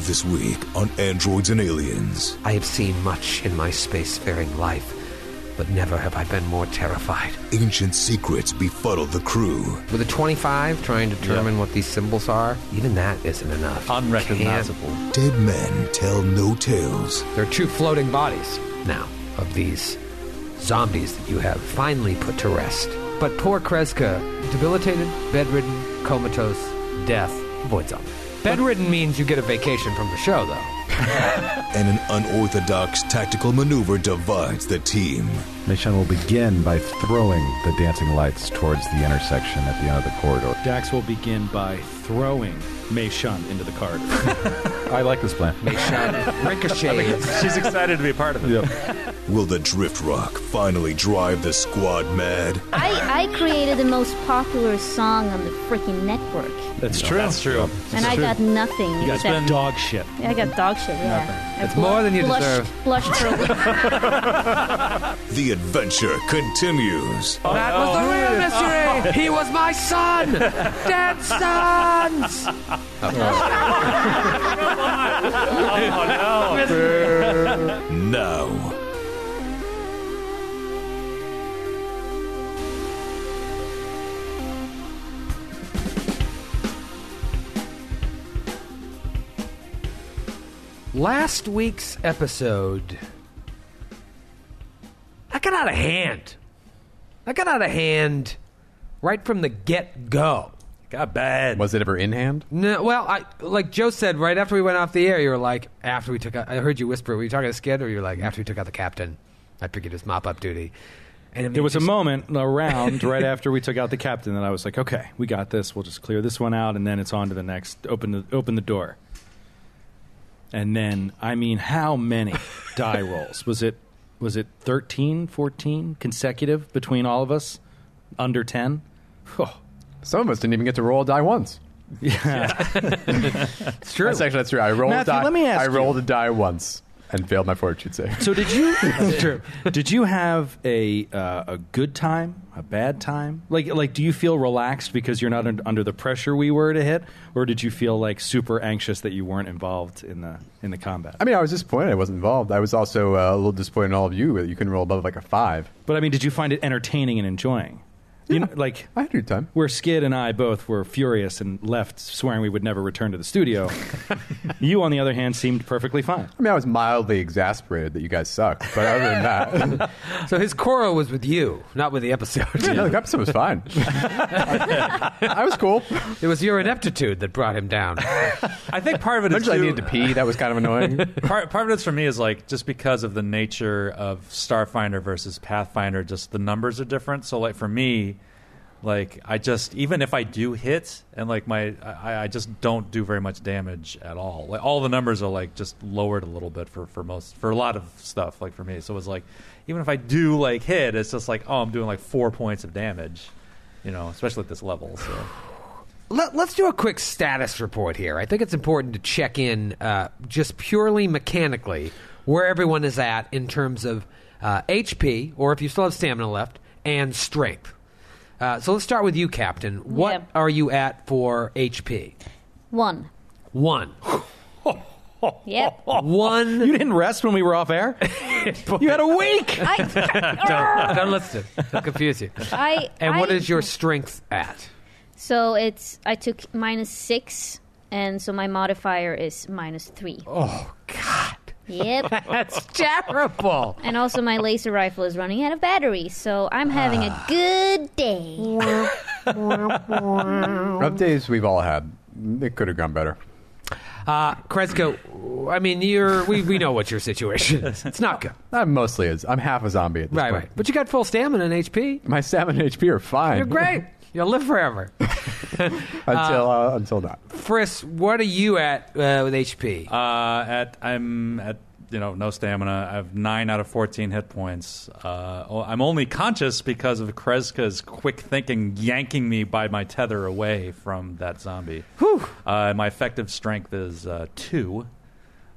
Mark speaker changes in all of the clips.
Speaker 1: This week on Androids and Aliens.
Speaker 2: I have seen much in my spacefaring life, but never have I been more terrified.
Speaker 1: Ancient secrets befuddle the crew.
Speaker 2: With a 25, trying to determine what these symbols are, even that isn't enough. You
Speaker 3: Unrecognizable.
Speaker 1: Dead men tell no tales.
Speaker 2: can't- They're two floating bodies now of these zombies that you have finally put to rest. But poor Kreska, debilitated, bedridden, comatose, death, void zombie. Bedridden means you get a vacation from the show, though.
Speaker 1: And an unorthodox tactical maneuver divides the team.
Speaker 4: Mission will begin by throwing the dancing lights towards the intersection at the end of the corridor.
Speaker 3: Dax will begin by throwing Mei Shun into the corridor.
Speaker 4: I like this plan.
Speaker 2: Shot ricochets.
Speaker 3: She's excited to be a part of it.
Speaker 1: Will the Drift Rock finally drive the squad mad?
Speaker 5: I, I created the most popular song on the freaking network,
Speaker 3: That's true. That's true.
Speaker 5: and I got nothing
Speaker 3: You guys
Speaker 5: except
Speaker 3: been dog shit.
Speaker 5: I got dog shit. Yeah, I
Speaker 2: It's more than you
Speaker 5: blushed,
Speaker 2: deserve.
Speaker 5: Blushed for a week.
Speaker 1: The adventure continues.
Speaker 2: That was
Speaker 3: Oh.
Speaker 2: the real mystery. He was my son. Dead sons.
Speaker 1: Now.
Speaker 2: Last week's episode, I got out of hand. I got out of hand right from the get go. Got bad.
Speaker 6: Was it ever in hand?
Speaker 2: No, well, I like Joe said right after we went off the air, you were like, after we took, out, I heard you whisper, were you talking to Skid, or you were like, after we took out the captain, I figured it was mop up duty. And I mean,
Speaker 3: There was a
Speaker 2: just-
Speaker 3: moment around right after we took out the captain that I was like, okay, we got this. We'll just clear this one out, and then it's on to the next. Open the open the door. And then, I mean, how many die rolls was it? Was it 13, 14 consecutive between all of us? Under ten.
Speaker 6: Some of us didn't even get to roll a die once.
Speaker 2: It's true.
Speaker 6: That's actually that's true. I rolled
Speaker 3: Matthew,
Speaker 6: a die.
Speaker 3: let me ask
Speaker 6: I
Speaker 3: you.
Speaker 6: rolled a die once and failed my fortune save.
Speaker 3: So did you? That's true. Did you have a uh, a good time, a bad time? Like like, do you feel relaxed because you're not un- under the pressure we were to hit, or did you feel like super anxious that you weren't involved in the in the combat?
Speaker 6: I mean, I was disappointed I wasn't involved. I was also uh, a little disappointed in all of you that you couldn't roll above like a five.
Speaker 3: But I mean, did you find it entertaining and enjoying? You know, like
Speaker 6: I had a good time.
Speaker 3: where Skid and I both were furious and left, swearing we would never return to the studio. you, on the other hand, seemed perfectly fine.
Speaker 6: I mean, I was mildly exasperated that you guys sucked, but other than that,
Speaker 2: so his quarrel was with you, not with the episode.
Speaker 6: yeah, no, the episode was fine. I, I was cool.
Speaker 2: It was your ineptitude that brought him down.
Speaker 7: I think part of it is
Speaker 6: Eventually, I
Speaker 7: too-
Speaker 6: needed to pee. That was kind of annoying.
Speaker 7: part, part of it is for me is like just because of the nature of Starfinder versus Pathfinder, just the numbers are different. So like for me, like I just even if I do hit and like my I, I just don't do very much damage at all. Like all the numbers are like just lowered a little bit for for most for a lot of stuff. Like for me, so it's like even if I do like hit, it's just like oh I'm doing like four points of damage. You know, especially at this level. So
Speaker 2: Let, let's do a quick status report here. I think it's important to check in uh, just purely mechanically where everyone is at in terms of uh, HP, or if you still have stamina left, and strength. Uh, so let's start with you, Captain. What
Speaker 5: Yeah.
Speaker 2: are you at for HP?
Speaker 5: One.
Speaker 2: One.
Speaker 5: Yep.
Speaker 2: One.
Speaker 3: You didn't rest when we were off air. you had a week.
Speaker 5: I,
Speaker 2: Don't listen. Don't confuse you.
Speaker 5: I,
Speaker 2: And
Speaker 5: I,
Speaker 2: what is your strength at?
Speaker 5: So it's I took minus six, and so my modifier is minus three.
Speaker 2: Oh, God.
Speaker 5: Yep.
Speaker 2: That's terrible.
Speaker 5: And also my laser rifle is running out of battery, so I'm having
Speaker 2: Ah.
Speaker 5: a good day.
Speaker 6: Rough days we've all had. It could have gone better.
Speaker 2: Uh, Kresko, I mean, you're, we, we know what your situation is. It's not good.
Speaker 6: That mostly is. I'm half a zombie at this
Speaker 2: Right,
Speaker 6: point.
Speaker 2: right. But you got full stamina and HP.
Speaker 6: My stamina and HP are fine.
Speaker 2: You're great. You'll live forever.
Speaker 6: until uh, until not.
Speaker 2: Friss, what are you at uh, with HP?
Speaker 7: Uh, at I'm at you know no stamina. I have nine out of fourteen hit points. Uh, o- I'm only conscious because of Kreska's quick thinking yanking me by my tether away from that zombie. Whew. Uh, my effective strength is uh, two,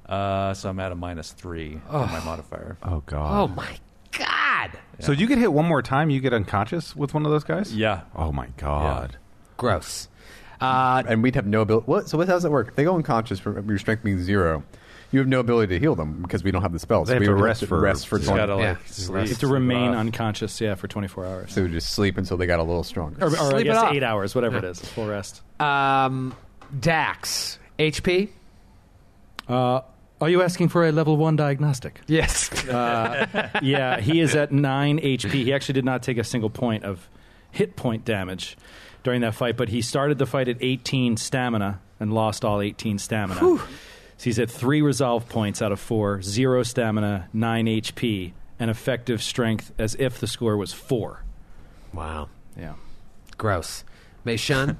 Speaker 7: uh, so I'm at a minus three on my modifier.
Speaker 4: Oh God!
Speaker 2: oh my God!
Speaker 4: So you Oh, get hit one more time, you get unconscious with one of those guys.
Speaker 7: Yeah.
Speaker 4: Oh my God!
Speaker 2: Gross. Uh,
Speaker 6: and we'd have no ability. What? So what, how does that work? If they go unconscious from your strength being zero, you have no ability to heal them because we don't have the spells.
Speaker 4: They have
Speaker 6: we
Speaker 4: to
Speaker 6: would
Speaker 4: rest for-
Speaker 6: rest for
Speaker 4: Just
Speaker 7: Just
Speaker 6: 20.
Speaker 7: gotta,
Speaker 2: Yeah.
Speaker 7: like, sleep.
Speaker 3: You have to remain
Speaker 7: Rough.
Speaker 3: unconscious, yeah, for 24 hours.
Speaker 6: So we just sleep until they got a little stronger.
Speaker 3: or or I
Speaker 2: Sleep it
Speaker 3: guess
Speaker 2: off.
Speaker 3: eight hours, whatever it is, full rest.
Speaker 2: um, Dax, HP.
Speaker 3: Uh, are you asking for a level one diagnostic?
Speaker 2: Yes.
Speaker 3: yeah, he is at nine HP. He actually did not take a single point of hit point damage during that fight, but he started the fight at 18 stamina and lost all 18 stamina. So he's at three resolve points out of four, zero stamina, nine HP, and effective strength as if the score was four.
Speaker 2: wow.
Speaker 3: Yeah.
Speaker 2: Gross. Mei Shun.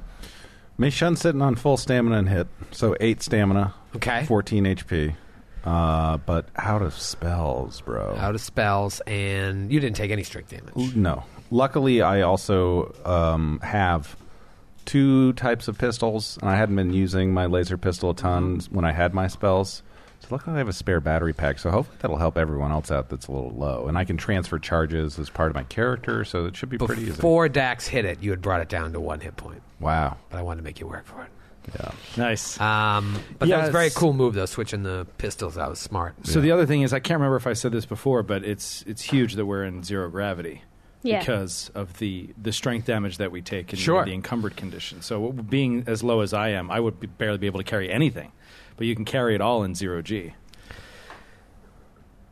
Speaker 4: Mei Shun's sitting on full stamina and hit, so eight stamina,
Speaker 2: Okay.
Speaker 4: 14 HP, uh, but out of spells, bro.
Speaker 2: Out of spells, and you didn't take any strength damage.
Speaker 4: No. Luckily, I also um, have two types of pistols, and I hadn't been using my laser pistol a ton when I had my spells. So luckily, I have a spare battery pack, so hopefully that'll help everyone else out that's a little low. And I can transfer charges as part of my character, so it should be pretty easy.
Speaker 2: Before Dax hit it, you had brought it down to one hit point,
Speaker 4: Wow.
Speaker 2: but I wanted to make you work for it.
Speaker 3: Nice.
Speaker 2: Um, but that was a very
Speaker 3: Yes.
Speaker 2: cool move, though, switching the pistols. That was smart.
Speaker 3: So the other thing is, I can't remember if I said this before, but it's it's huge that we're in zero gravity
Speaker 5: Yeah.
Speaker 3: because of the the strength damage that we take in
Speaker 2: Sure.
Speaker 3: the encumbered condition. So being as low as I am, I would be barely be able to carry anything, but you can carry it all in zero g.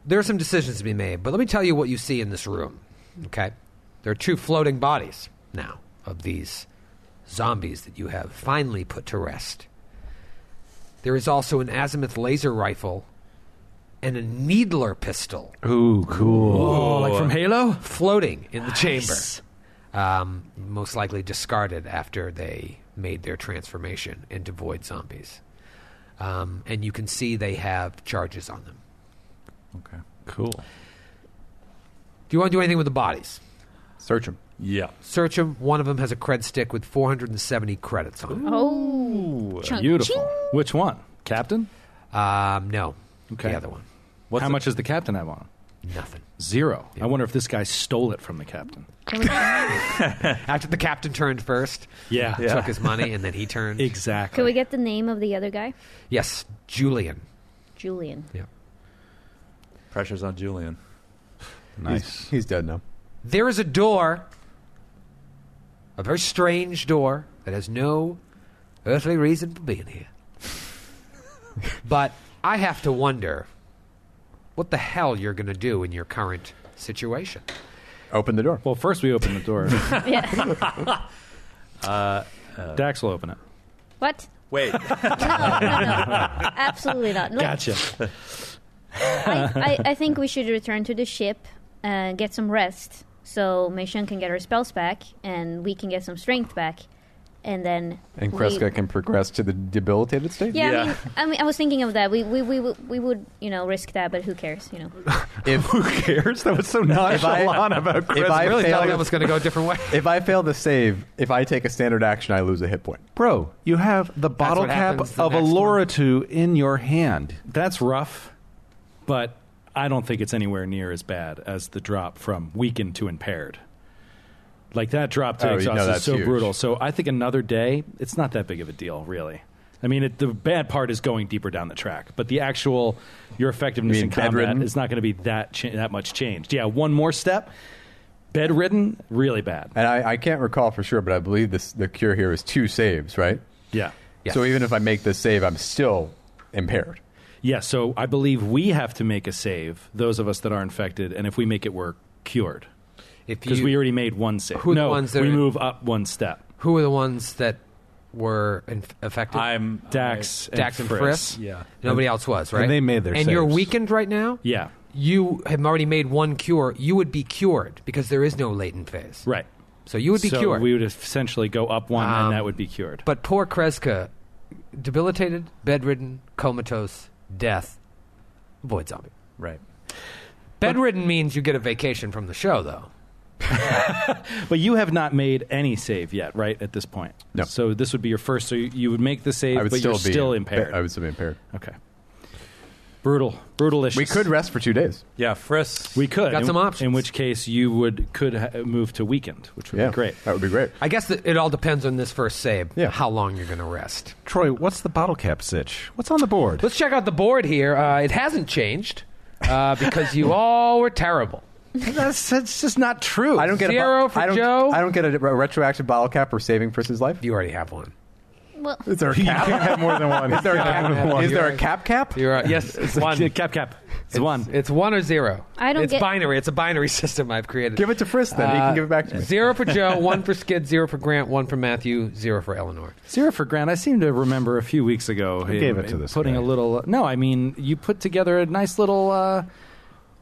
Speaker 2: there are some decisions to be made, but let me tell you what you see in this room. Okay? There are two floating bodies now of these zombies that you have finally put to rest. There is also an azimuth laser rifle and a needler pistol
Speaker 4: Ooh, cool.
Speaker 3: Oh, like from Halo.
Speaker 2: floating in the chamber. Um, most likely discarded after they made their transformation into void zombies. Um, and you can see they have charges on them.
Speaker 7: Okay.
Speaker 4: Cool.
Speaker 2: Do you want to do anything with the bodies?
Speaker 6: Search them.
Speaker 7: Yeah.
Speaker 2: Search him. One of them has a cred stick with 470 credits on
Speaker 5: Oh, Chunk-
Speaker 3: Beautiful.
Speaker 5: ching.
Speaker 3: Which one, Captain?
Speaker 2: it. Um, no.
Speaker 3: Oh. Okay.
Speaker 2: The other one.
Speaker 7: What's
Speaker 3: How
Speaker 7: the-
Speaker 3: much does the Captain have on?
Speaker 2: Nothing.
Speaker 3: Zero. I wonder if this guy stole it from the Captain.
Speaker 2: After the captain turned first,
Speaker 3: Yeah.
Speaker 2: he took his money, and then he turned.
Speaker 3: Exactly.
Speaker 5: Can we get the name of the other guy?
Speaker 2: yes, Julian.
Speaker 5: Julian.
Speaker 7: Pressure's on Julian.
Speaker 4: Nice.
Speaker 6: He's dead now.
Speaker 2: There is a door, a very strange door that has no earthly reason for being here. but I have to wonder what the hell you're going to do in your current situation.
Speaker 6: Open the door.
Speaker 3: well, first we open the door. Uh,
Speaker 5: yeah.
Speaker 3: Dax will open it.
Speaker 5: What?
Speaker 7: Wait.
Speaker 5: Absolutely not. Like,
Speaker 3: Gotcha.
Speaker 5: I, I, I think we should return to the ship and get some rest so Mei Shun can get her spells back and we can get some strength back. And then.
Speaker 6: And
Speaker 5: we-
Speaker 6: Kreska can progress to the debilitated state.
Speaker 5: Yeah,
Speaker 7: Yeah.
Speaker 5: I, mean, I mean, I was thinking of that. We, we, we, would- we would, you know, risk that, but who cares, you know?
Speaker 6: If
Speaker 4: Who cares? That was so nonchalant about Chris.
Speaker 6: if I
Speaker 2: really
Speaker 6: fail,
Speaker 2: thought that was going to go a different way.
Speaker 6: if I fail the save, if I take a standard action, I lose a hit point.
Speaker 4: Bro, you have the bottle
Speaker 2: what
Speaker 4: cap
Speaker 2: happens the
Speaker 4: of a
Speaker 2: next one.
Speaker 4: Loratu in your hand.
Speaker 3: That's rough, but I don't think it's anywhere near as bad as the drop from weakened to impaired. Like that drop to
Speaker 6: Oh, you
Speaker 3: exhaust
Speaker 6: know
Speaker 3: is
Speaker 6: that's
Speaker 3: so
Speaker 6: huge.
Speaker 3: brutal. So I think another day, it's not that big of a deal, really. I mean, it, the bad part is going deeper down the track, but the actual your effectiveness
Speaker 6: You
Speaker 3: in
Speaker 6: mean
Speaker 3: combat
Speaker 6: bedridden?
Speaker 3: is not going to be that cha- that much changed. Yeah, one more step, bedridden, really bad.
Speaker 6: And I, I can't recall for sure, but I believe this the cure here is two saves, right?
Speaker 3: Yeah,
Speaker 2: Yes.
Speaker 6: So even if I make this save, I'm still impaired.
Speaker 3: yeah. So I believe we have to make a save. Those of us that are infected, and if we make it, we're cured.
Speaker 2: If
Speaker 3: Because
Speaker 2: you-
Speaker 3: we already made one save.
Speaker 2: Who are the
Speaker 3: no,
Speaker 2: ones that
Speaker 3: we
Speaker 2: are-
Speaker 3: move up one step.
Speaker 2: Who are the ones that were inf- affected?
Speaker 7: I'm
Speaker 3: Dax,
Speaker 2: Dax and Friss.
Speaker 7: Yeah.
Speaker 2: Nobody else was, right?
Speaker 4: they made their
Speaker 2: And you're
Speaker 4: saves.
Speaker 2: weakened right now?
Speaker 3: Yeah,
Speaker 2: You have already made one cure. You would be cured because there is no latent phase.
Speaker 3: right.
Speaker 2: So you would be
Speaker 3: so
Speaker 2: cured.
Speaker 3: we would essentially go up one,
Speaker 2: Um,
Speaker 3: and that would be cured.
Speaker 2: but poor Kreska, debilitated, bedridden, comatose, death, void zombie.
Speaker 7: Right.
Speaker 2: Bedridden means you get a vacation from the show, though.
Speaker 3: But you have not made any save yet, right? At this point,
Speaker 6: No.
Speaker 3: So this would be your first. So you- you would make the save,
Speaker 6: I would
Speaker 3: but
Speaker 6: still
Speaker 3: you're
Speaker 6: be
Speaker 3: still impaired.
Speaker 6: I would still be impaired.
Speaker 3: Okay. Brutal, brutalish.
Speaker 6: We could rest for two days.
Speaker 7: Yeah, Frisk.
Speaker 3: We could.
Speaker 2: Got
Speaker 3: in-
Speaker 2: some options.
Speaker 3: In which case, you would could ha- move to weekend, which would
Speaker 6: Yeah,
Speaker 3: be great.
Speaker 6: That would be great.
Speaker 2: I guess that it all depends on this first save.
Speaker 6: Yeah.
Speaker 2: How long you're going to rest.
Speaker 4: Troy, what's the bottle cap sitch? What's on the board?
Speaker 2: Let's check out the board here. Uh, it hasn't changed uh, because you all were terrible.
Speaker 4: that's, that's just not true.
Speaker 6: I don't get
Speaker 2: Zero
Speaker 6: a bo-
Speaker 2: for
Speaker 6: I don't,
Speaker 2: Joe.
Speaker 6: I don't get a re- retroactive bottle cap for saving Chris's life.
Speaker 2: You already have one.
Speaker 5: Well,
Speaker 6: Is there a
Speaker 4: You can't have more than one.
Speaker 6: Is there a cap? Is there a cap cap?
Speaker 2: You're, uh, yes,
Speaker 3: It's
Speaker 2: it's
Speaker 3: a-
Speaker 2: one.
Speaker 3: Cap cap. It's,
Speaker 2: It's-
Speaker 3: one.
Speaker 2: It's one or zero.
Speaker 5: I don't
Speaker 2: It's
Speaker 5: get-
Speaker 2: binary. It's a binary system I've created.
Speaker 6: Give it to Frisk then. he
Speaker 2: Uh,
Speaker 6: can give it back to me.
Speaker 2: Zero for Joe, one for Skid, zero for Grant, one for Matthew, zero for Eleanor.
Speaker 3: Zero for Grant. I seem to remember a few weeks ago
Speaker 4: I
Speaker 3: him
Speaker 4: gave it to this
Speaker 3: putting
Speaker 4: guy.
Speaker 3: a little. No, I mean you put together a nice little uh,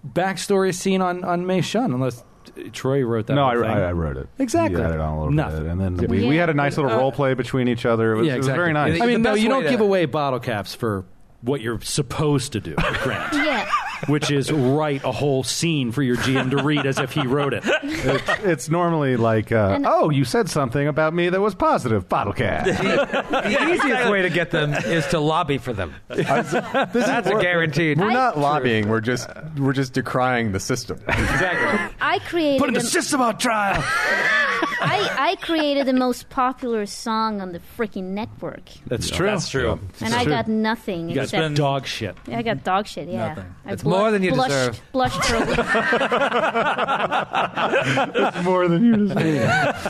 Speaker 3: backstory scene on on Mei Shun, unless uh, Troy wrote that.
Speaker 4: no,
Speaker 3: whole
Speaker 4: I,
Speaker 3: thing.
Speaker 4: I, I wrote it.
Speaker 3: Exactly.
Speaker 4: You added on a little
Speaker 3: Nothing.
Speaker 4: bit, and then we, we
Speaker 5: Yeah.
Speaker 4: had a nice little role play between each other. It was,
Speaker 3: yeah, exactly.
Speaker 4: it was very nice.
Speaker 3: I mean,
Speaker 2: The
Speaker 3: no,
Speaker 2: best
Speaker 3: you
Speaker 2: way
Speaker 3: don't
Speaker 2: to-
Speaker 3: give away bottle caps for what you're supposed to do, Grant.
Speaker 5: yeah.
Speaker 3: which is write a whole scene for your GM to read as if he wrote it.
Speaker 4: it's, it's normally like, uh,
Speaker 5: And-
Speaker 4: oh, you said something about me that was positive. Bottle cap.
Speaker 2: The easiest way to get them is to lobby for them. That's a guaranteed.
Speaker 6: We're not lobbying. We're just we're just decrying the system.
Speaker 2: Exactly.
Speaker 5: I created
Speaker 3: Putting the
Speaker 5: an-
Speaker 3: system on trial.
Speaker 5: I, I created the most popular song on the freaking network,
Speaker 3: That's true.
Speaker 7: That's true.
Speaker 5: and I got nothing
Speaker 3: You guys
Speaker 5: except
Speaker 3: been dog shit.
Speaker 5: I got dog shit. Yeah,
Speaker 7: Nothing.
Speaker 5: I
Speaker 2: It's more than you
Speaker 5: blushed,
Speaker 2: deserve.
Speaker 5: Blushed for a week.
Speaker 4: More than you deserve.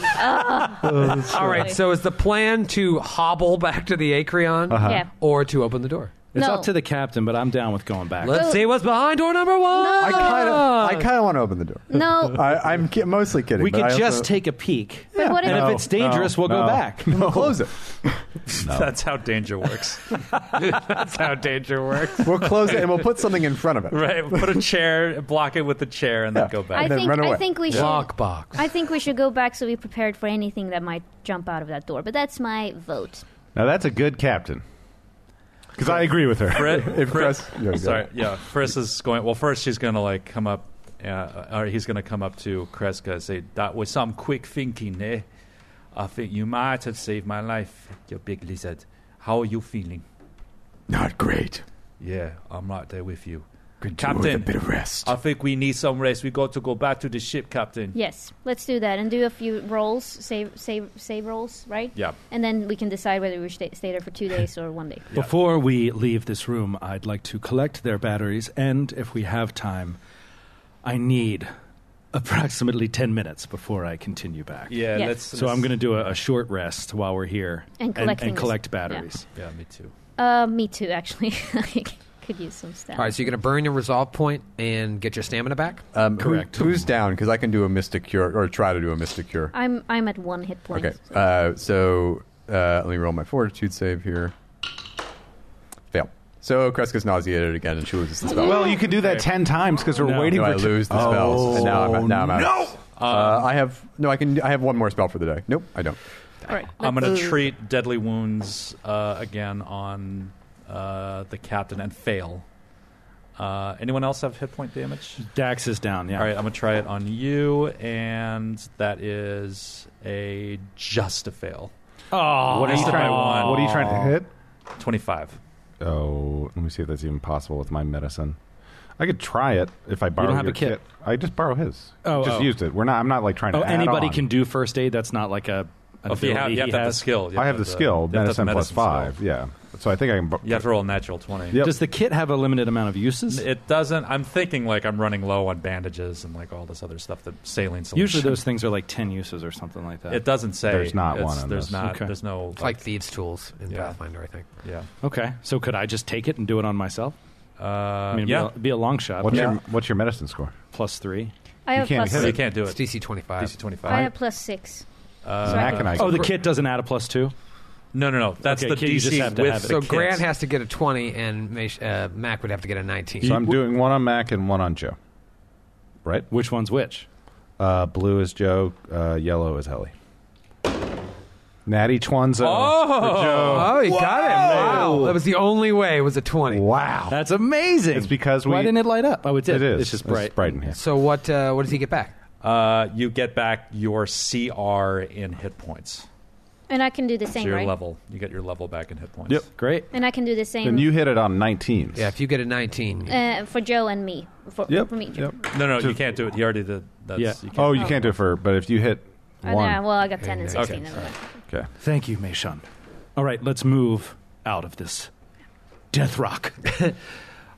Speaker 2: All right, so is the plan to hobble back to the Acreon
Speaker 4: Uh-huh.
Speaker 5: Yeah.
Speaker 2: or to open the door?
Speaker 3: It's
Speaker 5: No.
Speaker 3: up to the captain, but I'm down with going back.
Speaker 2: Let's see what's behind door number one.
Speaker 6: I kind of I
Speaker 2: Ah.
Speaker 6: kind of want to open the door.
Speaker 5: No,
Speaker 6: I, I'm ki- mostly kidding.
Speaker 3: we
Speaker 6: but I
Speaker 3: could
Speaker 6: also-
Speaker 3: just take a peek.
Speaker 5: but what
Speaker 3: And
Speaker 5: if
Speaker 4: Oh,
Speaker 3: if it's dangerous, we'll
Speaker 4: no.
Speaker 3: go back.
Speaker 6: We'll close it.
Speaker 7: That's how danger works.
Speaker 2: That's how danger works.
Speaker 6: We'll close it and we'll put something in front of it.
Speaker 7: right. Put a chair, block it with the chair, and then
Speaker 6: Yeah.
Speaker 7: go back.
Speaker 5: I
Speaker 6: and then
Speaker 5: think
Speaker 6: run
Speaker 5: I
Speaker 6: away.
Speaker 5: think we should
Speaker 2: Lockbox.
Speaker 5: I think we should go back so we're prepared for anything that might jump out of that door. But that's my vote.
Speaker 4: Now, that's a good captain. Because I agree with her.
Speaker 7: Frit,
Speaker 6: If
Speaker 7: Frit-
Speaker 6: Chris- yeah, go
Speaker 7: sorry,
Speaker 6: ahead.
Speaker 7: yeah. Frisk is going. Well, first she's going to like come up, uh, or he's going to come up to Kreska and say, "That was some quick thinking, eh? I think you might have saved my life, you big lizard. How are you feeling?
Speaker 6: Not great.
Speaker 7: Yeah, I'm right there with you,
Speaker 6: Could do with a
Speaker 7: Captain.
Speaker 6: bit of rest.
Speaker 7: I think we need some rest. We got to go back to the ship, Captain.
Speaker 5: Yes, let's do that and do a few rolls, save save save rolls, right?
Speaker 7: Yeah.
Speaker 5: And then we can decide whether we stay, stay there for two days or one day.
Speaker 3: Before we leave this room, I'd like to collect their batteries, and if we have time, I need approximately 10 minutes before I continue back.
Speaker 7: Yeah,
Speaker 5: Yes.
Speaker 7: let's.
Speaker 3: So I'm going to do a, a short rest while we're here
Speaker 5: And collecting this.
Speaker 3: collect batteries.
Speaker 7: Yeah, me too.
Speaker 5: Uh, me too, actually. I could use some stuff.
Speaker 2: All right, so you're going to burn your resolve point and get your stamina back?
Speaker 6: Um, who-
Speaker 3: Correct.
Speaker 6: who's down? Because I can do a mystic cure or try to do a mystic cure.
Speaker 5: I'm I'm at one hit point.
Speaker 6: Okay.
Speaker 5: so-
Speaker 6: Uh, so uh, let me roll my fortitude save here. Fail. So Kreska's nauseated again, and she loses the spell.
Speaker 4: Well, you could do that 10 times because we're
Speaker 3: No.
Speaker 4: waiting
Speaker 6: Do
Speaker 4: for
Speaker 6: I lose the
Speaker 4: oh,
Speaker 6: spells? And now I'm out- now I'm out.
Speaker 4: No!
Speaker 6: Uh, I have no. I can. I have one more spell for the day. Nope, I don't.
Speaker 5: All right.
Speaker 7: I'm going
Speaker 5: let's-
Speaker 7: to treat deadly wounds uh, again on uh, the captain and fail. Uh, anyone else have hit point damage?
Speaker 3: Dax is down, yeah.
Speaker 7: All right, I'm gonna try it on you, and that is a just a fail.
Speaker 3: Oh,
Speaker 4: What are, you
Speaker 7: Aw.
Speaker 4: trying, what are you trying to hit?
Speaker 7: Twenty-five.
Speaker 4: Oh, let me see if that's even possible with my medicine. I could try it if I borrow.
Speaker 3: don't have
Speaker 4: your
Speaker 3: a kit.
Speaker 4: I just borrow his.
Speaker 3: Oh,
Speaker 4: just
Speaker 3: oh.
Speaker 4: used it. We're not. I'm not like trying to.
Speaker 3: Oh,
Speaker 4: add
Speaker 3: anybody
Speaker 4: on.
Speaker 3: can do first aid. That's not like a.
Speaker 4: Oh,
Speaker 3: An
Speaker 7: Oh, If you have,
Speaker 3: ability
Speaker 7: you have
Speaker 3: he
Speaker 7: to have the
Speaker 3: has.
Speaker 7: skill. You
Speaker 4: I have the skill.
Speaker 7: you have to have
Speaker 4: Medicine, plus
Speaker 7: skill.
Speaker 4: five. Yeah. So I think I can. bo-
Speaker 7: You have to roll a natural twenty.
Speaker 4: Yep.
Speaker 3: Does the kit have a limited amount of uses?
Speaker 7: It doesn't. I'm thinking like I'm running low on bandages and like all this other stuff. That saline solution.
Speaker 3: Usually those things are like ten uses or something like that.
Speaker 7: It doesn't say.
Speaker 4: There's not
Speaker 7: It's-
Speaker 4: one on
Speaker 7: There's
Speaker 4: this.
Speaker 7: not.
Speaker 3: Okay.
Speaker 7: There's no.
Speaker 2: It's like thieves' tools in
Speaker 7: Yeah.
Speaker 2: Pathfinder, I think.
Speaker 7: yeah.
Speaker 3: okay, so could I just take it and do it on myself?
Speaker 7: Uh,
Speaker 3: I mean, it'd be
Speaker 7: yeah.
Speaker 3: a- it'd be a long shot.
Speaker 4: What's
Speaker 3: but
Speaker 4: your What's your medicine score?
Speaker 3: plus three?
Speaker 5: I
Speaker 4: You
Speaker 5: have
Speaker 4: can't
Speaker 5: plus
Speaker 4: hit
Speaker 7: So you
Speaker 5: six.
Speaker 7: can't do
Speaker 2: It's
Speaker 7: it.
Speaker 2: DC 25.
Speaker 7: DC twenty-five.
Speaker 5: I have plus six.
Speaker 7: Uh,
Speaker 5: So I
Speaker 4: Mac and I.
Speaker 3: Oh, the kit doesn't add a plus two.
Speaker 7: No, no, no. That's
Speaker 3: Okay,
Speaker 7: the
Speaker 3: kid, you
Speaker 7: DC
Speaker 3: just have to
Speaker 7: with
Speaker 3: have it.
Speaker 2: So
Speaker 7: the
Speaker 2: Grant
Speaker 7: kids.
Speaker 2: has to get a 20, and Mesh- uh, Mac would have to get a 19.
Speaker 4: So I'm doing one on Mac and one on Joe. Right.
Speaker 3: Which one's which?
Speaker 4: Uh, blue is Joe. Uh, yellow is Helly. Natty Twanzo.
Speaker 7: Oh!
Speaker 2: oh, you got it. Wow. That was the only way, was a 20.
Speaker 4: Wow.
Speaker 3: That's amazing.
Speaker 4: It's because we-
Speaker 3: Why didn't it light up? Oh, it did.
Speaker 4: it is.
Speaker 3: It's just bright.
Speaker 4: It's bright in here.
Speaker 2: So what uh, What does he get back?
Speaker 7: Uh, you get back your CR in hit points.
Speaker 5: And I can do the
Speaker 7: So
Speaker 5: same,
Speaker 7: your
Speaker 5: right?
Speaker 7: level, you get your level back in hit points.
Speaker 4: Yep.
Speaker 3: Great.
Speaker 5: And I can do the same
Speaker 4: And you hit it on 19.
Speaker 2: Yeah, if you get a 19.
Speaker 5: uh, for Joe and me. For,
Speaker 4: Yep.
Speaker 5: for me, Joe.
Speaker 4: yep.
Speaker 7: No, no, you can't do it. You already did. That's,
Speaker 3: Yeah.
Speaker 7: You can't.
Speaker 4: Oh, you can't do it for, but if you hit
Speaker 5: Oh,
Speaker 4: one.
Speaker 5: no, well, I got 10 and
Speaker 2: Okay.
Speaker 5: 16. never mind.
Speaker 4: Okay.
Speaker 3: Thank you, Meishon. All right, let's move out of this death rock.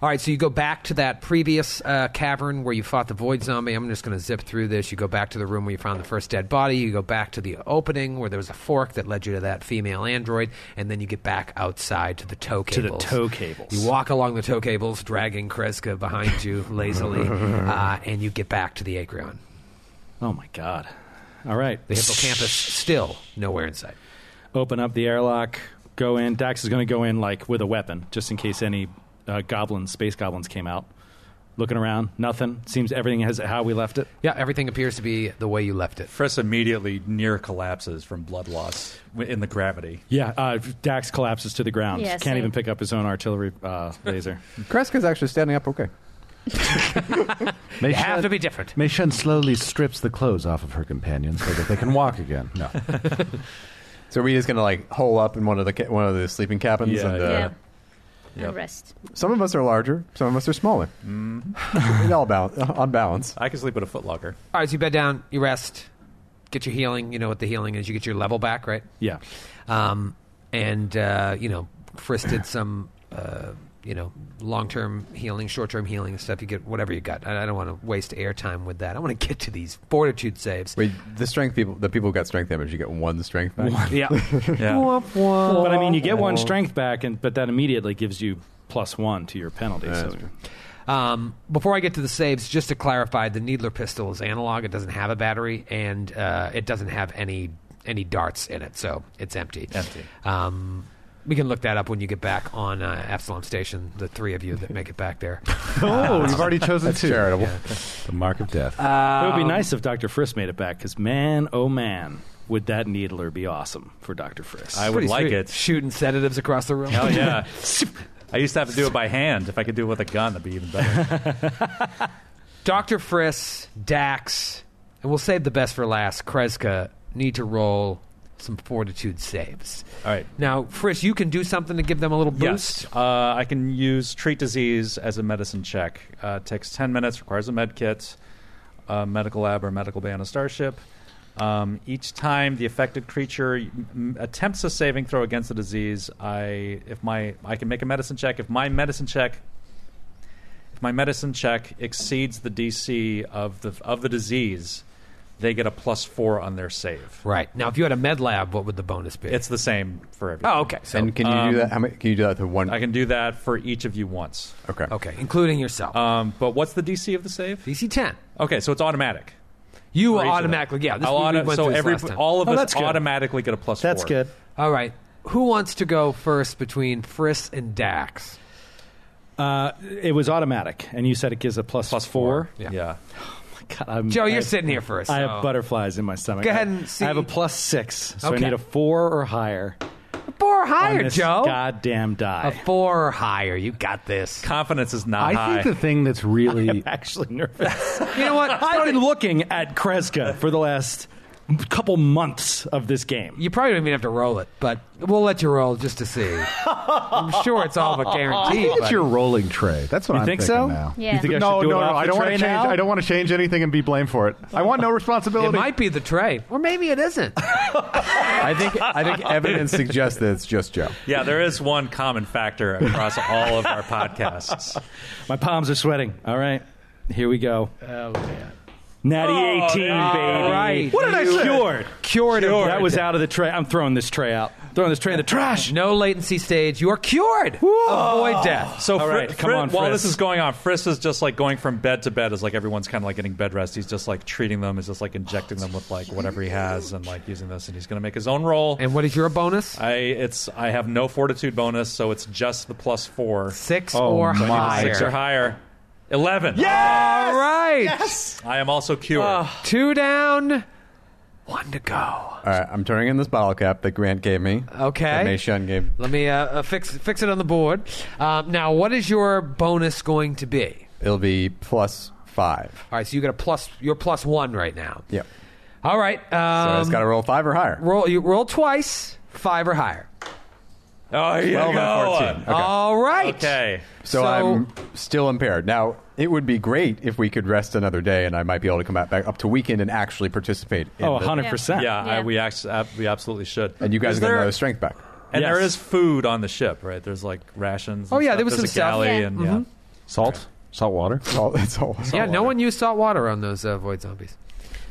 Speaker 2: All right, so you go back to that previous uh, cavern where you fought the void zombie. I'm just going to zip through this. You go back to the room where you found the first dead body. You go back to the opening where there was a fork that led you to that female android, and then you get back outside to the tow
Speaker 3: To the
Speaker 2: cables.
Speaker 3: tow cables.
Speaker 2: You walk along the tow cables, dragging Kreska behind you lazily, uh, and you get back to the Acreon.
Speaker 3: Oh my god. All right.
Speaker 2: The hippocampus still nowhere in sight.
Speaker 3: Open up the airlock, go in. Dax is going to go in like with a weapon just in case any uh, goblins, space goblins came out. Looking around, nothing. Seems everything has how we left it.
Speaker 2: Yeah, everything appears to be the way you left it.
Speaker 7: Frisk immediately near collapses from blood loss w- in the gravity.
Speaker 3: Yeah, uh, Dax collapses to the ground.
Speaker 5: Yeah,
Speaker 3: Can't
Speaker 5: same.
Speaker 3: even pick up his own artillery uh, laser.
Speaker 6: Kreska's actually standing up okay.
Speaker 4: They
Speaker 2: You have to be different.
Speaker 4: Mei Shun slowly strips the clothes off of her companion so that they can walk again. No.
Speaker 6: So we're just gonna like hole up in one of the ca- one of the sleeping cabins,
Speaker 7: Yeah,
Speaker 6: and uh,
Speaker 7: yeah.
Speaker 5: yeah.
Speaker 7: Yep.
Speaker 5: And rest.
Speaker 6: some of us are larger, some of us are smaller.
Speaker 4: Mm.
Speaker 6: It all balance on balance.
Speaker 7: I can sleep at a footlocker.
Speaker 2: All right, so you bed down, you rest, get your healing. You know what the healing is. You get your level back, right?
Speaker 3: Yeah.
Speaker 2: Um, and, uh, you know, Frisk did some, uh, you know, long term healing, short term healing and stuff. You get whatever you got. I, I don't want to waste airtime with that. I want to get to these fortitude saves.
Speaker 6: Wait, the strength people, the people who got strength damage, you get one strength back.
Speaker 2: Yeah.
Speaker 7: Yeah.
Speaker 3: But I mean, you get one strength back, and but that immediately gives you plus one to your penalty. so-
Speaker 2: Um, before I get to the saves, just to clarify, the Needler pistol is analog. It doesn't have a battery, and uh, it doesn't have any any darts in it, so it's empty.
Speaker 7: Empty.
Speaker 2: Um, we can look that up when you get back on uh, Absalom Station. The three of you that make it back there.
Speaker 4: oh, you've already chosen
Speaker 6: That's charitable.
Speaker 4: The mark of death.
Speaker 3: it
Speaker 2: Um,
Speaker 3: would be nice if Dr. Frisk made it back, because man, oh man, would that needler be awesome for Dr. Frisk.
Speaker 7: I would
Speaker 2: Pretty
Speaker 7: like
Speaker 2: sweet.
Speaker 7: it.
Speaker 2: Shooting sedatives across the room.
Speaker 7: Hell yeah. I used to have to do it by hand. If I could do it with a gun, that'd be even better.
Speaker 2: Dr. Friss, Dax, and we'll save the best for last. Kreska need to roll some fortitude saves.
Speaker 7: All right.
Speaker 2: Now, Friss, you can do something to give them a little boost.
Speaker 7: Yes. Uh, I can use treat disease as a medicine check. Uh, it takes 10 minutes, requires a med kit, a medical lab, or medical bay on a starship. Um, each time the affected creature m- attempts a saving throw against the disease, I if my I can make a medicine check. If my medicine check if my medicine check exceeds the DC of the of the disease, they get a plus four on their save.
Speaker 2: Right. Now, if you had a med lab, what would the bonus be?
Speaker 7: It's the same for everyone.
Speaker 2: oh, okay. So,
Speaker 6: and can you do that? How many, can you do that to one?
Speaker 7: I can do that for each of you once.
Speaker 6: okay.
Speaker 2: okay, including yourself.
Speaker 7: Um, but what's the DC of the save?
Speaker 2: DC 10.
Speaker 7: Okay, so it's automatic.
Speaker 2: You will
Speaker 7: For each of them.
Speaker 2: automatically, yeah. This
Speaker 7: I'll
Speaker 2: we
Speaker 7: auto-
Speaker 2: went
Speaker 7: so
Speaker 2: through this
Speaker 7: every
Speaker 2: last time.
Speaker 7: all of
Speaker 3: Oh,
Speaker 7: us
Speaker 3: that's good.
Speaker 7: automatically get a plus
Speaker 3: That's
Speaker 7: four.
Speaker 3: good.
Speaker 2: all right. Who wants to go first between Friss and Dax?
Speaker 3: Uh, it was automatic, and you said it gives a plus,
Speaker 7: Plus four.
Speaker 2: Yeah.
Speaker 7: yeah.
Speaker 3: God, I'm-
Speaker 2: Joe, you're
Speaker 3: I-
Speaker 2: sitting here first.
Speaker 3: I
Speaker 2: so-
Speaker 3: have butterflies in my stomach.
Speaker 2: Go ahead and
Speaker 3: I-
Speaker 2: see.
Speaker 3: I have a plus six, so
Speaker 2: Okay.
Speaker 3: I need a four or higher.
Speaker 2: Four or
Speaker 3: on
Speaker 2: higher,
Speaker 3: this
Speaker 2: Joe.
Speaker 3: Goddamn
Speaker 2: A
Speaker 3: die.
Speaker 2: four or higher. You got this.
Speaker 7: Confidence is not
Speaker 4: I
Speaker 7: high.
Speaker 4: think the thing that's really.
Speaker 3: I'm actually nervous.
Speaker 2: You know what?
Speaker 3: I've been looking at Kreska for the last couple months of this game.
Speaker 2: You probably don't even have to roll it, but we'll let you roll just to see. I'm sure it's all but guaranteed.
Speaker 4: It's
Speaker 2: but-
Speaker 4: your rolling tray. That's what
Speaker 3: You
Speaker 4: I'm
Speaker 3: think
Speaker 4: thinking
Speaker 3: so?
Speaker 4: now.
Speaker 5: Yeah. You think
Speaker 3: I
Speaker 4: no,
Speaker 3: should do
Speaker 4: no,
Speaker 3: it
Speaker 4: no.
Speaker 3: off
Speaker 4: I
Speaker 3: the
Speaker 4: don't want
Speaker 3: tray
Speaker 4: to change.
Speaker 3: now?
Speaker 4: I don't want to change anything and be blamed for it. I want no
Speaker 2: It
Speaker 4: responsibility.
Speaker 2: might be the tray, or maybe it isn't.
Speaker 6: I think I think evidence suggests that it's just Joe.
Speaker 7: yeah, there is one common factor across all of our podcasts.
Speaker 3: My palms are sweating. All right, here we go. Oh man, natty
Speaker 7: Oh,
Speaker 3: eighteen,
Speaker 7: yeah.
Speaker 3: baby.
Speaker 2: Right.
Speaker 3: What did I say? Cured.
Speaker 2: Cured. of
Speaker 3: That was out of the tray. I'm throwing this tray out. Throwing this tray in the trash.
Speaker 2: No latency stage. You are cured. Avoid death.
Speaker 7: So
Speaker 3: All
Speaker 7: Fri-
Speaker 3: right, come
Speaker 7: Fri-
Speaker 3: on,
Speaker 7: while
Speaker 3: Frisk.
Speaker 7: this is going on, Frisk is just like going from bed to bed. Is like everyone's kind of like getting bed rest. He's just like treating them. Is just like injecting them with like whatever he has and like using this. And he's going to make his own roll.
Speaker 2: And what is your bonus?
Speaker 7: I it's I have no fortitude bonus, so it's just the plus four.
Speaker 2: Six
Speaker 4: Oh,
Speaker 2: or
Speaker 4: my.
Speaker 2: higher.
Speaker 7: Six or higher. Eleven. Yeah.
Speaker 2: All right.
Speaker 7: I am also cured.
Speaker 2: Two down, one to go.
Speaker 6: All right, I'm turning in this bottle cap that Grant gave me.
Speaker 2: Okay.
Speaker 6: That Mei Shun gave.
Speaker 2: Let me uh, uh, fix fix it on the board. Um, now, what is your bonus going to be?
Speaker 6: It'll be plus five.
Speaker 2: All right, so you got a plus. You're plus one right now.
Speaker 6: Yep.
Speaker 2: All right.
Speaker 6: So
Speaker 2: Um,
Speaker 6: it's got to roll five or higher.
Speaker 2: roll. You roll twice, five or higher.
Speaker 7: Oh, here you
Speaker 6: Twelve out of
Speaker 7: go.
Speaker 6: fourteen. Okay.
Speaker 2: All right.
Speaker 7: Okay.
Speaker 2: Oh,
Speaker 6: So,
Speaker 2: So-
Speaker 6: I'm still impaired. Now, it would be great if we could rest another day and I might be able to come back, back up to weekend and actually participate. In
Speaker 3: Oh,
Speaker 6: the-
Speaker 3: 100%.
Speaker 7: Yeah, I,
Speaker 5: Yeah.
Speaker 7: we actually, we absolutely should.
Speaker 6: And you guys
Speaker 7: Is
Speaker 6: are going to
Speaker 7: there-
Speaker 6: another strength back.
Speaker 7: And there
Speaker 3: Yes.
Speaker 7: is food on the ship, right? There's like rations. and
Speaker 2: Oh, yeah, Mm-hmm.
Speaker 7: stuff.
Speaker 2: there was
Speaker 7: There's
Speaker 2: some
Speaker 7: a
Speaker 2: stuff.
Speaker 7: galley
Speaker 5: Yeah.
Speaker 7: and
Speaker 5: Mhm.
Speaker 4: Salt, salt water.
Speaker 6: That's all. That's all.
Speaker 2: Yeah, no one used salt water on those uh, void zombies.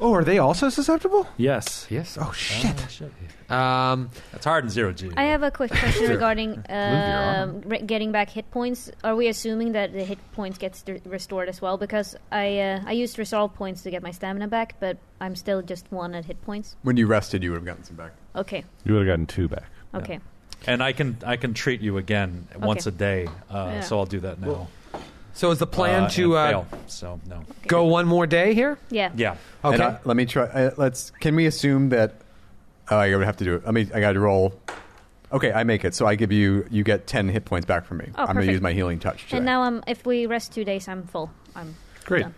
Speaker 4: Oh, are they also susceptible?
Speaker 3: Yes.
Speaker 2: Yes.
Speaker 4: Oh
Speaker 7: yeah.
Speaker 4: shit!
Speaker 7: Oh, shit.
Speaker 2: Um,
Speaker 7: That's hard in zero G.
Speaker 5: I have a quick question regarding
Speaker 4: Honor.
Speaker 5: um, re- getting back hit points. Are we assuming that the hit points gets d- restored as well? Because I uh, I used resolve points to get my stamina back, but I'm still just one at hit points.
Speaker 6: When you rested, you would have gotten some back.
Speaker 5: Okay,
Speaker 4: You would have gotten two back.
Speaker 5: okay.
Speaker 7: and I can I can treat you again once a day. Uh,
Speaker 5: Yeah.
Speaker 7: So I'll do that now.
Speaker 2: so is the plan
Speaker 7: Uh,
Speaker 2: to
Speaker 7: and
Speaker 2: uh,
Speaker 7: fail, so no.
Speaker 2: go one more day here?
Speaker 5: Yeah.
Speaker 7: Yeah.
Speaker 6: And
Speaker 2: Okay.
Speaker 6: I- let me try. Uh, let's. Can we assume that? Oh, I would have to do it. Let me. I got to roll. Okay, I make it. So I give you. You get ten hit points back from me.
Speaker 5: Oh,
Speaker 6: I'm going
Speaker 5: perfect.
Speaker 6: to use my healing touch. Today.
Speaker 5: And now I'm if we rest two days, I'm full. I'm
Speaker 6: Great.
Speaker 5: done.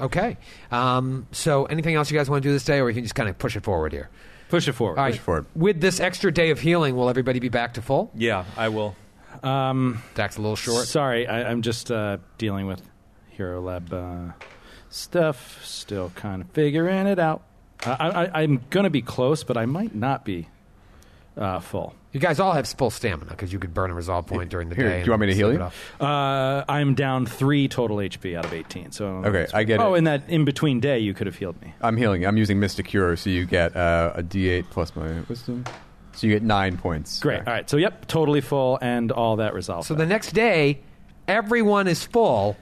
Speaker 2: okay. Um, so anything else you guys want to do this day, or we can just kind of push it forward here?
Speaker 3: Push it forward.
Speaker 2: All right.
Speaker 6: Push forward.
Speaker 2: With this extra day of healing, will everybody be back to full?
Speaker 7: Yeah, I will.
Speaker 3: Um,
Speaker 2: That's a little short.
Speaker 3: Sorry, I, I'm just uh, dealing with Hero Lab uh, stuff. Still kind of figuring it out. I, I, I- I'm going to be close, but I might not be uh, full.
Speaker 2: You guys all have full stamina because you could burn a resolve point during the
Speaker 6: Here,
Speaker 2: day.
Speaker 6: do you
Speaker 2: and
Speaker 6: want me to heal
Speaker 2: sleep
Speaker 6: you?
Speaker 2: it off.
Speaker 3: Uh, I'm down three total HP out of 18. So
Speaker 6: Okay, I get
Speaker 3: Oh,
Speaker 6: it.
Speaker 3: in that in between day, you could have healed me.
Speaker 6: I'm healing. I'm using Mystic Cure, so you get uh, a D8 plus my wisdom. So you get nine points.
Speaker 3: Great. All right. So yep, totally full and all that resolved.
Speaker 2: So the next day, everyone is full.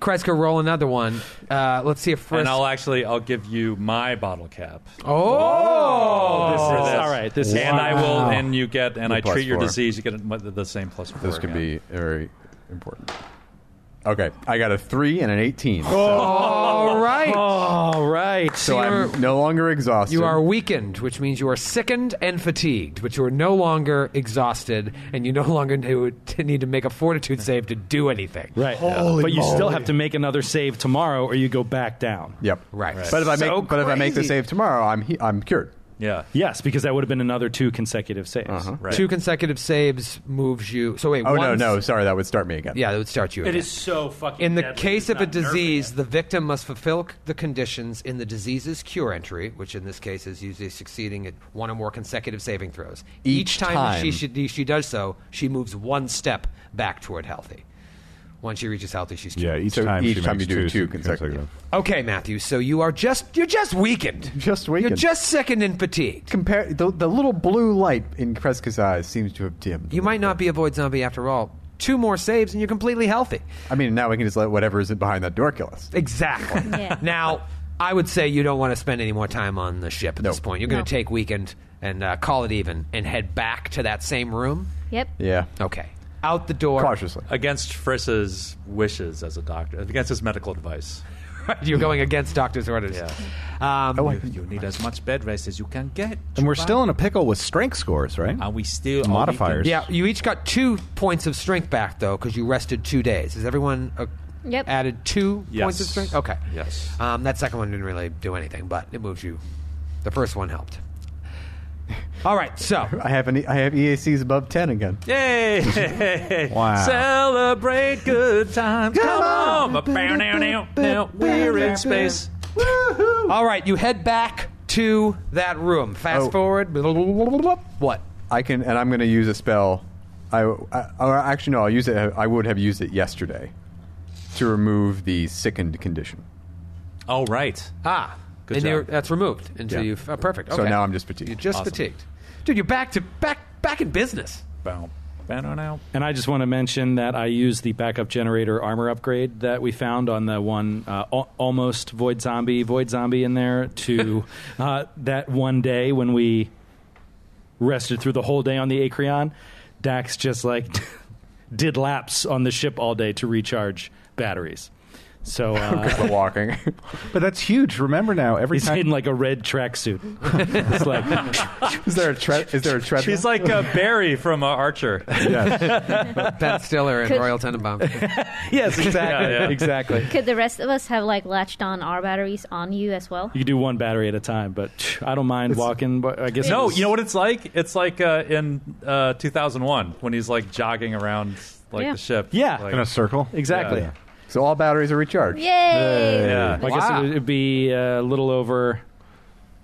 Speaker 2: Kreska, roll another one. Uh, let's see if first.
Speaker 7: And I'll actually I'll give you my bottle cap.
Speaker 2: oh,
Speaker 7: This or
Speaker 3: Oh,
Speaker 7: this.
Speaker 3: all right, this is-
Speaker 7: and I will
Speaker 3: Wow.
Speaker 7: and you get and
Speaker 6: The
Speaker 7: I
Speaker 6: plus
Speaker 7: treat your
Speaker 6: four.
Speaker 7: disease. You get it- the same plus four.
Speaker 6: This could
Speaker 7: again.
Speaker 6: be very important. Okay, I got a three and an 18.
Speaker 7: Oh.
Speaker 2: all right.
Speaker 3: all right.
Speaker 6: so
Speaker 2: you're-
Speaker 6: I'm no longer exhausted.
Speaker 2: You are weakened, which means you are sickened and fatigued, but you are no longer exhausted, and you no longer do- to need to make a fortitude save to do anything.
Speaker 3: right. but you still have to make another save tomorrow, or you go back down.
Speaker 6: Yep.
Speaker 2: Right.
Speaker 6: But if I make
Speaker 3: So
Speaker 6: but if I make the
Speaker 3: crazy.
Speaker 6: save tomorrow, I'm he- I'm cured.
Speaker 7: Yeah.
Speaker 3: Yes, because that would have been another two consecutive saves.
Speaker 6: Uh-huh.
Speaker 7: Right.
Speaker 2: Two consecutive saves moves you. So wait.
Speaker 6: Oh
Speaker 2: one's-
Speaker 6: no, no, sorry, that would start me again.
Speaker 2: Yeah, that would start you.
Speaker 8: It
Speaker 2: again.
Speaker 8: is so fucking.
Speaker 2: In the
Speaker 8: deadly,
Speaker 2: case
Speaker 8: it's
Speaker 2: of a
Speaker 8: not nerve
Speaker 2: disease,
Speaker 8: gas.
Speaker 2: the victim must fulfill c- the conditions in the disease's cure entry, which in this case is usually succeeding at one or more consecutive saving throws. Each,
Speaker 6: Each
Speaker 2: time, She,
Speaker 6: time.
Speaker 2: should, she does so, she moves one step back toward healthy. Once she reaches healthy, she's cured.
Speaker 4: Yeah, each
Speaker 6: So
Speaker 4: time
Speaker 6: each
Speaker 4: she
Speaker 6: time
Speaker 4: makes
Speaker 6: you do
Speaker 4: two,
Speaker 6: two consecutive.
Speaker 4: consecutive.
Speaker 2: Okay, Matthew. So you are just you're just weakened.
Speaker 6: Just
Speaker 2: You're
Speaker 6: weakened.
Speaker 2: just sickened and fatigued.
Speaker 6: Compare the, the little blue light in Kreska's eyes seems to have dimmed.
Speaker 2: You might not be a void zombie after all. Two more saves and you're completely healthy.
Speaker 6: I mean, now we can just let whatever is behind that door kill us.
Speaker 2: Exactly.
Speaker 5: Yeah.
Speaker 2: Now, I would say you don't want to spend any more time on the ship at
Speaker 6: No.
Speaker 2: this point. You're going
Speaker 5: No.
Speaker 2: to take weekend and uh, call it even and head back to that same room.
Speaker 5: Yep.
Speaker 6: Yeah.
Speaker 2: Okay. Out the door.
Speaker 6: Cautiously.
Speaker 7: Against Friss's wishes as a doctor, against his medical advice.
Speaker 2: You're going against doctor's orders.
Speaker 7: Yeah.
Speaker 2: Um,
Speaker 6: Oh, I-
Speaker 7: You need as much bed rest as you can get.
Speaker 4: And we're still in a pickle with strength scores, right?
Speaker 7: Are we still are we
Speaker 4: Modifiers.
Speaker 2: yeah, you each got two points of strength back, though, because you rested two days. Is everyone uh,
Speaker 5: Yep.
Speaker 2: added two
Speaker 7: Yes.
Speaker 2: points of strength? Okay.
Speaker 7: Yes.
Speaker 2: Um, that second one didn't really do anything, but it moves you. The first one helped. All right, so
Speaker 6: I have an, E, I have EACs above ten again.
Speaker 7: Yay!
Speaker 4: Wow.
Speaker 7: Celebrate good times. Come, on! Bow, now, now, now. We're in space.
Speaker 2: All right, you head back to that room. Fast
Speaker 6: Oh.
Speaker 2: forward. blah, blah, blah, blah, blah. What?
Speaker 6: I can, and I'm going to use a spell. I, I, or actually no, I'll use it. I would have used it yesterday to remove the sickened condition.
Speaker 7: All right.
Speaker 2: Ah,
Speaker 7: Good
Speaker 2: and
Speaker 7: job.
Speaker 2: you're, that's removed until
Speaker 6: Yeah.
Speaker 2: you've. Oh, perfect.
Speaker 6: So
Speaker 2: okay.
Speaker 6: now I'm just fatigued.
Speaker 2: You're just
Speaker 7: Awesome.
Speaker 2: fatigued, dude. You're back to back back in business.
Speaker 7: Bow, bow, now, now.
Speaker 3: And I just want to mention that I used the backup generator armor upgrade that we found on the one uh, al- almost void zombie, void zombie in there to uh, that one day when we rested through the whole day on the Acreon. Dax just like did laps on the ship all day to recharge batteries. So, uh,
Speaker 6: the walking.
Speaker 4: But that's huge. Remember now, every
Speaker 3: he's
Speaker 4: time
Speaker 3: in like a red tracksuit. it's like
Speaker 6: is there a tre- is there a treadmill?
Speaker 7: She's like uh, Barry from uh, Archer.
Speaker 2: Ben Stiller and
Speaker 5: Could-
Speaker 2: Royal Tenenbaum.
Speaker 3: yes, exactly,
Speaker 7: Yeah, yeah.
Speaker 3: exactly.
Speaker 5: Could the rest of us have like latched on our batteries on you as well?
Speaker 3: You can do one battery at a time, but I don't mind walking. But I guess
Speaker 7: No,
Speaker 3: it's-
Speaker 7: you know what it's like? It's like uh, in uh, 2001 when he's like jogging around like
Speaker 5: Yeah.
Speaker 7: the ship.
Speaker 3: Yeah.
Speaker 7: Like,
Speaker 4: in a circle.
Speaker 3: exactly.
Speaker 7: Yeah.
Speaker 6: so all batteries are recharged.
Speaker 5: Yay!
Speaker 7: yeah.
Speaker 3: I guess
Speaker 2: Wow.
Speaker 3: it would it'd be uh, a little over.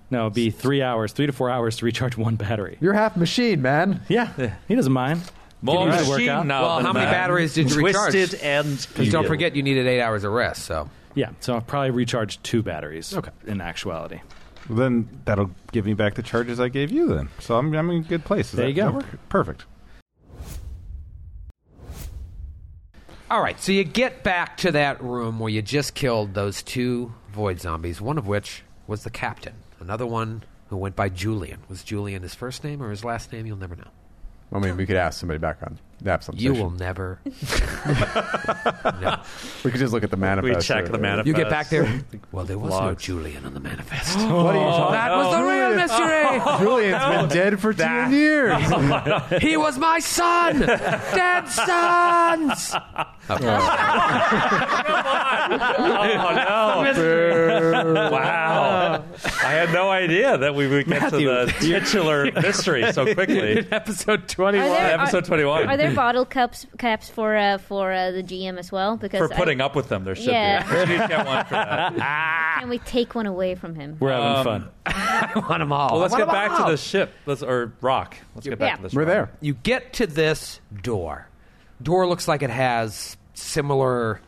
Speaker 3: No, it'd be three hours, three to four hours to recharge one battery.
Speaker 6: You're half machine, man.
Speaker 3: Yeah, he doesn't mind.
Speaker 7: More
Speaker 3: Give it a
Speaker 7: machine
Speaker 3: workout.
Speaker 7: now
Speaker 2: Well,
Speaker 7: than
Speaker 2: how many
Speaker 7: that.
Speaker 2: batteries did you recharge?
Speaker 7: Twisted and
Speaker 2: Because don't forget, you needed eight hours of rest. So
Speaker 3: Yeah, so I'll probably recharge two batteries. Okay. in actuality,
Speaker 4: Then that'll give me back the charges I gave you. Then, so I'm, I'm in a good place. Does
Speaker 3: There
Speaker 4: that-
Speaker 3: you go.
Speaker 4: that work? Perfect.
Speaker 2: All right, so you get back to that room where you just killed those two void zombies, one of which was the captain. Another one who went by Julian. Was Julian his first name or his last name? You'll never know.
Speaker 6: I mean, we could ask somebody back on that
Speaker 2: You
Speaker 6: conversation.
Speaker 2: will never. no.
Speaker 6: We could just look at the
Speaker 7: We
Speaker 6: manifest.
Speaker 7: check the
Speaker 6: or-
Speaker 7: manifest.
Speaker 2: You get back there. Well, there was no
Speaker 7: Logs.
Speaker 2: Julian on the manifest.
Speaker 6: What are you talking?
Speaker 2: that was the real mystery.
Speaker 6: Julian's been dead for ten years.
Speaker 2: he was my son. Dead sons.
Speaker 7: Oh, no. wow. I had no idea that we would get
Speaker 3: Matthew.
Speaker 7: to the titular mystery so quickly.
Speaker 2: Episode
Speaker 5: Are
Speaker 2: 21.
Speaker 5: there,
Speaker 7: Episode
Speaker 5: are,
Speaker 7: 21.
Speaker 5: are there bottle cups caps for uh, for uh, the GM as well? Because
Speaker 7: for putting up with them, there should
Speaker 5: Yeah.
Speaker 7: be. We should get one for that.
Speaker 5: I, can we take one away from him?
Speaker 3: we're having
Speaker 7: Um,
Speaker 3: fun.
Speaker 2: I want them all.
Speaker 7: Well, let's
Speaker 2: I want
Speaker 7: get
Speaker 2: 'em
Speaker 7: back to
Speaker 2: all.
Speaker 7: the ship. Let's or rock. Let's get back
Speaker 5: Yeah.
Speaker 7: to this.
Speaker 6: We're
Speaker 7: rock.
Speaker 6: there.
Speaker 2: You get to this door. Door looks like it has similar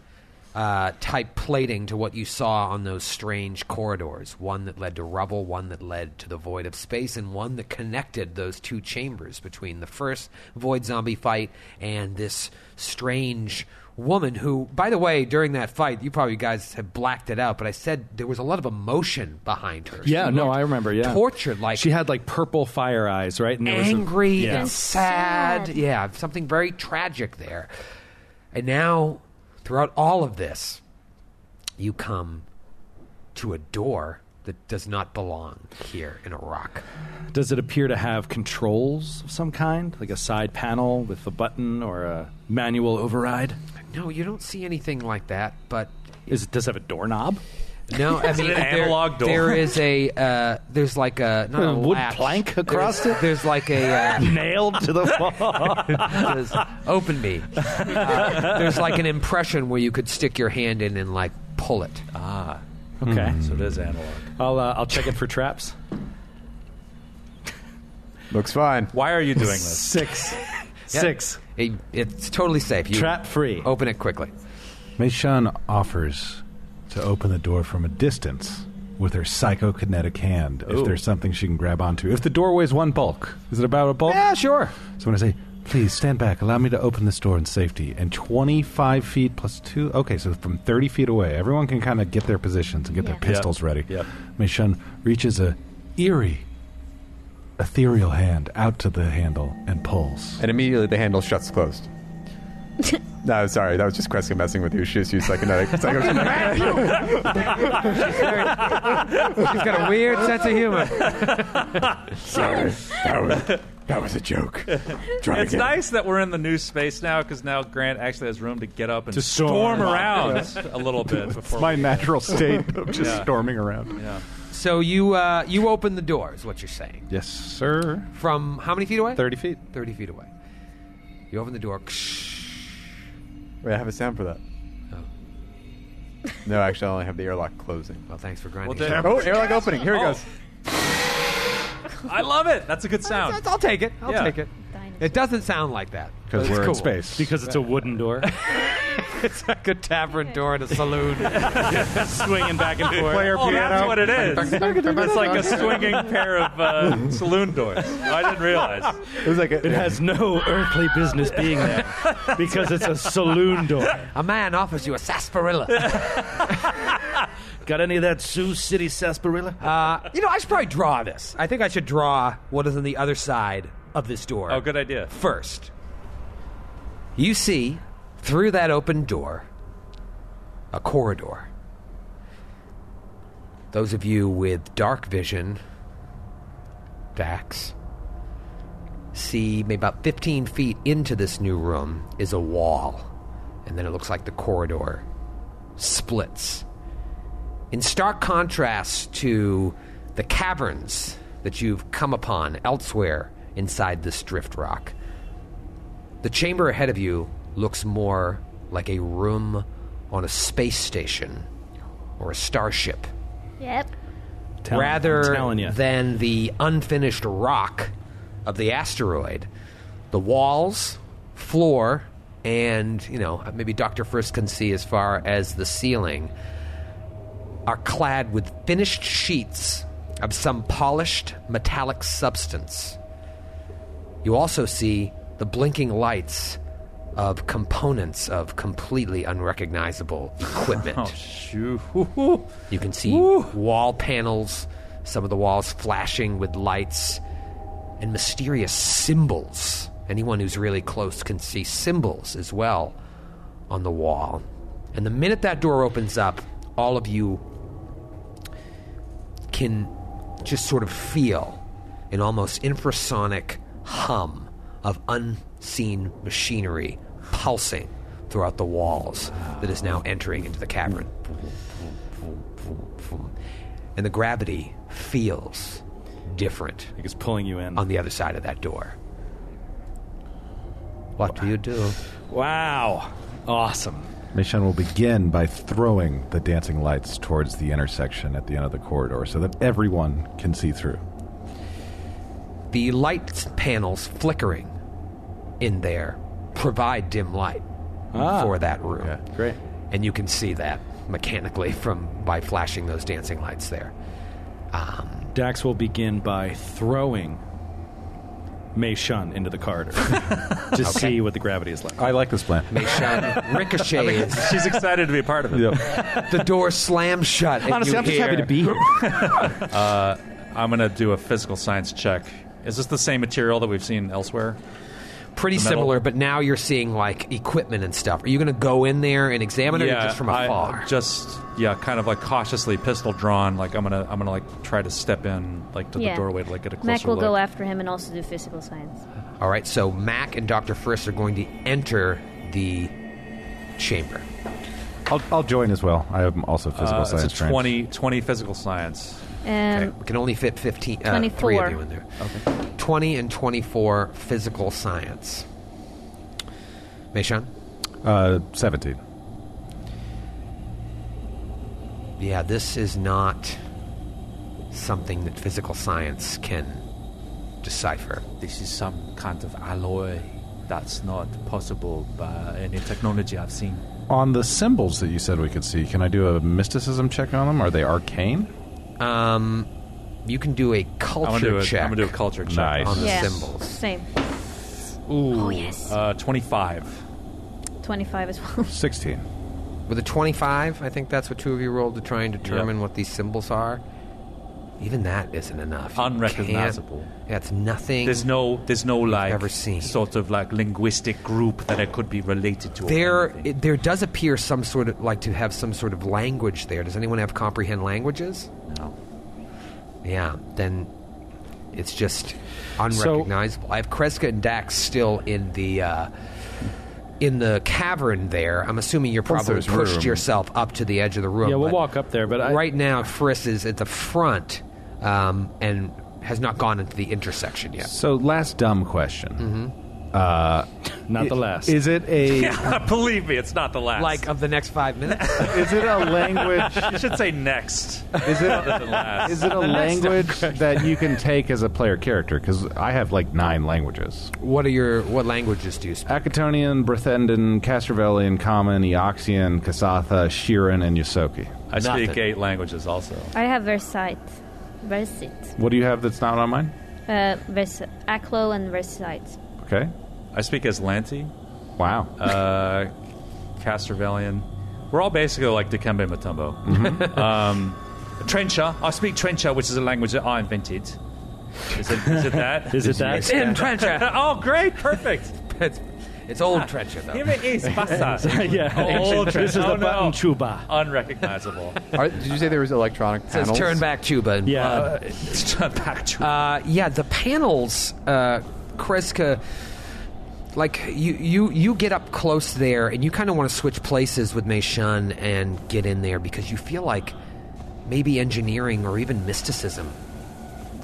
Speaker 2: uh, type plating to what you saw on those strange corridors one that led to rubble, one that led to the void of space, and one that connected those two chambers between the first void zombie fight and this strange woman who, by the way, during that fight, you probably guys have blacked it out, but I said there was a lot of emotion behind her.
Speaker 3: Yeah,
Speaker 2: She
Speaker 3: no,
Speaker 2: looked
Speaker 3: I remember. Yeah,
Speaker 2: Tortured like
Speaker 3: she had like purple fire eyes, right? And there was a-
Speaker 2: angry
Speaker 3: yeah.
Speaker 2: and sad.
Speaker 5: Sad.
Speaker 2: Yeah, something very tragic there. And now, throughout all of this, you come to a door that does not belong here in Iraq.
Speaker 3: Does it appear to have controls of some kind, like a side panel with a button or a manual override?
Speaker 2: No, you don't see anything like that, but
Speaker 3: Is it, does it have a doorknob?
Speaker 2: no, I mean
Speaker 7: it an
Speaker 2: there-
Speaker 7: analog door?
Speaker 2: There is a uh, there's like a not
Speaker 3: A
Speaker 2: a
Speaker 3: wood
Speaker 2: latch.
Speaker 3: plank across
Speaker 2: there's,
Speaker 3: it?
Speaker 2: There's like a uh,
Speaker 3: Nailed to the wall.
Speaker 2: says, "Open me." Uh, there's like an impression where you could stick your hand in and like pull it.
Speaker 3: okay,
Speaker 7: So it is analog.
Speaker 3: I'll uh, I'll check it for traps.
Speaker 6: Looks fine.
Speaker 7: Why are you doing this?
Speaker 3: Six,
Speaker 2: Yeah.
Speaker 3: six,
Speaker 2: It, it's totally safe. You
Speaker 3: trap free.
Speaker 2: Open it quickly.
Speaker 8: Meishan offers to open the door from a distance with her psychokinetic hand if there's something she can grab onto. If the doorway's one bulk, is it about a bulk?
Speaker 2: Yeah, sure.
Speaker 8: So when I say, please stand back, allow me to open this door in safety, and 25 feet plus two, okay, so from 30 feet away, everyone can kind of get their positions and get
Speaker 5: Yeah.
Speaker 8: their pistols ready.
Speaker 7: Yep.
Speaker 8: Meishan reaches a eerie, ethereal hand out to the handle and pulls.
Speaker 6: And immediately the handle shuts closed. no, sorry, that was just Kreska messing with you. She just used psychonetic. psychokinetic.
Speaker 2: She's got a weird sense of humor.
Speaker 6: sorry, that was, that was a joke. Try
Speaker 7: It's nice that we're in the new space now because now Grant actually has room to get up and
Speaker 8: To
Speaker 7: storm,
Speaker 8: storm.
Speaker 7: around a little bit before
Speaker 4: My
Speaker 7: we-
Speaker 4: natural state of just
Speaker 7: Yeah.
Speaker 4: storming around.
Speaker 7: Yeah.
Speaker 2: So you uh, you open the door is what you're saying.
Speaker 4: Yes, sir.
Speaker 2: From how many feet away?
Speaker 4: 30 feet.
Speaker 2: Thirty feet away. You open the door.
Speaker 6: Wait, I have a sound for that.
Speaker 2: Oh.
Speaker 6: No, actually, I only have the airlock closing.
Speaker 2: Well, thanks for grinding.
Speaker 7: Well, then-
Speaker 6: Oh, airlock opening. Here it
Speaker 7: Oh.
Speaker 6: goes.
Speaker 7: I love it. That's a good sound.
Speaker 2: I'll take it. I'll
Speaker 7: Yeah.
Speaker 2: take it.
Speaker 5: Dinosaur.
Speaker 2: It doesn't sound like that
Speaker 4: Because
Speaker 2: It's
Speaker 4: we're
Speaker 2: cool.
Speaker 4: in space.
Speaker 3: because it's a wooden door,
Speaker 2: It's like a tavern door in a saloon.
Speaker 3: swinging back and forth.
Speaker 4: Player
Speaker 7: Oh, that's
Speaker 4: piano.
Speaker 7: what it is. It's like a swinging pair of uh, saloon doors. I didn't realize.
Speaker 6: It was like a,
Speaker 3: It has no earthly business being there because it's a saloon door.
Speaker 2: a man offers you a sarsaparilla.
Speaker 3: Got any of that Sioux City sarsaparilla?
Speaker 2: Uh, you know, I should probably draw this. I think I should draw what is on the other side of this door.
Speaker 7: Oh, good idea.
Speaker 2: First, you see through that open door a corridor. Those of you with dark vision, Dax, see maybe about 15 feet into this new room is a wall. And then it looks like the corridor splits. In stark contrast to the caverns that you've come upon elsewhere inside this drift rock, the chamber ahead of you looks more like a room on a space station or a starship
Speaker 5: Yep.
Speaker 3: Telling- I'm
Speaker 2: rather
Speaker 3: telling you.
Speaker 2: than the unfinished rock of the asteroid. The walls, floor, and, you know, maybe Dr. First can see as far as the ceiling are clad with finished sheets of some polished metallic substance. You also see the blinking lights of components of completely unrecognizable equipment.
Speaker 7: Oh shoot!
Speaker 2: You can see wall panels, some of the walls flashing with lights, and mysterious symbols. Anyone who's really close can see symbols as well on the wall. And the minute that door opens up, all of you can just sort of feel an almost infrasonic hum of unseen machinery pulsing throughout the walls that is now entering into the cavern and the gravity feels different
Speaker 3: Like it's pulling you in.
Speaker 2: on the other side of that door. What do you do?
Speaker 3: Wow. Awesome.
Speaker 8: Mishan will begin by throwing the dancing lights towards the intersection at the end of the corridor so that everyone can see through.
Speaker 2: The light panels flickering in there provide dim light
Speaker 3: Ah.
Speaker 2: for that room.
Speaker 3: Great.
Speaker 2: and you can see that mechanically from by flashing those dancing lights there.
Speaker 3: Dax will begin by throwing Mei Shun into the corridor. Just see what the gravity is like.
Speaker 8: I like this plan.
Speaker 2: Meishan ricochets,
Speaker 7: She's excited to be a part of it.
Speaker 2: the door slams shut. and you hear-
Speaker 3: be here.
Speaker 7: I'm gonna do a physical science check. Is this the same material that we've seen elsewhere?
Speaker 2: pretty
Speaker 7: metal.
Speaker 2: similar, but now you're seeing like equipment and stuff. Are you going to go in there and examine it, or just from
Speaker 7: I- uh,
Speaker 2: afar?
Speaker 7: just yeah, kind of like cautiously, pistol drawn. Like I'm gonna, I'm gonna like try to step in like to
Speaker 5: yeah.
Speaker 7: the doorway to like get a closer
Speaker 5: Mac will
Speaker 7: look.
Speaker 5: go after him and also do physical science.
Speaker 2: All right, so Mac and Doctor First are going to enter the chamber.
Speaker 8: I'll, I'll join as well. I am also physical
Speaker 7: Uh,
Speaker 8: science
Speaker 7: it's a
Speaker 8: trained.
Speaker 7: 20, 20 physical science.
Speaker 5: Um,
Speaker 2: We can only fit fifteen. Uh, three of
Speaker 5: 24.
Speaker 2: you in there. Okay. Twenty and twenty-four physical science. Meishan?
Speaker 8: Uh, 17.
Speaker 2: Yeah, this is not something that physical science can decipher.
Speaker 7: This is some kind of alloy that's not possible by any technology I've seen.
Speaker 8: On the symbols that you said we could see, can I do a mysticism check on them? Are they arcane?
Speaker 2: Um, you can do a culture
Speaker 7: I'm gonna do a,
Speaker 2: check
Speaker 7: I'm gonna do a culture check.
Speaker 8: Nice.
Speaker 2: on the
Speaker 5: yeah.
Speaker 2: symbols.
Speaker 5: Same.
Speaker 7: Ooh,
Speaker 5: Oh, yes.
Speaker 7: uh, 25.
Speaker 5: 25 as well.
Speaker 8: 16.
Speaker 2: With a 25, I think that's what two of you rolled to try and determine what these symbols are. Even that isn't enough. You
Speaker 7: Unrecognizable.
Speaker 2: can't- Yeah, it's nothing.
Speaker 7: There's no, there's no like
Speaker 2: ever seen.
Speaker 7: sort of like linguistic group that I could be related to. or
Speaker 2: there,
Speaker 7: anything.
Speaker 2: it, there does appear some sort of like to have some sort of language there. Does anyone have comprehend languages?
Speaker 7: No.
Speaker 2: Yeah, then it's just unrecognizable. I have Kreska and Dax still in the uh, in the cavern there. I'm assuming you're
Speaker 6: Plus
Speaker 2: probably
Speaker 6: there's
Speaker 2: pushed
Speaker 6: room.
Speaker 2: yourself up to the edge of the room.
Speaker 3: Yeah, we'll
Speaker 2: but
Speaker 3: walk up there, but I-
Speaker 2: right now Friss is at the front um, and has not gone into the intersection yet.
Speaker 8: So, last dumb question.
Speaker 3: Not the last.
Speaker 8: Is it a
Speaker 7: Believe me, it's not the last.
Speaker 2: Like of the next five minutes.
Speaker 8: is it a language
Speaker 7: you should say next.
Speaker 8: is it
Speaker 7: than last.
Speaker 8: is it a language that you can take as a player character cuz I have like 9 languages.
Speaker 2: what are your what languages do you speak?
Speaker 8: Acatonian, Brethendan, Castrovellian, Common, Eoxian, Kasatha, Shirin and Yosoki.
Speaker 7: I
Speaker 2: Nothing.
Speaker 7: speak eight languages also.
Speaker 5: I have Versite. Versite.
Speaker 8: What do you have that's not on mine?
Speaker 5: Uh, Vers- Aclo and Versite.
Speaker 8: Okay.
Speaker 7: I speak Aslanti,
Speaker 8: Wow.
Speaker 7: uh, Castrovellian. We're all basically like Dikembe Mutombo.
Speaker 2: Mm-hmm.
Speaker 7: um, Trencha. I speak Trencha, which is a language that I invented. Is it, is it that?
Speaker 3: Is it that?
Speaker 2: In trench.
Speaker 7: oh, great. Perfect.
Speaker 2: It's It's old treasure,
Speaker 7: Give
Speaker 2: though.
Speaker 7: me East Pasa.
Speaker 3: yeah,
Speaker 7: Old
Speaker 3: this is the
Speaker 7: trend. Oh, no.
Speaker 3: button chuba.
Speaker 7: Unrecognizable.
Speaker 6: Are, did you say there was electronic
Speaker 2: It says
Speaker 6: panels?
Speaker 2: turn back Chuba. and
Speaker 3: Yeah,
Speaker 2: blood.
Speaker 3: uh,
Speaker 7: It's not back to
Speaker 2: Uh, yeah, the panels, uh, Kreska. Like you, you, you get up close there, and you kind of want to switch places with Meishan and get in there because you feel like maybe engineering or even mysticism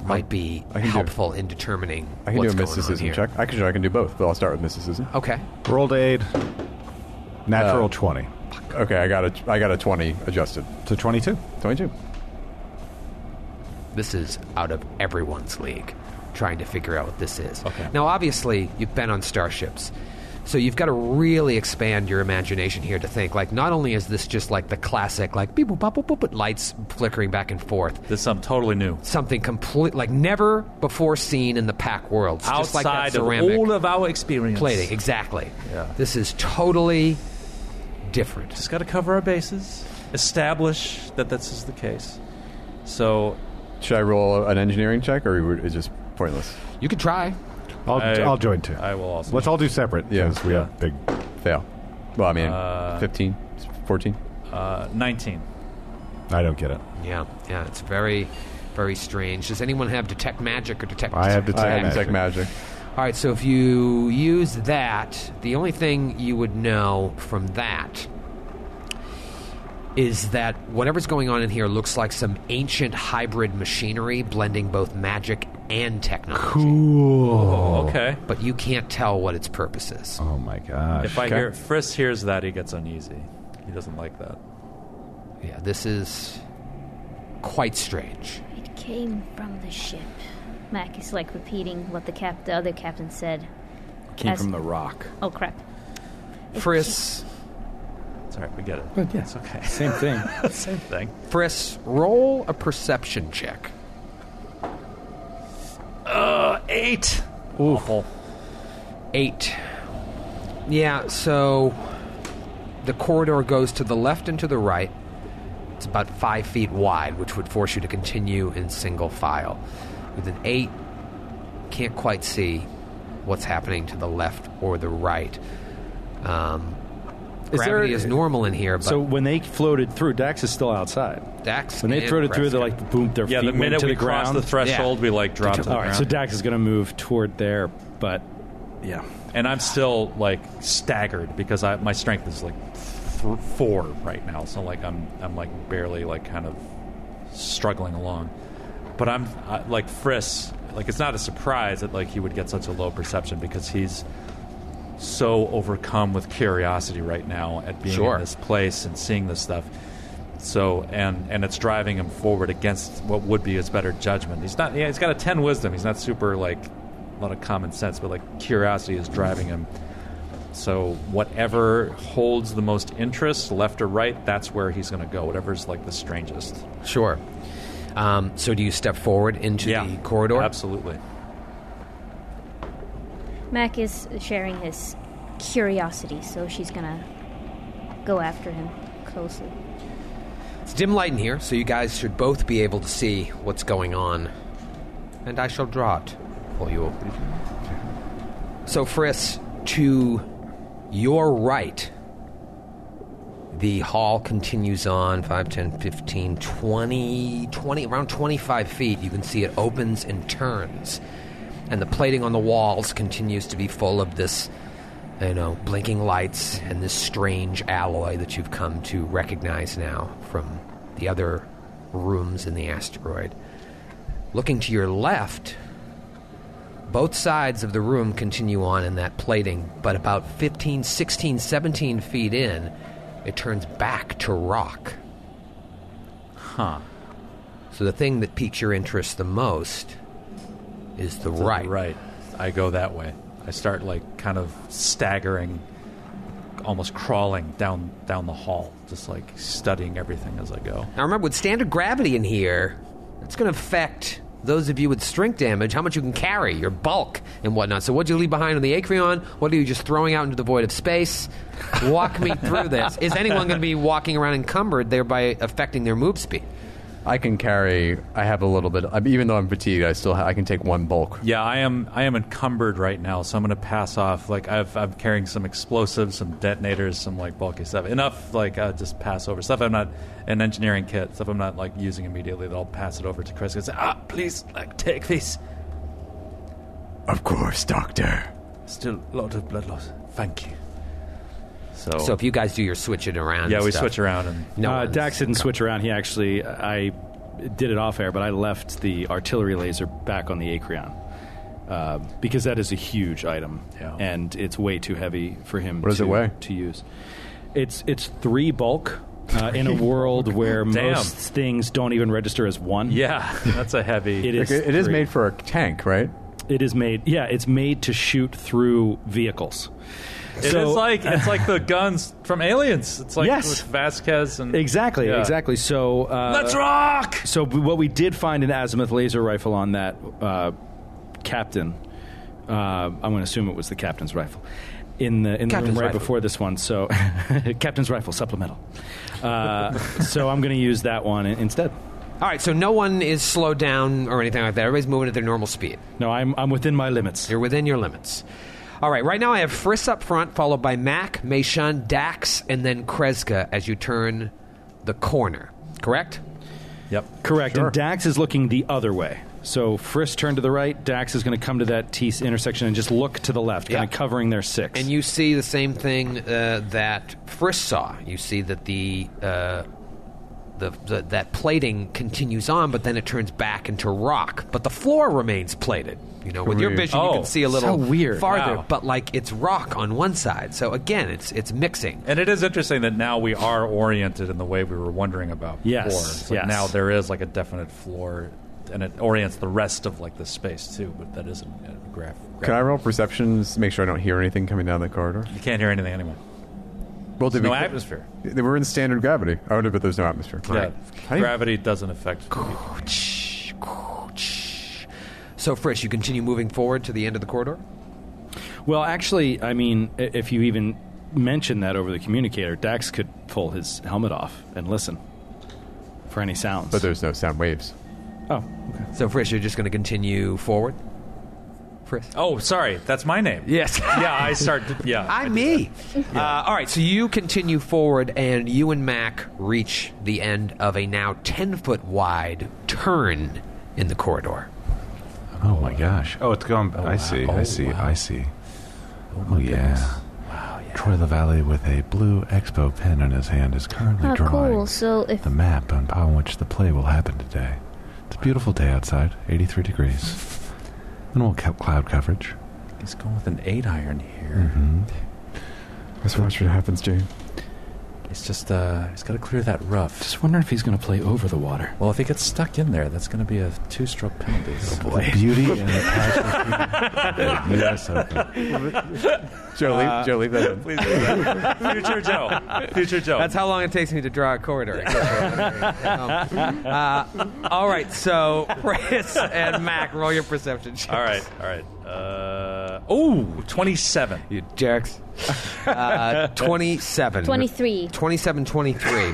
Speaker 2: might be
Speaker 6: I can do it.
Speaker 2: helpful in determining.
Speaker 6: I can
Speaker 2: what's going on
Speaker 6: do a mysticism
Speaker 2: here.
Speaker 6: check. I can, I can do both, but I'll start with mysticism.
Speaker 2: Okay,
Speaker 8: Rolled aid. Natural 20.
Speaker 6: Okay, I got a, I got a 20 adjusted.
Speaker 8: So 22.
Speaker 6: 22.
Speaker 2: this is out of everyone's league. Trying to figure out what this is. Okay. Now, obviously, you've been on starships. So you've got to really expand your imagination here to think like not only is this just like the classic like beep boop bop boop boop but lights flickering back and forth
Speaker 7: This is something totally new.
Speaker 2: something complete like never before seen in the pack world It's just like that
Speaker 7: Outside of
Speaker 2: ceramic
Speaker 7: all of our experience.
Speaker 2: plating exactly
Speaker 7: Yeah.
Speaker 2: this is totally different
Speaker 7: Just got to cover our bases, establish that this is the case. So
Speaker 6: Should I roll an engineering check, or is it just pointless?
Speaker 2: you could try
Speaker 8: I'll,
Speaker 7: I-
Speaker 8: I'll join too.
Speaker 7: I will also.
Speaker 8: Let's all do separate.
Speaker 6: Yeah.
Speaker 8: Because we
Speaker 7: Yeah.
Speaker 8: have big.
Speaker 6: Fail. Well, I mean,
Speaker 7: Uh,
Speaker 6: 15, 14.
Speaker 7: uh, 19.
Speaker 8: I don't get it.
Speaker 2: yeah yeah it's very very strange does anyone have detect magic or detect
Speaker 8: I have
Speaker 6: I
Speaker 8: detect
Speaker 6: had
Speaker 8: magic.
Speaker 6: detect magic.
Speaker 2: All right, so if you use that, the only thing you would know from that is that whatever's going on in here looks like some ancient hybrid machinery blending both magic and technology.
Speaker 8: Cool.
Speaker 7: Okay.
Speaker 2: But you can't tell what its purpose is.
Speaker 8: Oh my gosh.
Speaker 7: If I
Speaker 6: Okay.
Speaker 7: hear Frisk hears that, he gets uneasy. He doesn't like that.
Speaker 2: Yeah, this is quite strange.
Speaker 5: It came from the ship. Mac is like repeating what the cap, the other captain said.
Speaker 3: came
Speaker 5: As-
Speaker 3: from the rock.
Speaker 5: Oh crap! It
Speaker 2: Friss,
Speaker 7: It's all right. We get it.
Speaker 3: But yeah,
Speaker 7: It's okay.
Speaker 3: same thing.
Speaker 7: Same thing.
Speaker 2: Friss, roll a perception check.
Speaker 7: Uh, eight. Awful.
Speaker 2: Eight. Yeah, so the corridor goes to the left and to the right. It's about five feet wide, which would force you to continue in single file. With an eight, can't quite see what's happening to the left or the right. Um,
Speaker 3: Is there-
Speaker 2: gravity is normal in here, but
Speaker 3: So when they floated through, Dax is still outside.
Speaker 2: Dax
Speaker 3: When they
Speaker 2: and
Speaker 3: floated through,
Speaker 2: Kreska-
Speaker 3: they're like boom, their
Speaker 7: Yeah,
Speaker 3: feet
Speaker 7: the
Speaker 3: went
Speaker 7: minute
Speaker 3: to
Speaker 7: we
Speaker 3: the
Speaker 7: cross
Speaker 3: ground.
Speaker 7: the threshold,
Speaker 2: Yeah.
Speaker 7: we like drop to the
Speaker 3: All right,
Speaker 7: ground.
Speaker 3: so Dax is going to move toward there, but yeah,
Speaker 7: and I'm still like staggered because I, my strength is like th- four right now, so like I'm I'm like barely like kind of struggling along. But I'm I, like Friss, like it's not a surprise that like he would get such a low perception because he's so overcome with curiosity right now at being
Speaker 2: Sure.
Speaker 7: in this place and seeing this stuff. So and and it's driving him forward against what would be his better judgment. He's not. Yeah, he's got a ten wisdom. He's not super like a lot of common sense, but like curiosity is driving him. So whatever holds the most interest, left or right, that's where he's going to go. Whatever's like the strangest.
Speaker 2: Sure. Um, so do you step forward into the corridor?
Speaker 7: Absolutely.
Speaker 5: Mac is sharing his curiosity, so she's gonna go after him closely.
Speaker 2: It's dim light in here, so you guys should both be able to see what's going on. And I shall draw it for you. So, Friss, to your right, the hall continues on 5, 10, 15, 20, 20, around 25 feet. You can see it opens and turns. And the plating on the walls continues to be full of this you know, blinking lights and this strange alloy that you've come to recognize now from the other rooms in the asteroid. Looking to your left, both sides of the room continue on in that plating, but about 15, 16, 17 feet in, it turns back to rock.
Speaker 7: Huh.
Speaker 2: So the thing that piques your interest the most is the
Speaker 7: To the
Speaker 2: right.
Speaker 7: Right. I go that way. I start like kind of staggering, almost crawling down down the hall, just like studying everything as I go.
Speaker 2: Now remember, with standard gravity in here, it's going to affect those of you with strength damage, how much you can carry, your bulk, and whatnot. So, what do you leave behind on the Acreon? What are you just throwing out into the void of space? Walk me through this. Is anyone going to be walking around encumbered, thereby affecting their move speed?
Speaker 6: I can carry. I have a little bit. I- Even though I'm fatigued, I still ha- I can take one bulk.
Speaker 7: Yeah, I am. I am encumbered right now, so I'm going to pass off. Like I've, I'm carrying some explosives, some detonators, some like bulky stuff. Enough like uh, just pass over stuff. I'm not an engineering kit stuff. I'm not like using immediately. That I'll pass it over to Chris and say, ah, please, like take this.
Speaker 6: Of course, doctor.
Speaker 7: Still a lot of blood loss. Thank you. So,
Speaker 2: So if you guys do your switching around,
Speaker 7: Oh. yeah,
Speaker 2: and
Speaker 7: we
Speaker 2: stuff,
Speaker 7: switch around and
Speaker 2: No
Speaker 3: uh,
Speaker 2: one's-
Speaker 3: Dax didn't switch around. He actually, I did it off air, but I left the artillery laser back on the Acreon uh, because that is a huge item,
Speaker 7: Yeah.
Speaker 3: and it's way too heavy for him.
Speaker 6: What does
Speaker 3: to,
Speaker 6: it weigh?
Speaker 3: to use? It's it's three bulk. Uh, in a world where
Speaker 7: Damn.
Speaker 3: most things don't even register as one,
Speaker 7: yeah, that's a heavy.
Speaker 3: it is.
Speaker 6: Like, it is
Speaker 3: three.
Speaker 6: made for a tank, right?
Speaker 3: It is made. Yeah, it's made to shoot through vehicles.
Speaker 7: It is like it's like the guns from Aliens. It's like
Speaker 3: Yes.
Speaker 7: with Vasquez and
Speaker 3: exactly,
Speaker 7: Yeah.
Speaker 3: exactly. So uh,
Speaker 7: Let's rock.
Speaker 3: So b- what we did find an azimuth laser rifle on that uh, captain. Uh, I'm going to assume it was the captain's rifle in the in the room
Speaker 2: Captain's
Speaker 3: right
Speaker 2: rifle.
Speaker 3: before this one. So captain's rifle supplemental. Uh, so I'm going to use that one i- instead.
Speaker 2: All right, so no one is slowed down or anything like that. Everybody's moving at their normal speed.
Speaker 3: No, I'm I'm within my limits.
Speaker 2: You're within your limits. All right, right now I have Friss up front, followed by Mac, Meishan, Dax, and then Kreska as you turn the corner. Correct?
Speaker 7: Yep.
Speaker 3: Correct. And Dax is looking the other way. So Frisk turned to the right. Dax is going to come to that T intersection and just look to the left, kind
Speaker 2: Yeah.
Speaker 3: of covering their six.
Speaker 2: And you see the same thing uh, that Friss saw. You see that the, uh, the, the that plating continues on, but then it turns back into rock. But the floor remains plated. You know, with your
Speaker 6: Weird.
Speaker 2: vision, you
Speaker 7: Oh,
Speaker 2: can see a little
Speaker 3: so weird.
Speaker 2: farther,
Speaker 7: Wow.
Speaker 2: but like it's rock on one side. So again, it's it's mixing.
Speaker 7: And it is interesting that now we are oriented in the way we were wondering about before.
Speaker 3: Yes,
Speaker 7: It's like
Speaker 3: yes.
Speaker 7: Now there is like a definite floor, and it orients the rest of like the space too. But that isn't a graph. graph.
Speaker 6: Can I roll perceptions? Make sure I don't hear anything coming down the corridor.
Speaker 7: You can't hear anything anyway.
Speaker 6: Well, did
Speaker 7: No
Speaker 6: we,
Speaker 7: atmosphere.
Speaker 6: They were in standard gravity. I would have, but there's no atmosphere. Right.
Speaker 7: Yeah.
Speaker 6: How do you-
Speaker 7: Gravity doesn't affect. people.
Speaker 2: So Friss, you continue moving forward to the end of the corridor.
Speaker 3: Well, actually, I mean, i- if you even mention that over the communicator, Dax could pull his helmet off and listen for any sounds.
Speaker 6: But there's no sound waves.
Speaker 3: oh,
Speaker 2: So Friss, you're just going to continue forward. Friss.
Speaker 7: Oh, sorry. That's my name.
Speaker 2: Yes.
Speaker 7: Yeah, I start. Yeah.
Speaker 2: I'm me. Uh, all right, so you continue forward, and you and Mac reach the end of a now 10 foot wide turn in the corridor.
Speaker 8: Oh my gosh! Oh, it's gone. I see. I see. I see. Oh, yeah. Troy the Valley with a blue expo pen in his hand is currently
Speaker 5: Ah,
Speaker 8: drawing
Speaker 5: cool. So if
Speaker 8: the map on upon which the play will happen today. It's a beautiful day outside, 83 degrees. Minimal ca- cloud coverage.
Speaker 7: He's going with an eight iron here.
Speaker 6: Let's watch what happens, Jane.
Speaker 7: It's just uh, he's got to clear that rough.
Speaker 3: just wondering if he's going to play over the water.
Speaker 7: Well, if he gets stuck in there, that's going to be a two-stroke penalty.
Speaker 8: The beauty and the passion of the U.S. Open.
Speaker 6: Joe, leave, Joe, leave that. in.
Speaker 7: Future Joe. Future Joe.
Speaker 2: That's how long it takes me to draw a corridor. Um, uh, all right, so Friss and Mac, roll your perception checks.
Speaker 7: all right. All right. Uh, oh, 27.
Speaker 2: You jerks. Uh, 27.
Speaker 5: 23.
Speaker 2: 27 23.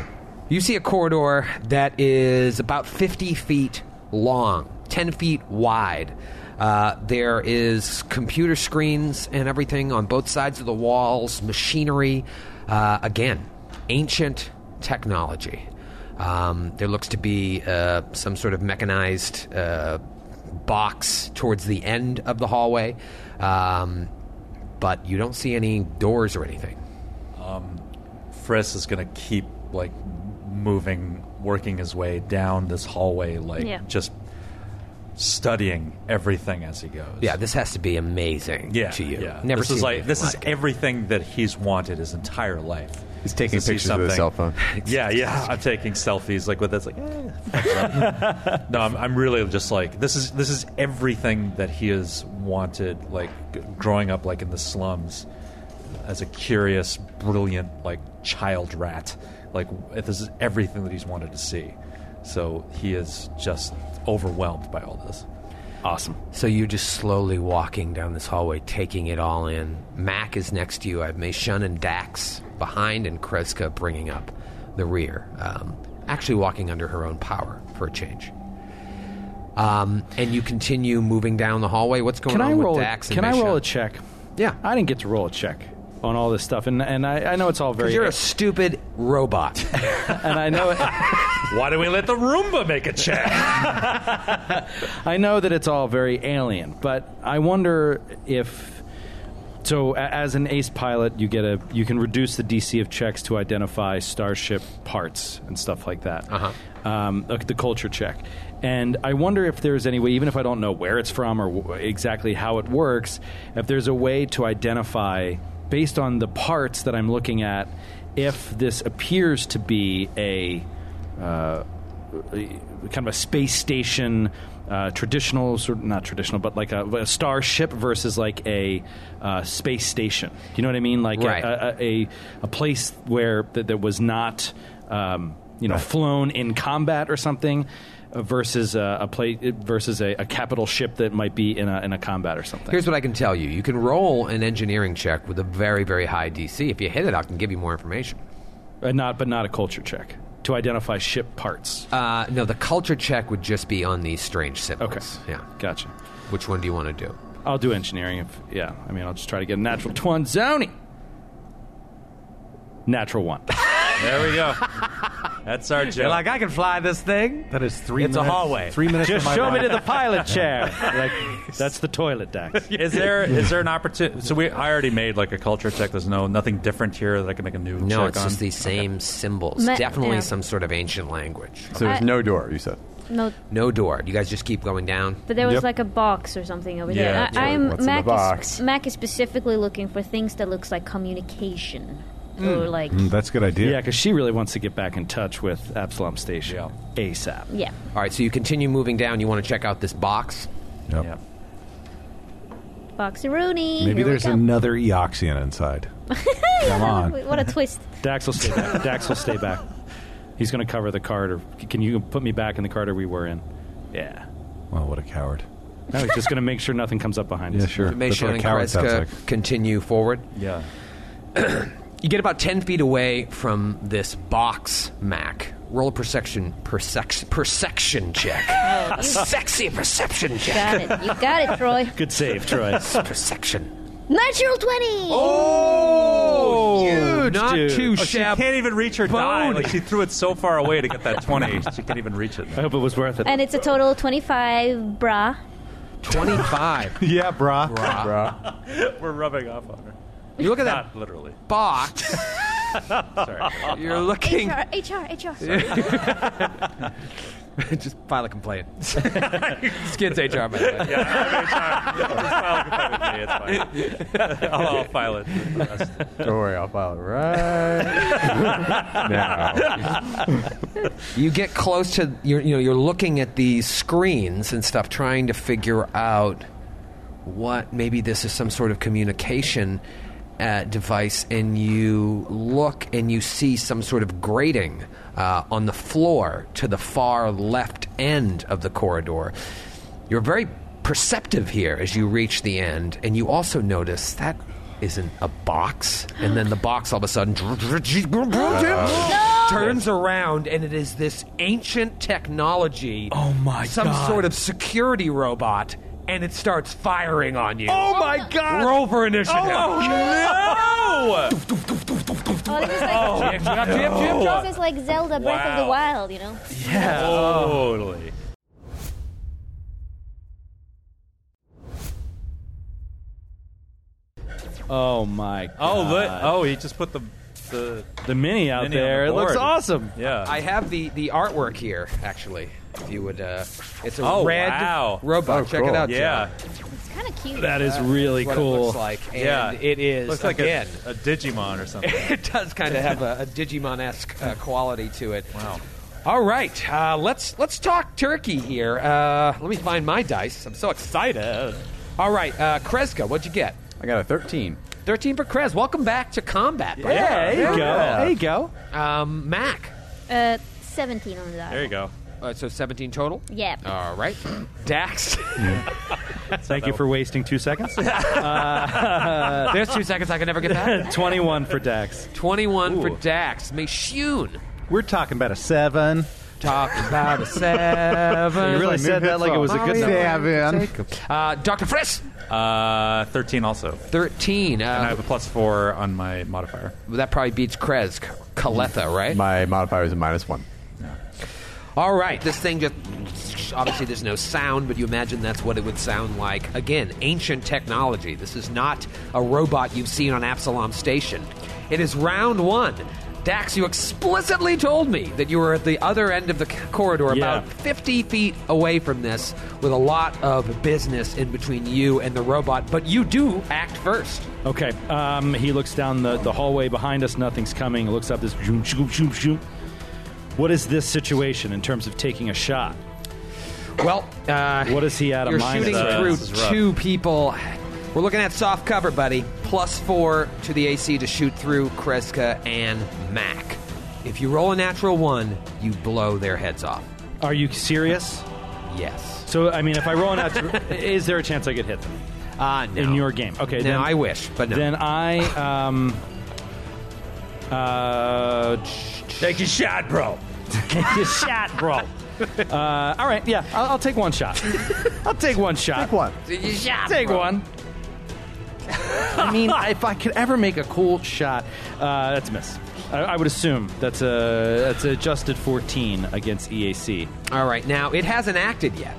Speaker 2: You see a corridor that is about 50 feet long, 10 feet wide. Uh, there is computer screens and everything on both sides of the walls, machinery. Uh, again, ancient technology. Um, there looks to be uh, some sort of mechanized uh, box towards the end of the hallway, um, but you don't see any doors or anything.
Speaker 7: Friss is going to keep like moving, working his way down this hallway, like
Speaker 5: Yeah.
Speaker 7: just studying everything as he goes.
Speaker 2: Yeah, this has to be amazing
Speaker 7: Yeah,
Speaker 2: to you.
Speaker 7: yeah.
Speaker 2: Never
Speaker 7: this
Speaker 2: seen
Speaker 7: is like
Speaker 2: anything
Speaker 7: this is
Speaker 2: like it.
Speaker 7: everything that he's wanted his entire life.
Speaker 6: He's taking
Speaker 7: To see
Speaker 6: pictures with his cell
Speaker 7: something.
Speaker 6: phone.
Speaker 7: Yeah, yeah. I'm taking selfies like with this. Like, eh, fuck up. no, I'm, I'm really just like this is this is everything that he has wanted. Like g- growing up, like in the slums, as a curious, brilliant, like child rat. Like this is everything that he's wanted to see. So he is just overwhelmed by all this.
Speaker 3: Awesome.
Speaker 2: So you're just slowly walking down this hallway, taking it all in. Mac is next to you. I have Meishun and Dax behind, and Kreska bringing up the rear. Um, actually walking under her own power for a change. Um, and you continue moving down the hallway. What's going
Speaker 3: Can
Speaker 2: on
Speaker 3: I
Speaker 2: with
Speaker 3: roll? A,
Speaker 2: Dax? and
Speaker 3: can I roll a
Speaker 2: Bishop?
Speaker 3: check?
Speaker 2: Yeah.
Speaker 3: I didn't get to roll a check on all this stuff, and and I, I know it's all very
Speaker 2: You're a stupid robot.
Speaker 3: and I know it.
Speaker 7: Why do we let the Roomba make a check?
Speaker 3: I know that it's all very alien, but I wonder if so. a- As an ace pilot, you get a you can reduce the DC of checks to identify starship parts and stuff like that. Uh-huh. Um, like the culture check, and I wonder if there's any way, even if I don't know where it's from or w- exactly how it works, if there's a way to identify based on the parts that I'm looking at if this appears to be a kind of a space station, uh, traditional sort not traditional, but like a, a starship versus like a uh, space station. Do you know what I mean? Like a-
Speaker 2: Right.
Speaker 3: a, a, a, place where that, that was not um, you know flown in combat or something. uh, Versus a, a play, versus a, a capital ship that might be in a, in a combat or something.
Speaker 2: Here's what I can tell you: you can roll an engineering check with a very, very high DC. If you hit it, I can give you more information.
Speaker 3: Uh, not, but not a culture check to identify ship parts.
Speaker 2: Uh, no, the culture check would just be on these strange symbols.
Speaker 3: Okay.
Speaker 2: Yeah.
Speaker 3: Gotcha.
Speaker 2: Which one do you want to do?
Speaker 3: I'll do engineering if yeah. I mean, I'll just try to get a natural twenty. Zony. Natural one.
Speaker 7: there we go. That's our joke.
Speaker 2: I can fly this thing.
Speaker 8: That is three.
Speaker 2: It's a
Speaker 8: minutes,
Speaker 2: hallway.
Speaker 8: Three minutes.
Speaker 3: just
Speaker 8: of my
Speaker 3: show me
Speaker 8: life.
Speaker 3: to the pilot chair. Like, that's the toilet Dax.
Speaker 7: is there is there an opportunity? So we I already made like a culture check. There's no nothing different here that I can make a new.
Speaker 2: No,
Speaker 7: check
Speaker 2: it's
Speaker 7: on.
Speaker 2: just these same symbols.
Speaker 5: Ma-
Speaker 2: Definitely
Speaker 5: yeah.
Speaker 2: some sort of ancient language.
Speaker 6: So there's
Speaker 5: I-
Speaker 6: no door, you said.
Speaker 5: No,
Speaker 2: No door. You guys just keep going down.
Speaker 5: but there was
Speaker 6: Yep.
Speaker 5: like a box or something over
Speaker 7: Yeah,
Speaker 5: there.
Speaker 7: that's
Speaker 5: I,
Speaker 7: right.
Speaker 5: I'm
Speaker 6: What's in the
Speaker 5: Mac
Speaker 6: box?
Speaker 5: is Mac is specifically looking for things that looks like communication or like
Speaker 8: Mm, That's a good idea.
Speaker 3: Yeah, because she really wants to get back in touch with Absalom Station ASAP.
Speaker 5: yeah.
Speaker 2: All right, so you continue moving down. You want to check out this box.
Speaker 8: Yep.
Speaker 7: Yep.
Speaker 5: Boxeroni.
Speaker 8: Maybe
Speaker 5: here we
Speaker 8: there's
Speaker 5: go.
Speaker 8: another Eoxian inside. Come on.
Speaker 5: What a twist.
Speaker 3: Dax will stay back. Dax will stay back. He's going to cover the card. Or can you put me back in the card we were in? Yeah.
Speaker 8: Well, what a coward.
Speaker 3: No, he's just going to make sure nothing comes up behind
Speaker 8: Yeah,
Speaker 3: us.
Speaker 8: sure. That's
Speaker 2: Mason
Speaker 8: what a
Speaker 2: and
Speaker 8: coward sounds
Speaker 2: Kreska
Speaker 8: like.
Speaker 2: continue forward.
Speaker 7: Yeah.
Speaker 2: You get about 10 feet away from this box, Mac. Roll a perception, perception, perception check.
Speaker 5: Oh, you
Speaker 2: Sexy perception check.
Speaker 5: got it. You got it, Troy.
Speaker 3: Good save, Troy.
Speaker 2: Perception.
Speaker 5: Natural 20!
Speaker 2: Oh,
Speaker 3: huge,
Speaker 2: Not
Speaker 3: dude.
Speaker 2: too
Speaker 3: Oh,
Speaker 7: She
Speaker 2: shabby.
Speaker 7: can't even reach her die.
Speaker 2: Bone.
Speaker 7: Like she threw it so far away to get that twenty. she can't even reach it.
Speaker 3: I hope it was worth it.
Speaker 5: And it's a total 25 brah.
Speaker 2: 25.
Speaker 8: Yeah, brah.
Speaker 7: We're rubbing off on her.
Speaker 2: you look at that
Speaker 7: Not literally.
Speaker 2: box.
Speaker 7: Sorry.
Speaker 2: You're looking.
Speaker 5: HR, HR, HR.
Speaker 2: Just file a complaint. Skid's HR, by the way.
Speaker 7: it's fine. Oh, I'll, I'll file it.
Speaker 6: Don't worry, I'll file it right now.
Speaker 2: You get close to you're, you know you're looking at these screens and stuff, trying to figure out what maybe this is some sort of communication uh, device, and you look and you see some sort of grating uh, on the floor to the far left end of the corridor. You're very perceptive here as you reach the end, and you also notice that isn't a box, and then the box all of a sudden turns around, and it is this ancient technology. Oh my! Some sort of security robot, and it starts firing on you. Oh
Speaker 7: my God!
Speaker 2: Roll for initiative.
Speaker 7: Oh no!
Speaker 5: Oh, this
Speaker 2: Jip,
Speaker 5: is like,
Speaker 2: jip, jip, jip, jip.
Speaker 5: this is like Zelda Breath of the
Speaker 7: Wow.
Speaker 5: Wild, you know?
Speaker 7: Oh. Totally.
Speaker 3: Oh my!
Speaker 7: Oh,
Speaker 3: God.
Speaker 7: look! Oh, he just put the the.
Speaker 3: the mini out
Speaker 7: Mini on
Speaker 3: there.
Speaker 7: the
Speaker 3: it looks
Speaker 7: board.
Speaker 3: awesome.
Speaker 7: Yeah.
Speaker 2: I have the the artwork here actually. If you would, uh, it's a
Speaker 7: Oh,
Speaker 2: red
Speaker 7: wow.
Speaker 2: robot.
Speaker 6: Oh,
Speaker 2: Check it
Speaker 6: cool.
Speaker 2: out.
Speaker 7: yeah.
Speaker 5: It's kind of cute.
Speaker 3: That is really
Speaker 2: Jeff, what
Speaker 3: cool.
Speaker 2: It looks like, and
Speaker 7: Yeah.
Speaker 2: it is
Speaker 7: Looks like a,
Speaker 2: again.
Speaker 7: a Digimon or something.
Speaker 2: it does kind of have a, a Digimon esque uh, quality to it.
Speaker 7: Wow.
Speaker 2: All right, uh, let's let's talk turkey here. Uh, let me find my dice. I'm so excited. All right, uh, Kreska, what'd you get?
Speaker 6: I got a 13.
Speaker 2: Thirteen for Krez. Welcome back to combat. buddy.
Speaker 3: yeah, there you
Speaker 7: Yeah.
Speaker 3: go. There you go.
Speaker 2: Um, Mac.
Speaker 5: Uh, 17 on the die.
Speaker 7: There you go.
Speaker 2: Uh, so 17 total.
Speaker 5: Yeah.
Speaker 2: All right, Dax.
Speaker 3: Thank you for wasting two seconds.
Speaker 2: There's two seconds I can never get that.
Speaker 3: 21 for Dax.
Speaker 2: 21 for Dax. May Shun.
Speaker 8: We're talking about a seven.
Speaker 2: Talking about a seven.
Speaker 8: You really said that like it was a good
Speaker 2: Molly,
Speaker 8: seven.
Speaker 2: Uh, Dr. Friss,
Speaker 7: Uh, Thirteen also.
Speaker 2: 13.
Speaker 7: And I
Speaker 2: Uh,
Speaker 7: have a plus four on my modifier.
Speaker 2: that probably beats Krez. Kaletha, right?
Speaker 6: My modifier is a minus one.
Speaker 2: All right, this thing just. Obviously, there's no sound, but you imagine that's what it would sound like. Again, ancient technology. This is not a robot you've seen on Absalom Station. It is round one. Dax, you explicitly told me that you were at the other end of the c- corridor,
Speaker 3: Yeah.
Speaker 2: about 50 feet away from this, with a lot of business in between you and the robot, but you do act first.
Speaker 3: Okay. Um, he looks down the, the hallway behind us. Nothing's coming. Looks up. This. zoom, zoom, zoom, zoom. What is this situation in terms of taking a shot?
Speaker 2: Well, uh,
Speaker 3: What is he at a
Speaker 2: You're
Speaker 3: minus?
Speaker 2: shooting
Speaker 7: Uh,
Speaker 2: through
Speaker 7: this is rough.
Speaker 2: two people. We're looking at soft cover, buddy. Plus four to the AC to shoot through Kreska and Mac. If you roll a natural one, you blow their heads off.
Speaker 3: Are you serious?
Speaker 2: Yes.
Speaker 3: So I mean, if I roll an out, is there a chance I get hit? Them?
Speaker 2: Ah, no.
Speaker 3: In your game. Okay,
Speaker 2: No,
Speaker 3: then-
Speaker 2: I wish, but no.
Speaker 3: Then I um uh take your shot, bro. take your shot, bro. Uh, all right, yeah, I'll, I'll take one shot. I'll take one shot. Take
Speaker 6: One.
Speaker 3: Take one. I mean, if I could ever make a cool shot, uh, that's a miss. I, I would assume that's a that's a adjusted 14 against E EAC.
Speaker 2: All right. Now it hasn't acted yet.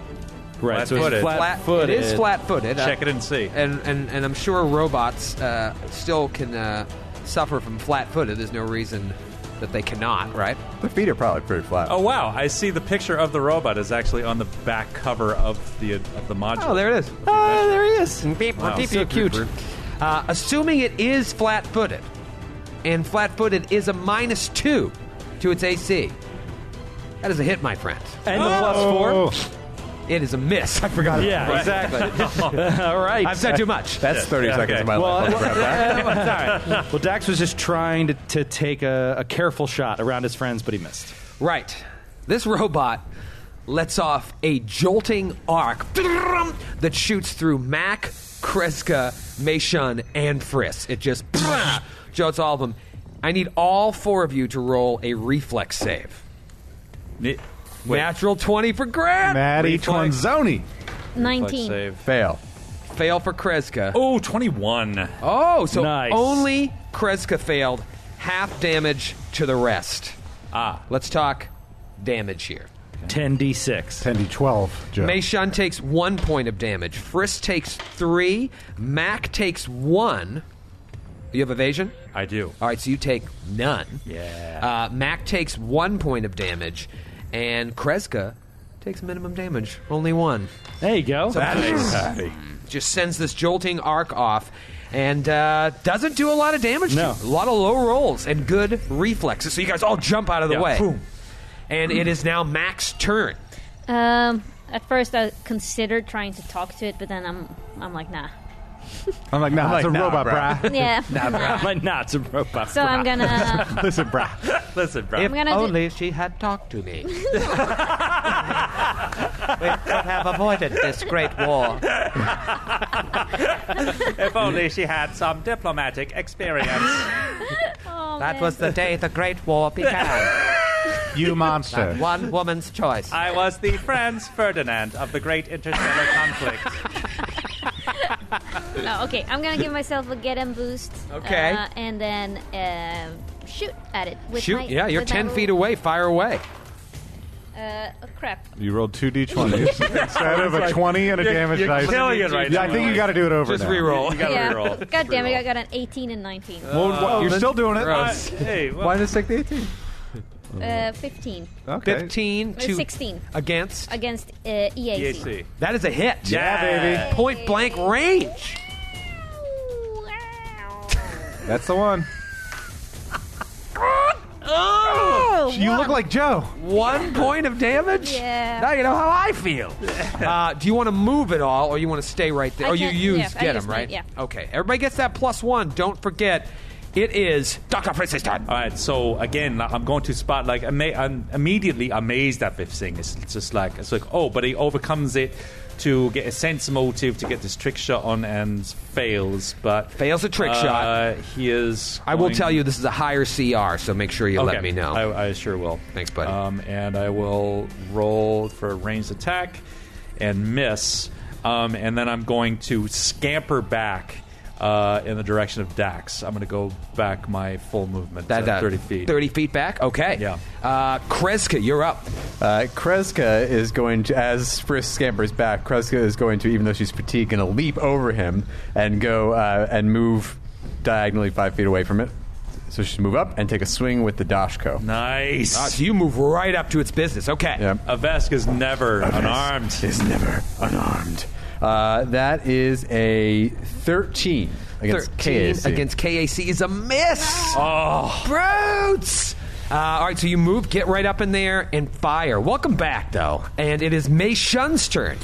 Speaker 3: Right, so it's
Speaker 7: Flat-footed.
Speaker 3: flat footed.
Speaker 2: It is flat-footed. Uh,
Speaker 7: Check it and see.
Speaker 2: And and, and I'm sure robots uh, still can uh, suffer from flat-footed. There's no reason that they cannot, right?
Speaker 6: The feet are probably pretty flat.
Speaker 7: Oh wow! I see the picture of the robot is actually on the back cover of the of the module.
Speaker 2: Oh, there it is.
Speaker 3: Ah, there he is.
Speaker 2: Beep,
Speaker 7: Wow.
Speaker 2: beep,
Speaker 7: So
Speaker 2: beep, cute. Uh, assuming it is flat footed, and flat footed is a minus two to its AC. That is a hit, my friend.
Speaker 3: And the plus four.
Speaker 2: It is a miss. I
Speaker 6: forgot.
Speaker 3: Yeah, exactly. All right.
Speaker 2: have said too much.
Speaker 6: That's 30 seconds of my
Speaker 3: Well,
Speaker 6: life. I'll never have back.
Speaker 3: well, Dax was just trying to, to take a, a careful shot around his friends, but he missed.
Speaker 2: Right. This robot lets off a jolting arc that shoots through Mac, Kreska, Meshun, and Friss. It just jolts all of them. I need all four of you to roll a reflex save.
Speaker 7: Ne- Wait.
Speaker 2: Natural 20 for Grant.
Speaker 8: Maddie
Speaker 7: Reflex.
Speaker 8: Twanzoni.
Speaker 7: Flex
Speaker 5: 19.
Speaker 7: save.
Speaker 6: Fail.
Speaker 2: Fail for Kreska. Oh,
Speaker 7: Oh, 21.
Speaker 2: so
Speaker 3: Nice.
Speaker 2: only Kreska failed. Half damage to the rest.
Speaker 7: Ah.
Speaker 2: Let's talk damage here.
Speaker 3: 10d6.
Speaker 8: 10 to 12, Joe.
Speaker 2: Meishan takes one point of damage. Frisk takes three. Mac takes one. You have evasion?
Speaker 7: I do.
Speaker 2: All right, so you take none.
Speaker 7: Yeah.
Speaker 2: Uh, Mac takes one point of damage, and Kreska takes minimum damage, only one.
Speaker 3: There you go.
Speaker 2: just sends this jolting arc off and uh, doesn't do a lot of damage
Speaker 3: No.
Speaker 2: to you. A lot of low rolls and good reflexes. So you guys all jump out of the
Speaker 7: Yeah.
Speaker 2: way.
Speaker 7: Boom.
Speaker 2: And it is now Mac's turn.
Speaker 5: Um, at first, I considered trying to talk to it, but then I'm, I'm like, nah.
Speaker 8: I'm like, nah,
Speaker 6: I'm
Speaker 8: it's a
Speaker 6: like, nah,
Speaker 8: robot,
Speaker 6: bruh.
Speaker 8: brah.
Speaker 5: Yeah.
Speaker 3: My knots a robot.
Speaker 5: So I'm gonna,
Speaker 8: Listen, brah.
Speaker 7: Listen, bro.
Speaker 2: If
Speaker 5: I'm gonna do-
Speaker 2: only she had talked to me. we would have avoided this great war.
Speaker 7: if only she had some diplomatic experience.
Speaker 5: Oh,
Speaker 2: That
Speaker 5: man.
Speaker 2: was the day the great war began.
Speaker 8: You monster.
Speaker 2: One woman's choice.
Speaker 7: I was the Franz Ferdinand of the great interstellar conflict.
Speaker 5: No, Oh, okay, I'm gonna give myself a get and boost.
Speaker 2: Okay.
Speaker 5: uh, and then um shoot at it. With
Speaker 2: Shoot,
Speaker 5: my,
Speaker 2: yeah, you're
Speaker 5: with my
Speaker 2: 10
Speaker 5: little-
Speaker 2: feet away. Fire away.
Speaker 5: Uh, oh, crap.
Speaker 8: You rolled two d20s instead of a 20 and a damage
Speaker 7: you're
Speaker 8: dice.
Speaker 7: killing it right
Speaker 8: yeah, I
Speaker 7: now.
Speaker 8: think you got to do it over.
Speaker 2: Just
Speaker 8: now.
Speaker 2: reroll.
Speaker 7: You gotta
Speaker 5: yeah.
Speaker 7: reroll.
Speaker 5: God damn it, I got an 18 and 19. Uh,
Speaker 8: Well,
Speaker 6: Oh,
Speaker 8: wha- you're still doing it.
Speaker 2: Gross.
Speaker 7: Hey, well,
Speaker 6: Why just take the 18?
Speaker 5: Uh, 15
Speaker 8: Okay.
Speaker 2: 15 to
Speaker 5: 16.
Speaker 2: against.
Speaker 5: against uh, EAC.
Speaker 7: EAC.
Speaker 2: That is E a hit.
Speaker 7: Yeah, baby.
Speaker 2: Point blank range.
Speaker 5: Wow.
Speaker 8: That's the one.
Speaker 5: Oh,
Speaker 8: you look like Joe.
Speaker 2: One point of damage?
Speaker 5: Yeah.
Speaker 2: Now you know how I feel. uh, do you want to move at all, or you want to stay right there?
Speaker 5: I
Speaker 2: or you
Speaker 5: can-
Speaker 2: use
Speaker 5: yeah, I
Speaker 2: get
Speaker 5: use
Speaker 2: him
Speaker 5: my-
Speaker 2: right?
Speaker 5: yeah.
Speaker 2: Okay. Everybody gets that plus one. Don't forget, it is Doctor Princess time.
Speaker 7: All right, so again, I'm going to spot like ama- I'm immediately amazed at this thing. It's just like it's like oh, but he overcomes it to get a sense motive to get this trick shot on and fails, but
Speaker 2: Fails a trick
Speaker 7: uh,
Speaker 2: shot.
Speaker 7: He is.
Speaker 2: I will
Speaker 7: going-
Speaker 2: tell you this is a higher CR, so make sure you
Speaker 7: Okay.
Speaker 2: let me know.
Speaker 7: I, I sure will.
Speaker 2: Thanks, buddy.
Speaker 7: Um, and I will roll for a ranged attack and miss. Um, and then I'm going to scamper back uh, in the direction of Dax. I'm going to go back my full movement
Speaker 2: That-
Speaker 7: to
Speaker 2: that-
Speaker 7: 30 feet.
Speaker 2: 30 feet back? Okay.
Speaker 7: Yeah.
Speaker 2: Uh, Kreska, you're up.
Speaker 6: Uh, Kreska is going to, as Frisk scampers back, Kreska is going to, even though she's fatigued, going to leap over him and go uh, and move diagonally five feet away from it. So she's move up and take a swing with the Dashko.
Speaker 7: Nice.
Speaker 2: Uh, so you move right up to its business. Okay.
Speaker 6: Yeah.
Speaker 7: Avesk is never unarmed.
Speaker 6: Is never unarmed. Uh, that is a 13 against
Speaker 2: 13
Speaker 6: KAC.
Speaker 2: against KAC is a miss.
Speaker 7: Oh,
Speaker 2: Brutes! Uh, all right, so you move, get right up in there, and fire. Welcome back, though. And it is Mei Shun's turn.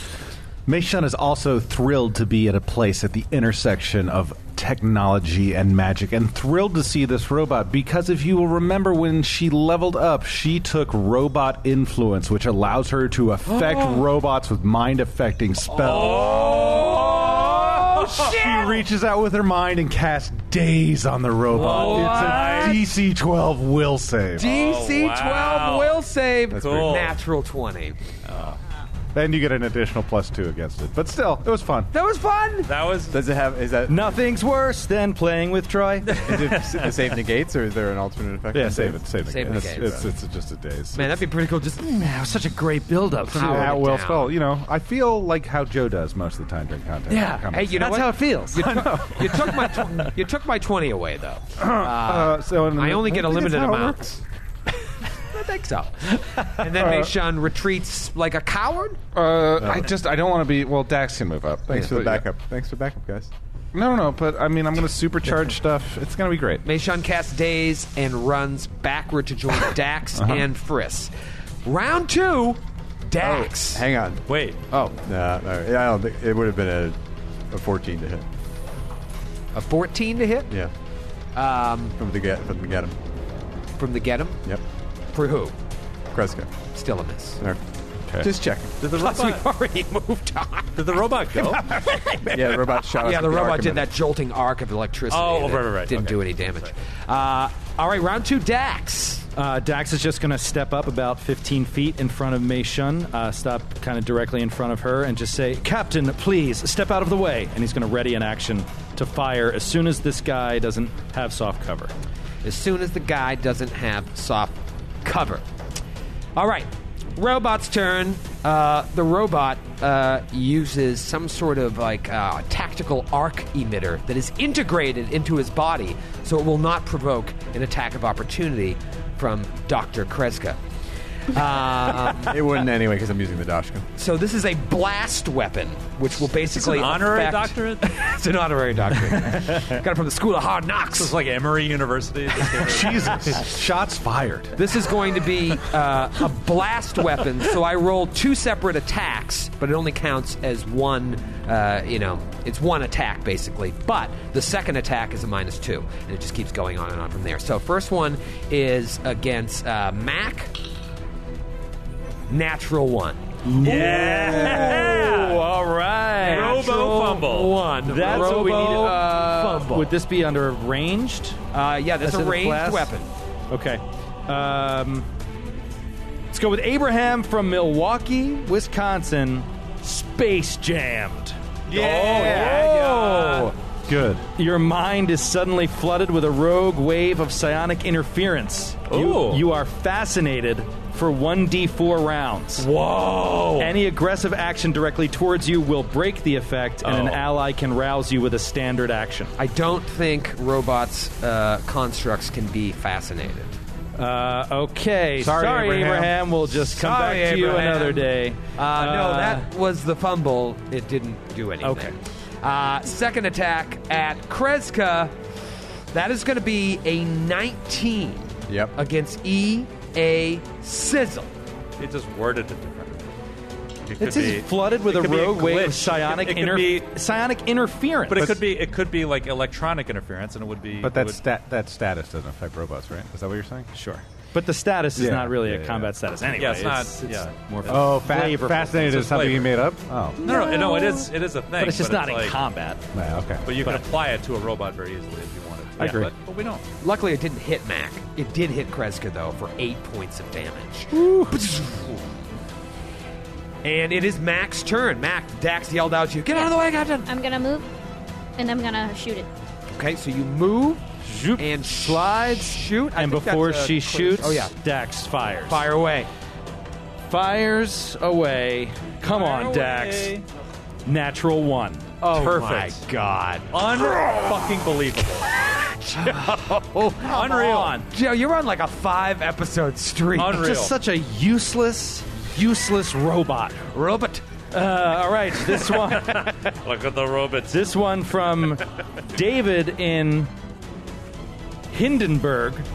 Speaker 8: Meishun is also thrilled to be at a place at the intersection of technology and magic and thrilled to see this robot because if you will remember when she leveled up, she took robot influence, which allows her to affect robots with mind affecting
Speaker 7: Oh,
Speaker 8: spells.
Speaker 2: Oh,
Speaker 8: She reaches out with her mind and casts daze on the robot. It's a DC 12 will save.
Speaker 2: DC 12
Speaker 7: Oh, wow.
Speaker 2: will save.
Speaker 7: cool.
Speaker 2: Natural 20.
Speaker 8: Then you get an additional plus two against it. But still, it was fun.
Speaker 2: That was fun.
Speaker 7: that was
Speaker 6: Does it have, is that,
Speaker 3: Nothing's worse than playing with Troy.
Speaker 6: is it the save negates or is there an alternate effect?
Speaker 8: Yeah, save it. Save it.
Speaker 2: Save
Speaker 8: it's,
Speaker 2: the game.
Speaker 8: it's, it's just a daze.
Speaker 2: Man, that'd be pretty cool. Just mm,
Speaker 8: That was such a great build-up.
Speaker 2: Power
Speaker 8: How
Speaker 2: it
Speaker 8: well
Speaker 2: down.
Speaker 8: spelled. You know, I feel like how Joe does most of the time during content.
Speaker 2: yeah. Hey, you know
Speaker 8: That's
Speaker 2: what?
Speaker 8: how-
Speaker 2: it feels. You, took- you took my tw- you took my twenty away though.
Speaker 8: uh, so in the-
Speaker 2: I only get a
Speaker 8: think
Speaker 2: limited
Speaker 8: that's how it
Speaker 2: amount.
Speaker 8: works.
Speaker 2: I think so. And then Meishan retreats like a coward.
Speaker 4: Uh, I just I don't want to be. Well, Dax can move up.
Speaker 6: Thanks for
Speaker 4: But,
Speaker 6: the backup. Thanks for backup, guys.
Speaker 4: yeah. No, no, but I mean I'm going to supercharge stuff. It's going to be great.
Speaker 2: Meishan casts daze and runs backward to join Dax
Speaker 8: Uh-huh.
Speaker 2: and Friss. Round two, Dax.
Speaker 6: Hang on.
Speaker 7: wait.
Speaker 6: Oh. No, no, I don't think, it would have been a, a 14 to hit.
Speaker 2: A fourteen to hit
Speaker 6: Yeah. Um, from the get from the get him.
Speaker 2: from the get him.
Speaker 6: Yep.
Speaker 2: For who?
Speaker 6: Kreska.
Speaker 2: Still a miss.
Speaker 6: There. Just checking.
Speaker 7: Did the
Speaker 2: Plus, we've
Speaker 7: robot,
Speaker 2: already moved on.
Speaker 7: did the robot go?
Speaker 6: Yeah, the robot shot. us
Speaker 2: Yeah, the
Speaker 6: with
Speaker 2: robot
Speaker 6: Arkham
Speaker 2: did
Speaker 6: in it.
Speaker 2: that jolting arc of electricity.
Speaker 7: Oh,
Speaker 2: that
Speaker 7: right, right, right.
Speaker 2: Didn't do any damage. Uh, all right, round two, Dax.
Speaker 3: Uh, Dax is just going to step up about 15 feet in front of Mei Shun, uh, stop kind of directly in front of her, and just say, Captain, please step out of the way. And he's going to ready an action to fire as soon as this guy doesn't have soft cover.
Speaker 2: As soon as the guy doesn't have soft cover. All right, robot's turn. Uh, the robot uh, uses some sort of like uh, tactical arc emitter that is integrated into his body, so it will not provoke an attack of opportunity from Doctor Kreska.
Speaker 6: It wouldn't anyway because I'm using the Dashka.
Speaker 2: So this is a blast weapon, which will basically
Speaker 7: an honorary
Speaker 2: affect-
Speaker 7: doctorate?
Speaker 2: it's an honorary doctorate. Got it from the School of Hard Knocks.
Speaker 7: It's like Emory University.
Speaker 8: Jesus, shots fired.
Speaker 2: This is going to be uh, a blast weapon, so I roll two separate attacks, but it only counts as one. Uh, you know, it's one attack basically. But the second attack is a minus two, and it just keeps going on and on from there. So first one is against uh, Mac, natural one.
Speaker 7: yeah.
Speaker 3: all right.
Speaker 7: Robo fumble.
Speaker 2: one.
Speaker 3: That's what we
Speaker 2: Robo
Speaker 3: needed. Uh,
Speaker 2: fumble.
Speaker 3: Would this be under ranged?
Speaker 2: Uh, yeah, that's a
Speaker 3: As in the
Speaker 2: ranged
Speaker 3: class?
Speaker 2: weapon.
Speaker 3: Okay. Um, let's go with Abraham from Milwaukee, Wisconsin. Space jammed.
Speaker 7: Oh, Yeah.
Speaker 8: Good.
Speaker 3: Your mind is suddenly flooded with a rogue wave of psionic interference. You,
Speaker 7: Ooh.
Speaker 3: you are fascinated for 1d4 rounds.
Speaker 7: Whoa.
Speaker 3: Any aggressive action directly towards you will break the effect, and an
Speaker 7: Oh.
Speaker 3: ally can rouse you with a standard action.
Speaker 2: I don't think robots uh, constructs can be fascinated.
Speaker 3: Uh, okay.
Speaker 8: Sorry, Abraham.
Speaker 3: We'll just come
Speaker 2: Sorry,
Speaker 3: back to you
Speaker 2: Abraham.
Speaker 3: another day.
Speaker 2: Uh, no, that was the fumble. It didn't do anything.
Speaker 3: Okay.
Speaker 2: Uh, second attack at Kreska. That is going to be a 19
Speaker 6: Yep.
Speaker 2: against EA Sizzle.
Speaker 7: It just worded it differently. It could
Speaker 3: It's just
Speaker 7: be-
Speaker 3: flooded with
Speaker 7: it
Speaker 3: a
Speaker 7: could be
Speaker 3: rogue wave of
Speaker 7: glitch.
Speaker 3: psionic,
Speaker 7: It could
Speaker 3: inter-
Speaker 7: be-
Speaker 3: psionic interference.
Speaker 7: But it could be it could be like electronic interference, and it would be.
Speaker 8: But
Speaker 7: it
Speaker 8: that
Speaker 7: would-
Speaker 8: stat that status doesn't affect robots, right? Is that what you're saying?
Speaker 3: Sure. But the status is
Speaker 8: Yeah,
Speaker 3: not really
Speaker 8: yeah,
Speaker 3: a
Speaker 8: yeah.
Speaker 3: combat status anyway.
Speaker 7: Yeah, it's not- yeah.
Speaker 3: more fun.
Speaker 8: Oh, fa-
Speaker 3: Flavorful.
Speaker 8: fascinated
Speaker 7: It's
Speaker 8: is
Speaker 7: a
Speaker 8: something you
Speaker 7: flavor.
Speaker 8: made up. Oh,
Speaker 7: No, no, no, it is it is a thing,
Speaker 3: but it's just not in
Speaker 7: like-
Speaker 3: combat.
Speaker 8: yeah, okay.
Speaker 7: But you can apply it to a robot very easily if you wanted. To.
Speaker 3: I agree.
Speaker 7: But, but we don't.
Speaker 2: Luckily, it didn't hit Mac. It did hit Kreska, though, for eight points of damage. And it is Mac's turn. Mac, Dax yelled out to you, Get out of the way, Captain!
Speaker 5: I'm gonna move, and I'm gonna shoot it.
Speaker 2: Okay, so you move
Speaker 3: Zoop.
Speaker 2: and slides, shoot. I
Speaker 3: and
Speaker 2: think
Speaker 3: before
Speaker 2: that's, uh,
Speaker 3: she
Speaker 2: clear-
Speaker 3: shoots,
Speaker 2: Oh, yeah.
Speaker 3: Dax fires.
Speaker 2: Fire away.
Speaker 3: Fires away. Come on,
Speaker 7: Oh,
Speaker 3: Dax. Natural one.
Speaker 2: Oh,
Speaker 7: Perfect.
Speaker 2: my God.
Speaker 7: Unfucking believable.
Speaker 3: Oh,
Speaker 7: Unreal.
Speaker 2: Joe, you're on like a five episode streak.
Speaker 7: Unreal.
Speaker 3: Just such a useless, useless robot.
Speaker 2: Robot.
Speaker 3: Uh, all right, this one.
Speaker 7: Look at the robots.
Speaker 3: This one from David in Hindenburg. it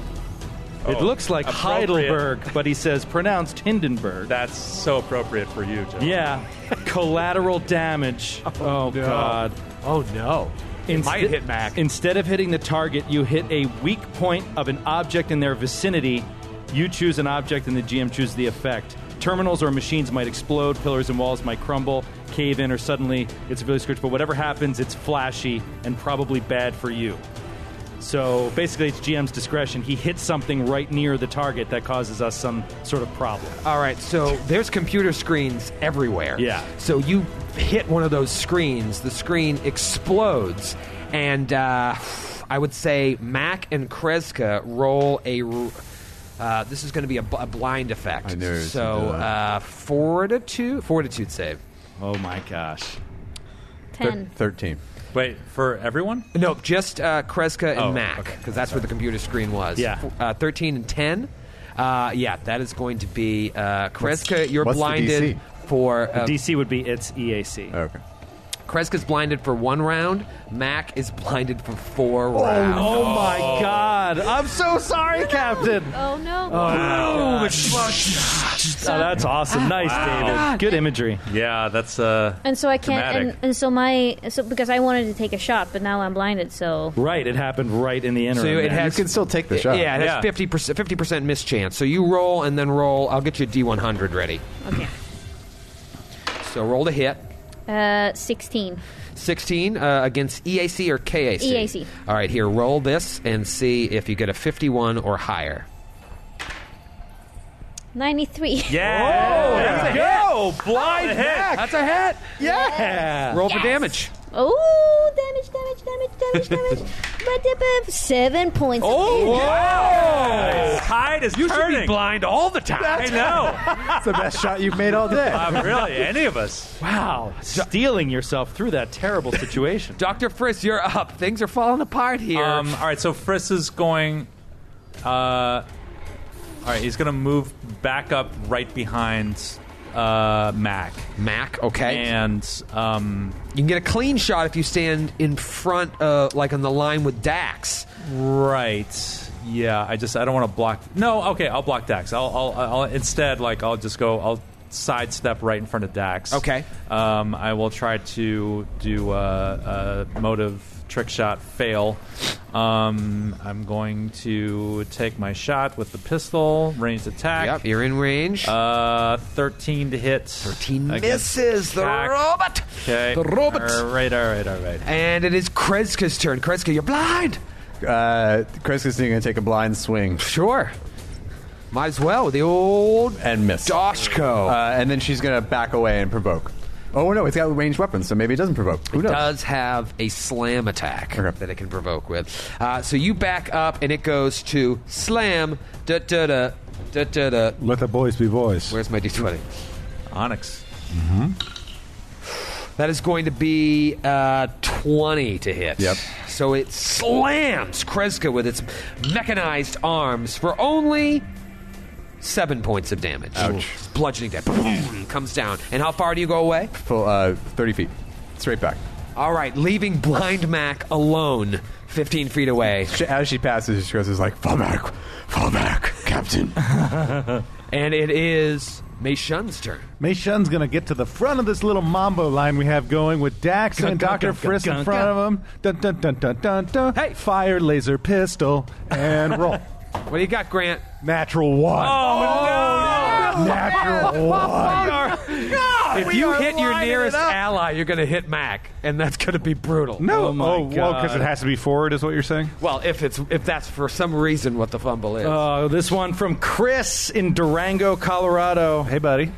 Speaker 7: Oh,
Speaker 3: looks like
Speaker 7: appropriate.
Speaker 3: Heidelberg, but he says pronounced Hindenburg.
Speaker 7: That's so appropriate for you, Joe.
Speaker 3: yeah, collateral damage. Oh, God.
Speaker 2: Oh, no. It might hit Mac.
Speaker 3: Instead of hitting the target, you hit a weak point of an object in their vicinity. You choose an object, and the GM chooses the effect. Terminals or machines might explode. Pillars and walls might crumble, cave in, or suddenly it's really scorched. But whatever happens, it's flashy and probably bad for you. So basically, it's GM's discretion. He hits something right near the target that causes us some sort of problem.
Speaker 2: All right, so there's computer screens everywhere.
Speaker 3: Yeah.
Speaker 2: So you hit one of those screens, the screen explodes, and uh, I would say Mac and Kreska roll a. r- Uh, this is going to be a, b- a blind effect.
Speaker 6: I knew it was
Speaker 2: so
Speaker 6: gonna do that.
Speaker 2: uh, fortitude, fortitude save.
Speaker 3: Oh my gosh!
Speaker 5: Ten.
Speaker 6: Thirteen.
Speaker 7: Wait, for everyone?
Speaker 2: No, just uh, Kreska and
Speaker 7: Oh,
Speaker 2: Mac,
Speaker 7: okay.
Speaker 2: because that's where the computer screen was.
Speaker 3: Yeah.
Speaker 2: F- Uh, 13 and 10. Uh, yeah, that is going to be uh, Kreska. You're
Speaker 6: what's the
Speaker 2: blinded
Speaker 6: DC?
Speaker 2: for uh,
Speaker 3: DC would be its E EAC.
Speaker 6: Okay.
Speaker 2: Kreska's blinded for one round. Mac is blinded for four rounds.
Speaker 3: Oh my God! I'm so sorry, Captain.
Speaker 5: Oh no.
Speaker 3: Oh, that's awesome. Nice, David. Good imagery.
Speaker 7: Yeah, that's uh.
Speaker 5: And so I can't.
Speaker 7: Dramatic.
Speaker 5: And, and so my so because I wanted to take a shot, but now I'm blinded. So
Speaker 3: Right, it happened right in the interim.
Speaker 2: So it
Speaker 3: there.
Speaker 2: has
Speaker 6: You can still take the shot.
Speaker 2: Yeah, it
Speaker 7: Yeah.
Speaker 2: has fifty percent fifty percent mischance. So you roll and then roll. I'll get you a D one hundred ready.
Speaker 5: okay.
Speaker 2: So roll to hit.
Speaker 5: Uh, sixteen.
Speaker 2: 16 uh, against EAC or KAC?
Speaker 5: EAC.
Speaker 2: All right, here, roll this and see if you get a 51 or higher.
Speaker 5: Ninety-three.
Speaker 3: Yeah. Go blind hack.
Speaker 2: That's a hit!
Speaker 3: Yeah.
Speaker 2: Roll
Speaker 5: Yes.
Speaker 2: for damage.
Speaker 5: Oh, damage, damage, damage, damage, damage. But, uh, but seven points.
Speaker 2: Oh,
Speaker 7: His tide is turning.
Speaker 2: blind all the time.
Speaker 7: I know.
Speaker 6: That's the best shot you've made all day.
Speaker 7: um, really, any of us.
Speaker 3: Wow. Stealing yourself through that terrible situation.
Speaker 2: Dr. Friss, you're up. Things are falling apart here.
Speaker 7: Um, all right, so Friss is going. Uh, all right, he's going to move back up right behind uh, Mac,
Speaker 2: Mac, okay.
Speaker 7: and um,
Speaker 2: You can get a clean shot if you stand in front, uh, like on the line with Dax.
Speaker 7: Right. Yeah. I just I don't want to block. No. Okay. I'll block Dax. I'll, I'll I'll instead like I'll just go. I'll sidestep right in front of Dax.
Speaker 2: Okay.
Speaker 7: Um, I will try to do a, a motive trick shot fail. Um, I'm going to take my shot with the pistol, ranged attack.
Speaker 2: Yep, you're in range.
Speaker 7: Uh, thirteen to hit.
Speaker 2: 13
Speaker 7: against
Speaker 2: misses the
Speaker 7: attack.
Speaker 2: robot.
Speaker 7: Okay.
Speaker 2: The robot.
Speaker 6: Er.
Speaker 7: All right. All right. All right.
Speaker 2: And it is Kreska's turn. Kreska, you're blind.
Speaker 6: Uh, Chris is going to take a blind swing
Speaker 2: Sure. Might as well with the old
Speaker 6: and miss.
Speaker 2: Doshko.
Speaker 6: Uh, and then she's going to back away and provoke. Oh no, it's got ranged weapons, so maybe it doesn't provoke. Who knows?
Speaker 2: does have a slam attack
Speaker 6: Okay.
Speaker 2: that it can provoke with. Uh, so you back up and it goes to slam. Da da da da da da.
Speaker 8: Let the boys be boys.
Speaker 2: Where's my d20?
Speaker 7: Onyx.
Speaker 2: That is going to be uh, 20 to hit.
Speaker 6: Yep.
Speaker 2: So it slams Kreska with its mechanized arms for only seven points of damage. Ouch. Bludgeoning that comes down. And how far do you go away?
Speaker 6: Full, uh, Thirty feet, straight back.
Speaker 2: All right, leaving Blind Mac alone 15 feet away.
Speaker 6: She, as she passes, she goes, "Is like fall back, fall back, Captain."
Speaker 2: And it is Mei Shun's turn.
Speaker 8: Mei Shun's going to get to the front of this little mambo line we have going with Dax
Speaker 3: Gun,
Speaker 8: and
Speaker 3: gun,
Speaker 8: Dr.
Speaker 3: gun,
Speaker 8: Frisk
Speaker 3: gun,
Speaker 8: in front of him. Dun, dun, dun, dun, dun, dun.
Speaker 2: Hey.
Speaker 8: Fire laser pistol and roll.
Speaker 2: What do you got, Grant?
Speaker 8: Natural
Speaker 7: Oh,
Speaker 8: one.
Speaker 2: no!
Speaker 8: Natural one.
Speaker 2: if you hit your nearest ally, you're going to hit Mac, and that's going to be brutal.
Speaker 8: No,
Speaker 3: Oh my
Speaker 8: oh, well, because
Speaker 3: God.
Speaker 8: it has to be forward, is what you're saying.
Speaker 2: Well, if it's if that's for some reason what the fumble is.
Speaker 3: Uh, this one from Chris in Durango, Colorado. Hey, buddy.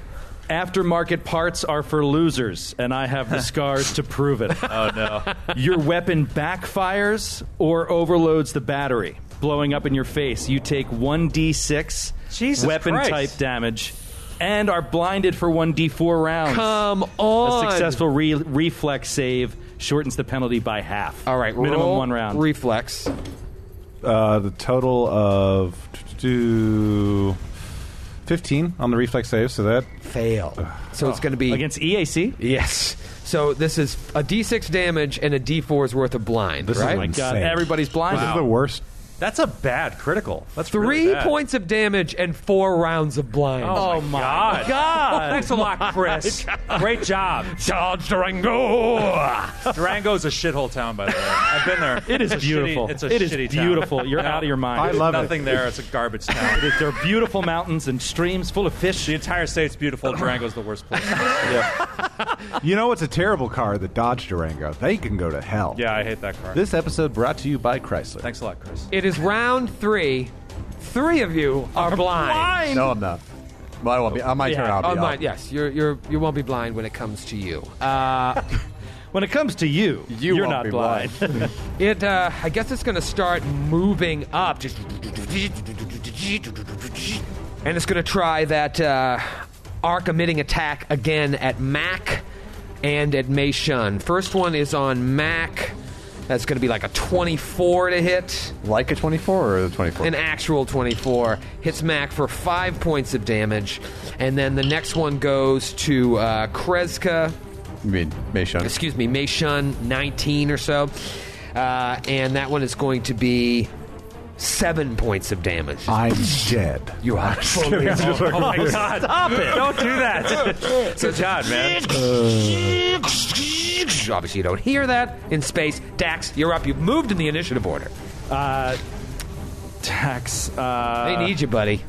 Speaker 3: Aftermarket parts are for losers, and I have the scars to prove it. Oh, no. Your weapon backfires or overloads the battery, blowing up in your face. You take 1d6
Speaker 7: Jesus
Speaker 3: weapon
Speaker 7: Christ.
Speaker 3: type damage and are blinded for 1d4 rounds.
Speaker 2: Come
Speaker 3: A
Speaker 2: on.
Speaker 3: successful re- reflex save shortens the penalty by half.
Speaker 2: All right,
Speaker 3: minimum
Speaker 2: roll
Speaker 3: one round.
Speaker 2: reflex.
Speaker 4: Uh, the total of two- 15 on the reflex save, so that
Speaker 2: Fail. So it's going to be
Speaker 3: Against E EAC?
Speaker 2: yes. So this is a D6 damage and a D4's worth of blind.
Speaker 4: This is
Speaker 2: right?
Speaker 4: my God.
Speaker 3: God,
Speaker 4: Insane.
Speaker 3: everybody's blinded.
Speaker 4: this is the worst.
Speaker 7: That's a bad critical. That's
Speaker 2: Three
Speaker 7: really bad.
Speaker 2: points of damage and four rounds of blind.
Speaker 7: Oh, my God. Thanks a lot, Chris. Great job.
Speaker 2: Charge Durango!
Speaker 7: Durango's a shithole town, by the way. I've been there.
Speaker 3: It is
Speaker 7: It's a
Speaker 3: beautiful.
Speaker 7: shitty- it's a
Speaker 3: It is
Speaker 7: shitty town.
Speaker 3: beautiful. You're out of your mind.
Speaker 8: I love it.
Speaker 7: Nothing there. It's a garbage town.
Speaker 3: There are beautiful mountains and streams full of fish.
Speaker 7: the entire state's beautiful. Durango's the worst place.
Speaker 8: You know what's a terrible car? The Dodge Durango. They can go to hell.
Speaker 7: Yeah, I hate that car.
Speaker 8: This episode brought to you by Chrysler.
Speaker 7: Thanks a lot, Chris.
Speaker 2: It is round three. Three of you are blind.
Speaker 6: No, I'm not. Well, I won't be. On my turn, I'll be.
Speaker 2: Oh,
Speaker 6: off.
Speaker 2: my, yes, you're, you're, you won't be blind when it comes to you. Uh,
Speaker 3: When it comes to you,
Speaker 6: You
Speaker 3: you're
Speaker 6: won't
Speaker 3: not
Speaker 6: be
Speaker 3: blind.
Speaker 2: it, uh, I guess it's going to start moving up. Just and it's going to try that uh, arc emitting attack again at Mac and at Mei Shun. First one is on Mac. That's going to be like a 24 to hit.
Speaker 6: Like a 24 or a 24?
Speaker 2: an actual 24 hits mac for five points of damage and then the next one goes to uh, kreska
Speaker 6: I mean, Meishon.
Speaker 2: excuse me mei shun 19 or so uh, and that one is going to be seven points of damage
Speaker 8: I'm dead.
Speaker 2: you are fully
Speaker 7: Oh my God! Stop it! Don't do that. Good job, man.
Speaker 2: obviously you don't hear that in space dax you're up you've moved in the initiative order
Speaker 3: Tax. Uh,
Speaker 2: they need you buddy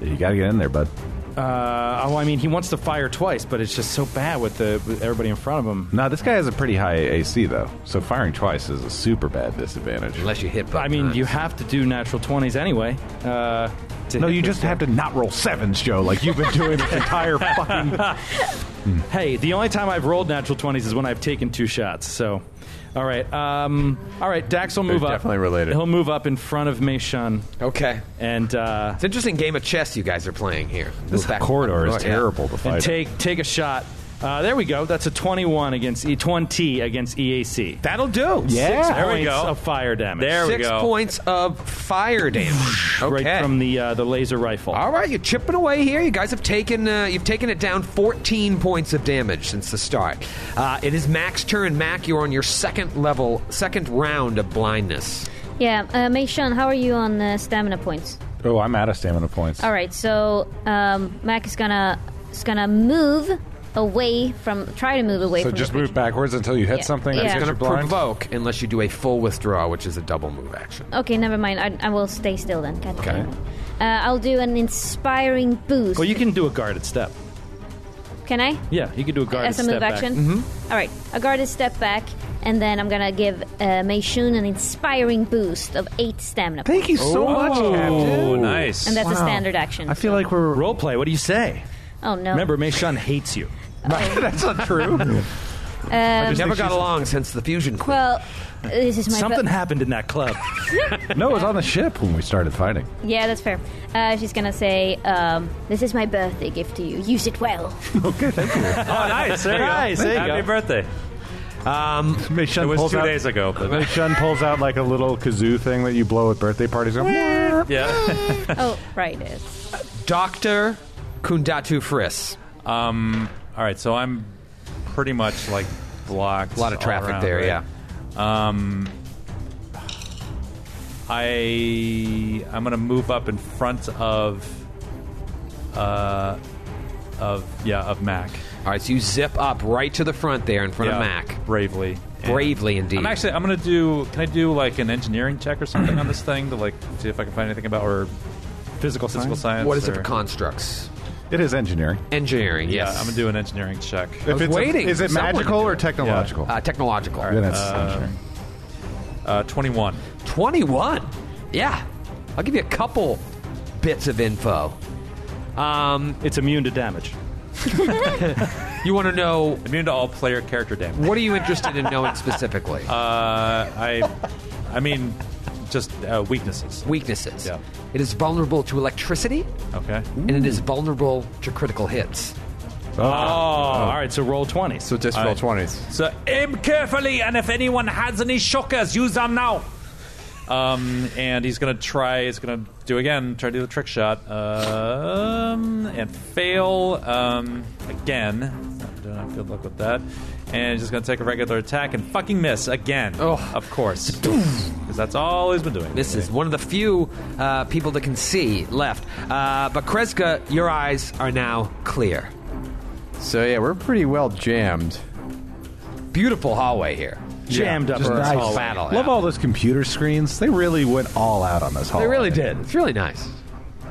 Speaker 8: You got to get in there, bud.
Speaker 3: uh, oh, I mean, he wants to fire twice, but it's just so bad with the with everybody in front of him.
Speaker 4: Now, this guy has a pretty high AC, though, so firing twice is a super bad disadvantage.
Speaker 2: unless you hit both
Speaker 3: I mean,
Speaker 2: times.
Speaker 3: you have to do natural twenties anyway. Uh, to
Speaker 8: No,
Speaker 3: hit
Speaker 8: you
Speaker 3: this
Speaker 8: just have to not roll sevens, Joe, like you've been doing this entire fucking.
Speaker 3: guy. Hey, the only time I've rolled natural twenties is when I've taken two shots. So, all right, um, all right. Dax will move up.
Speaker 6: definitely related.
Speaker 3: He'll move up in front of Mei Shun
Speaker 2: okay
Speaker 3: and uh,
Speaker 2: it's an interesting game of chess you guys are playing here
Speaker 4: This
Speaker 2: Move back. Oh,
Speaker 4: corridor is
Speaker 2: Yeah.
Speaker 4: terrible to
Speaker 3: and
Speaker 4: fight. in.
Speaker 3: take take a shot. Uh, there we go. That's a 21 against E 20 against EAC.
Speaker 2: that'll do
Speaker 3: Six
Speaker 7: There we
Speaker 3: points
Speaker 7: go.
Speaker 3: of fire damage.
Speaker 7: There we
Speaker 2: Six
Speaker 7: go.
Speaker 2: points of fire damage. Okay.
Speaker 3: right from the uh, the laser rifle.
Speaker 2: all right, you're chipping away here. You guys have taken uh, you've taken it down 14 points of damage since the start. Uh, it is Mac's turn. Mac, you're on your second level, second round of blindness.
Speaker 5: Yeah, uh, Meishun, how are you on uh, stamina points?
Speaker 4: Oh, I'm out of stamina points.
Speaker 5: All right, so um, Mac is gonna is gonna move away from try to move away.
Speaker 4: So
Speaker 5: from
Speaker 4: just
Speaker 5: the
Speaker 4: move backwards until you hit
Speaker 5: Yeah.
Speaker 4: something.
Speaker 5: Yeah.
Speaker 4: that's
Speaker 5: It's
Speaker 2: Going
Speaker 4: you're
Speaker 2: to
Speaker 4: blind.
Speaker 2: provoke unless you do a full withdraw, which is a double move action.
Speaker 5: Okay, never mind. I, I will stay still then. God
Speaker 2: Okay.
Speaker 5: damn it. Uh, I'll do an inspiring boost.
Speaker 3: Well, you can do a guarded step.
Speaker 5: can I?
Speaker 3: Yeah, you can do a guarded
Speaker 5: As a
Speaker 3: step.
Speaker 5: move
Speaker 3: back. Mm-hmm.
Speaker 5: action. All right, I guarded step back, and then I'm gonna give uh, Meishun an inspiring boost of eight stamina,
Speaker 8: Thank you so much,
Speaker 7: Oh,
Speaker 8: Captain.
Speaker 7: nice.
Speaker 5: and that's a standard action.
Speaker 8: I feel like we're.
Speaker 3: Role play. What do you say?
Speaker 5: oh no!
Speaker 3: Remember, Mei Shun hates you.
Speaker 8: That's not true.
Speaker 2: We've never got along since the fusion. Queen.
Speaker 5: well, this is my
Speaker 3: Something happened in that club.
Speaker 7: Oh,
Speaker 4: No, it was on the ship when we started fighting.
Speaker 5: Yeah, that's fair. Uh, she's gonna say, um, "This is my birthday gift to you. Use it well."
Speaker 7: oh, nice. There you go.
Speaker 3: Nice, there you
Speaker 7: Happy
Speaker 3: go.
Speaker 7: birthday.
Speaker 8: Mei
Speaker 7: It
Speaker 8: Shun
Speaker 7: was
Speaker 8: pulls
Speaker 7: two
Speaker 8: out-
Speaker 7: days ago. But
Speaker 8: Mei Shun pulls out like a little kazoo thing that you blow at birthday parties. Go,
Speaker 7: yeah.
Speaker 5: oh, right, it is.
Speaker 2: Doctor Kundatu Friss.
Speaker 7: Um, all right, so I'm pretty much like blocked.
Speaker 2: A lot of
Speaker 7: all
Speaker 2: traffic
Speaker 7: around,
Speaker 2: there.
Speaker 7: right?
Speaker 2: Yeah.
Speaker 7: Um, I I'm gonna move up in front of, uh, of yeah of Mac.
Speaker 2: All right, so you zip up right to the front there in front
Speaker 7: yeah,
Speaker 2: of Mac.
Speaker 7: bravely,
Speaker 2: Bravely indeed.
Speaker 7: I'm actually I'm gonna do. Can I do like an engineering check or something on this thing to like see if I can find anything about or physical physical science?
Speaker 2: what is it for
Speaker 7: or-
Speaker 2: constructs?
Speaker 8: It is engineering.
Speaker 2: Engineering.
Speaker 7: Yeah,
Speaker 2: yes.
Speaker 7: I'm gonna do an engineering check.
Speaker 8: If
Speaker 2: was waiting
Speaker 8: is
Speaker 2: for
Speaker 8: it
Speaker 2: someone
Speaker 8: magical
Speaker 2: to do
Speaker 8: or
Speaker 2: it.
Speaker 8: technological?
Speaker 2: uh, technological.
Speaker 8: Then it's engineering.
Speaker 7: Uh, 21.
Speaker 2: 21. Yeah. I'll give you a couple bits of info. Um,
Speaker 9: It's immune to damage.
Speaker 2: you want to know
Speaker 7: Immune to all player character damage.
Speaker 2: what are you interested in knowing specifically?
Speaker 7: Uh, I, I mean, just uh, weaknesses.
Speaker 2: Weaknesses.
Speaker 7: yeah.
Speaker 2: It is vulnerable to electricity
Speaker 7: Okay.
Speaker 2: and it is vulnerable to critical hits.
Speaker 9: Oh, all right. So roll twenty.
Speaker 6: So just roll
Speaker 7: right.
Speaker 6: twenties.
Speaker 7: So aim carefully, and if anyone has any shockers, use them now. Um, and he's gonna try. He's gonna do again. Try to do the trick shot. Um, and fail. Um, again. Don't have good luck with that. And he's just gonna take a regular attack and fucking miss again.
Speaker 2: Oh.
Speaker 7: of course, because that's all he's been doing.
Speaker 2: This is one of the few uh, people that can see left. Uh, but Kreska, your eyes are now clear.
Speaker 6: So yeah, we're pretty well jammed.
Speaker 2: Beautiful hallway here.
Speaker 9: Jammed up.
Speaker 8: Just
Speaker 9: her
Speaker 8: nice.
Speaker 9: asshole.
Speaker 2: battle,
Speaker 8: Love
Speaker 2: yeah.
Speaker 8: all those computer screens. They really went all out on this hall.
Speaker 2: They really did. It's really nice.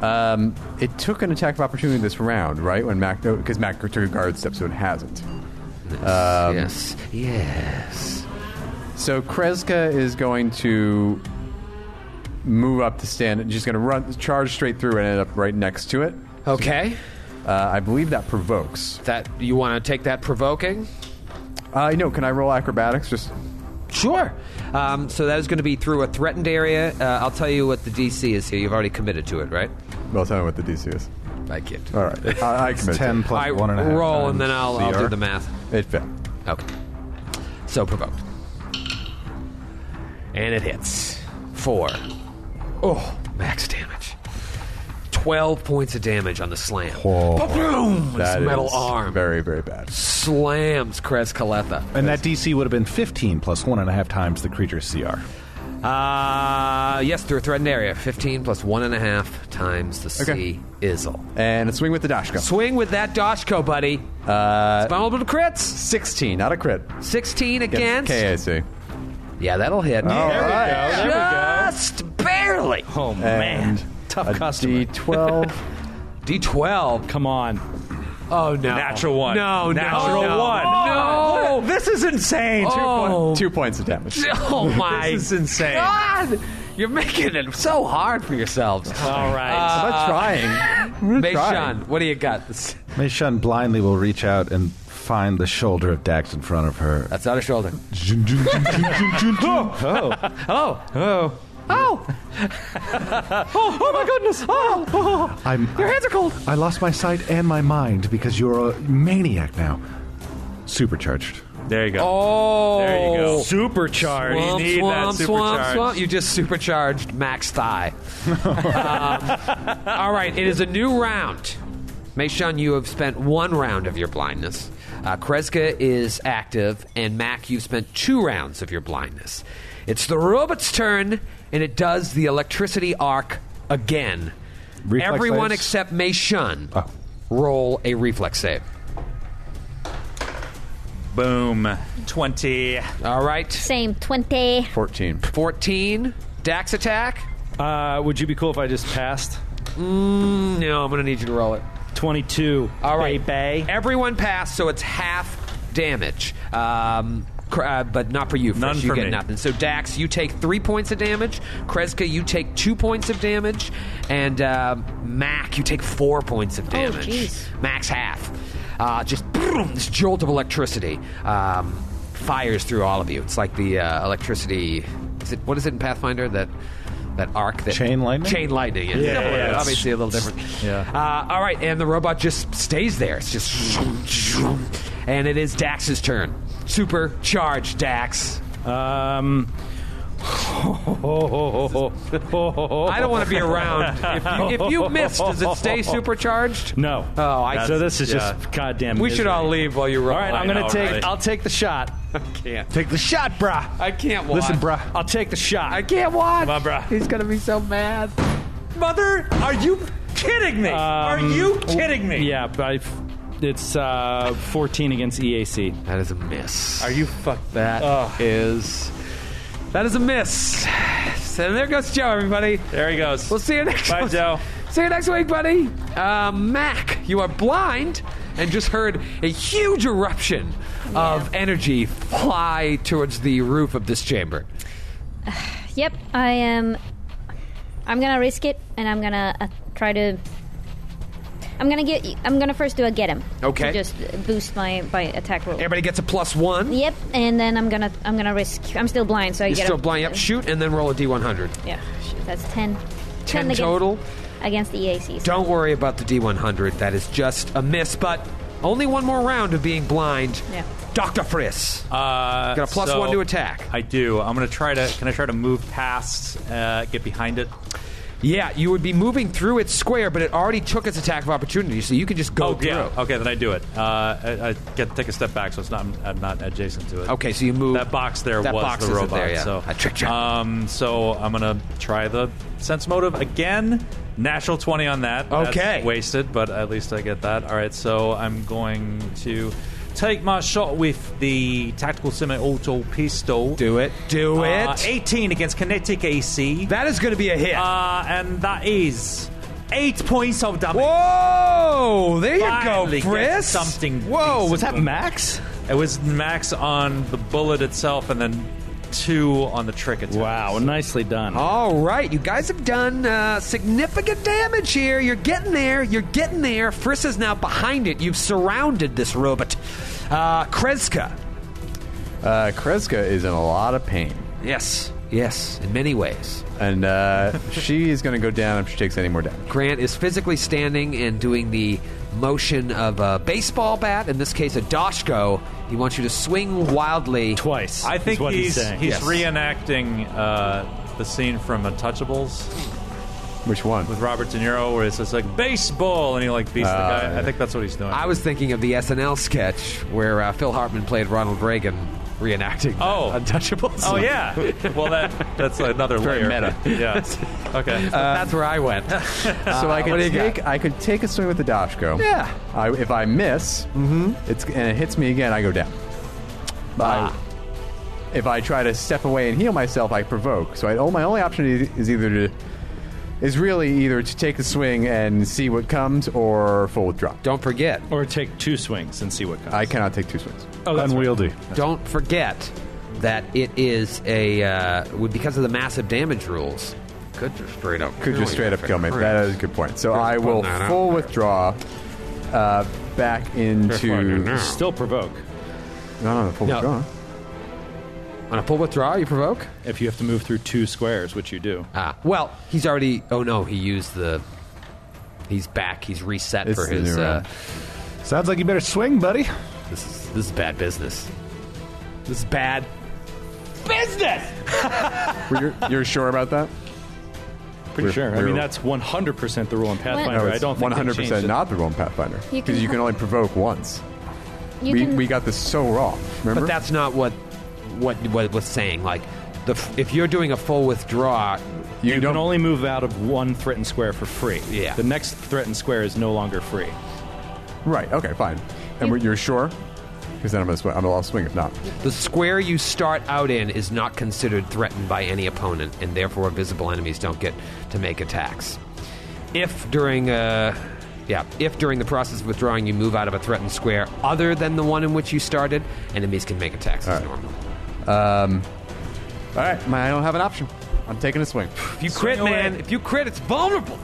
Speaker 6: Um, it took an attack of opportunity this round, right? When Mac, because Mac took guard steps, so it hasn't.
Speaker 7: Um,
Speaker 2: yes. Yes.
Speaker 6: So Kreska is going to move up to stand, and she's going to run, charge straight through, and end up right next to it.
Speaker 2: Okay.
Speaker 6: Uh, I believe that provokes.
Speaker 2: That you want to take that provoking?
Speaker 6: Uh, no, can I roll acrobatics? Just
Speaker 2: Sure. Um, so that is going to be through a threatened area. Uh, I'll tell you what the DC is here. You've already committed to it, right?
Speaker 6: well, tell me what the DC is.
Speaker 2: I kid.
Speaker 6: All right, I, I commit.
Speaker 8: Ten
Speaker 2: I
Speaker 8: plus one and a half.
Speaker 2: roll and
Speaker 8: times
Speaker 2: then I'll, I'll do
Speaker 8: CR.
Speaker 2: the math.
Speaker 6: It failed.
Speaker 2: Okay. So provoked. And it hits. Four. Oh, max damage. Twelve points of damage on the slam.
Speaker 8: Oh,
Speaker 2: Boom! His
Speaker 6: That
Speaker 2: metal
Speaker 6: is
Speaker 2: arm
Speaker 6: Very, very bad.
Speaker 2: slams Krez Kaletha.
Speaker 8: And that DC would have been 15 plus one and a half times the creature's CR.
Speaker 2: Uh, yes, through a threatened area. 15 plus one and a half times the
Speaker 6: Okay.
Speaker 2: C Izzle.
Speaker 6: And a swing with the dash gun.
Speaker 2: Swing with that Doshko, buddy. Uh, it's vulnerable to crits.
Speaker 6: 16, not a crit.
Speaker 2: 16 against.
Speaker 6: KAC.
Speaker 2: Yeah, that'll hit.
Speaker 6: All right.
Speaker 2: Just barely.
Speaker 9: Oh man,
Speaker 6: And
Speaker 9: tough
Speaker 6: a
Speaker 9: customer.
Speaker 6: D12.
Speaker 2: D12.
Speaker 9: Come on.
Speaker 2: Oh, no.
Speaker 7: Natural one.
Speaker 2: No,
Speaker 7: Natural
Speaker 2: no, no.
Speaker 7: one.
Speaker 2: No.
Speaker 9: This is insane.
Speaker 2: Oh,
Speaker 6: Two points of damage.
Speaker 2: oh my
Speaker 9: This is insane.
Speaker 2: God. You're making it so hard for yourselves.
Speaker 9: All right.
Speaker 6: I'm not trying. I'm not trying.
Speaker 2: Meishan, what do you got? That's
Speaker 8: Meishan blindly will reach out and find the shoulder of Dax in front of her.
Speaker 2: not a shoulder.
Speaker 8: oh,
Speaker 2: Hello.
Speaker 9: oh.
Speaker 2: Oh. oh, oh my goodness. Oh.
Speaker 8: I'm,
Speaker 2: Your hands are cold.
Speaker 8: I lost my sight and my mind because you're a maniac now. Supercharged.
Speaker 7: There you go.
Speaker 2: Oh.
Speaker 7: There you go.
Speaker 9: Supercharged.
Speaker 2: Swamp,
Speaker 7: need
Speaker 2: swamp,
Speaker 7: that
Speaker 2: swamp,
Speaker 7: supercharge.
Speaker 2: swamp. You just supercharged Max Thigh. um, all right, it is a new round. Meishan, you have spent one round of your blindness. Uh, Kreska is active, and Mac, you've spent two rounds of your blindness. It's the robot's turn, and it does the electricity arc again.
Speaker 8: Reflex
Speaker 2: Everyone
Speaker 8: saves?
Speaker 2: except Meishan
Speaker 8: Oh.
Speaker 2: roll a reflex save.
Speaker 7: Boom. 20.
Speaker 2: All right,
Speaker 5: Same, 20.
Speaker 6: 14.
Speaker 2: 14, Dax attack.
Speaker 9: Uh, would you be cool if I just passed?
Speaker 2: Mm, No, I'm going to need you to roll it.
Speaker 9: Twenty-two.
Speaker 2: All right,
Speaker 9: Bay.
Speaker 2: Everyone passed, so it's half damage. Um, Cr- uh, but not for you. Frisch.
Speaker 7: None
Speaker 2: you
Speaker 7: for
Speaker 2: get
Speaker 7: me.
Speaker 2: nothing. So Dax, you take three points of damage. Kreska, you take two points of damage, and uh, Mac, you take four points of damage.
Speaker 5: jeez.
Speaker 2: Max half. Uh, just boom, this jolt of electricity um, fires through all of you. It's like the uh, electricity. Is it what is it in Pathfinder that? That arc that
Speaker 8: Chain lightning?
Speaker 2: chain lightning, yeah,
Speaker 9: yeah.
Speaker 2: obviously a little different.
Speaker 7: Yeah.
Speaker 2: Uh, all right, and the robot just stays there. It's just, and it is Dax's turn. Supercharged Dax.
Speaker 9: Um.
Speaker 2: I don't want to be around. If you, if you miss, does it stay supercharged?
Speaker 9: No.
Speaker 2: Oh, I-
Speaker 9: So this is
Speaker 7: yeah.
Speaker 9: just goddamn.
Speaker 2: We should
Speaker 9: misery.
Speaker 2: all leave while you're
Speaker 9: All right, I'm gonna
Speaker 7: all
Speaker 9: take.
Speaker 7: right.
Speaker 9: I'll take the shot.
Speaker 2: can't.
Speaker 9: Take the shot, brah.
Speaker 2: I can't watch.
Speaker 8: Listen, bruh.
Speaker 9: I'll take the shot.
Speaker 2: I can't watch.
Speaker 7: on, bruh.
Speaker 2: He's gonna be so mad.
Speaker 7: Mother, are you kidding me? are you kidding me?
Speaker 9: yeah, but I f-
Speaker 3: It's uh, 14 against
Speaker 7: E
Speaker 3: EAC.
Speaker 2: That is a miss.
Speaker 7: Are you fucked?
Speaker 2: That is
Speaker 3: Ugh.
Speaker 2: that is a miss. So there goes Joe, everybody.
Speaker 7: There he goes.
Speaker 2: We'll see you next.
Speaker 7: Bye, Joe.
Speaker 2: See you next week, buddy. Uh, Mac, you are blind and just heard a huge eruption of energy fly towards the roof of this chamber.
Speaker 5: Yep, I am. I'm gonna risk it, and I'm gonna uh, try to. I'm gonna get. I'm gonna first do a get him. to
Speaker 2: Okay.
Speaker 5: just boost my my attack roll.
Speaker 2: Everybody gets a plus one.
Speaker 5: Yep, and then I'm gonna. I'm gonna risk. I'm still blind, so I
Speaker 2: You're
Speaker 5: get.
Speaker 2: still
Speaker 5: a,
Speaker 2: blind. Yep, shoot, and then roll a d100.
Speaker 5: Yeah, shoot, that's ten.
Speaker 2: 10
Speaker 5: against-
Speaker 2: total.
Speaker 5: against the E EACs.
Speaker 2: Don't worry about the D100. That is just a miss, but only one more round of being blind.
Speaker 5: Yeah.
Speaker 2: Dr. Friss.
Speaker 7: Uh,
Speaker 2: Got a plus
Speaker 7: so
Speaker 2: one to attack.
Speaker 7: I do. I'm gonna try to. Can I try to move past? Uh, get behind it.
Speaker 2: yeah, you would be moving through its square, but it already took its attack of opportunity, so you can just go
Speaker 7: Oh,
Speaker 2: through.
Speaker 7: yeah. Okay, then I do it. Uh, I, I get take a step back, so it's not. I'm not adjacent to it.
Speaker 2: Okay, so you move.
Speaker 7: That box there
Speaker 2: that
Speaker 7: was
Speaker 2: box
Speaker 7: the
Speaker 2: isn't
Speaker 7: robot.
Speaker 2: there, yeah.
Speaker 7: So
Speaker 2: I tricked you.
Speaker 7: Um, so I'm gonna try the sense motive again. Natural twenty on that. That's
Speaker 2: Okay.
Speaker 7: wasted, but at least I get that. All right, so I'm going to take my shot with the tactical semi-auto pistol.
Speaker 2: Do it. Do
Speaker 7: Uh,
Speaker 2: it.
Speaker 7: 18 against kinetic AC.
Speaker 2: That is going to be a hit.
Speaker 7: Uh, and that is eight points of damage.
Speaker 2: Whoa! There you
Speaker 7: Finally
Speaker 2: go, Friss.
Speaker 7: get something
Speaker 2: Whoa!
Speaker 7: decent
Speaker 2: Was that
Speaker 7: going.
Speaker 2: Max?
Speaker 7: It was max on the bullet itself, and then two on the trick attack.
Speaker 3: Wow, nicely done.
Speaker 2: All right, you guys have done uh, significant damage here. You're getting there. You're getting there. Friss is now behind it. You've surrounded this robot. Uh, Kreska.
Speaker 6: Uh, Kreska is in a lot of pain,
Speaker 2: Yes. Yes, in many ways.
Speaker 6: and uh, she is going to go down if she takes any more damage.
Speaker 2: Grant is physically standing and doing the motion of a baseball bat, in this case, a Doshko. He wants you to swing wildly.
Speaker 3: Twice.
Speaker 7: I
Speaker 3: is
Speaker 7: think
Speaker 3: what
Speaker 7: he's
Speaker 3: he's,
Speaker 7: he's,
Speaker 3: saying.
Speaker 2: Yes.
Speaker 7: reenacting uh, the scene from Untouchables
Speaker 6: Which one?
Speaker 7: with Robert De Niro, where it's just like baseball, and he like beats
Speaker 6: Uh,
Speaker 7: the guy. I think that's what he's doing.
Speaker 2: I was thinking of the SNL sketch where uh, Phil Hartman played Ronald Reagan reenacting
Speaker 7: Oh.
Speaker 2: Untouchables.
Speaker 7: oh yeah. well, that that's another
Speaker 6: Very
Speaker 7: layer.
Speaker 6: meta.
Speaker 7: Yeah. Okay.
Speaker 3: Uh,
Speaker 2: That's where I went.
Speaker 6: So I
Speaker 2: what do you
Speaker 6: could
Speaker 2: got?
Speaker 6: take I could take a swing with the Dashko.
Speaker 2: Yeah. Mm-hmm.
Speaker 6: I, if I miss, it's and it hits me again, I go down. But I-
Speaker 2: Ah.
Speaker 6: if I try to step away and heal myself, I provoke. So I, oh, my only option is, is either to is really either to take the swing and see what comes or full withdraw.
Speaker 2: Don't forget.
Speaker 3: or take two swings and see what comes.
Speaker 6: I cannot take two swings.
Speaker 3: oh, that's
Speaker 8: Unwieldy.
Speaker 2: Don't forget that it is a uh, w- because of the massive damage rules. Could just straight up.
Speaker 6: Could just straight up kill me. That is a good point. So I
Speaker 2: putting
Speaker 6: will
Speaker 2: that out
Speaker 6: full withdraw uh, back into
Speaker 3: Still provoke.
Speaker 6: no, no, full
Speaker 2: No.
Speaker 6: withdraw.
Speaker 2: on a full withdraw. You provoke.
Speaker 3: If you have to move through two squares, which you do.
Speaker 2: Ah, well, he's already. Oh no, he used the. He's back. He's reset
Speaker 6: It's
Speaker 2: for
Speaker 6: the
Speaker 2: his.
Speaker 6: new
Speaker 2: Uh,
Speaker 6: round.
Speaker 8: Sounds like you better swing, buddy.
Speaker 2: this is this is bad business. This is bad.
Speaker 6: Were you- You're sure about that?
Speaker 3: Pretty
Speaker 6: We're-
Speaker 3: sure. I
Speaker 6: we're-
Speaker 3: mean, that's 100% the rule in Pathfinder.
Speaker 5: No,
Speaker 3: I
Speaker 6: it's
Speaker 3: don't think they changed
Speaker 6: 100%
Speaker 3: it.
Speaker 6: not the wrong Pathfinder.
Speaker 5: You
Speaker 6: Because
Speaker 5: can-
Speaker 6: you can only provoke once.
Speaker 5: You
Speaker 6: We,
Speaker 5: can-
Speaker 6: we got this so wrong. Remember?
Speaker 2: But that's not what what what it was saying. Like, the f- if you're doing a full withdraw,
Speaker 3: You,
Speaker 6: don't-
Speaker 3: can only move out of one threatened square for free.
Speaker 2: Yeah.
Speaker 3: The next threatened square is no longer free.
Speaker 6: right. Okay. Fine. And
Speaker 5: You-
Speaker 6: we're, you're sure? Because then I'm gonna swing. I'm gonna I'll swing if not.
Speaker 2: the square you start out in is not considered threatened by any opponent, and therefore visible enemies don't get to make attacks. If during uh, yeah, if during the process of withdrawing you move out of a threatened square other than the one in which you started, enemies can make attacks as normal.
Speaker 6: All right. My, I don't have an option. I'm taking a swing.
Speaker 2: If you crit,
Speaker 7: away.
Speaker 2: man, if you crit, it's vulnerable.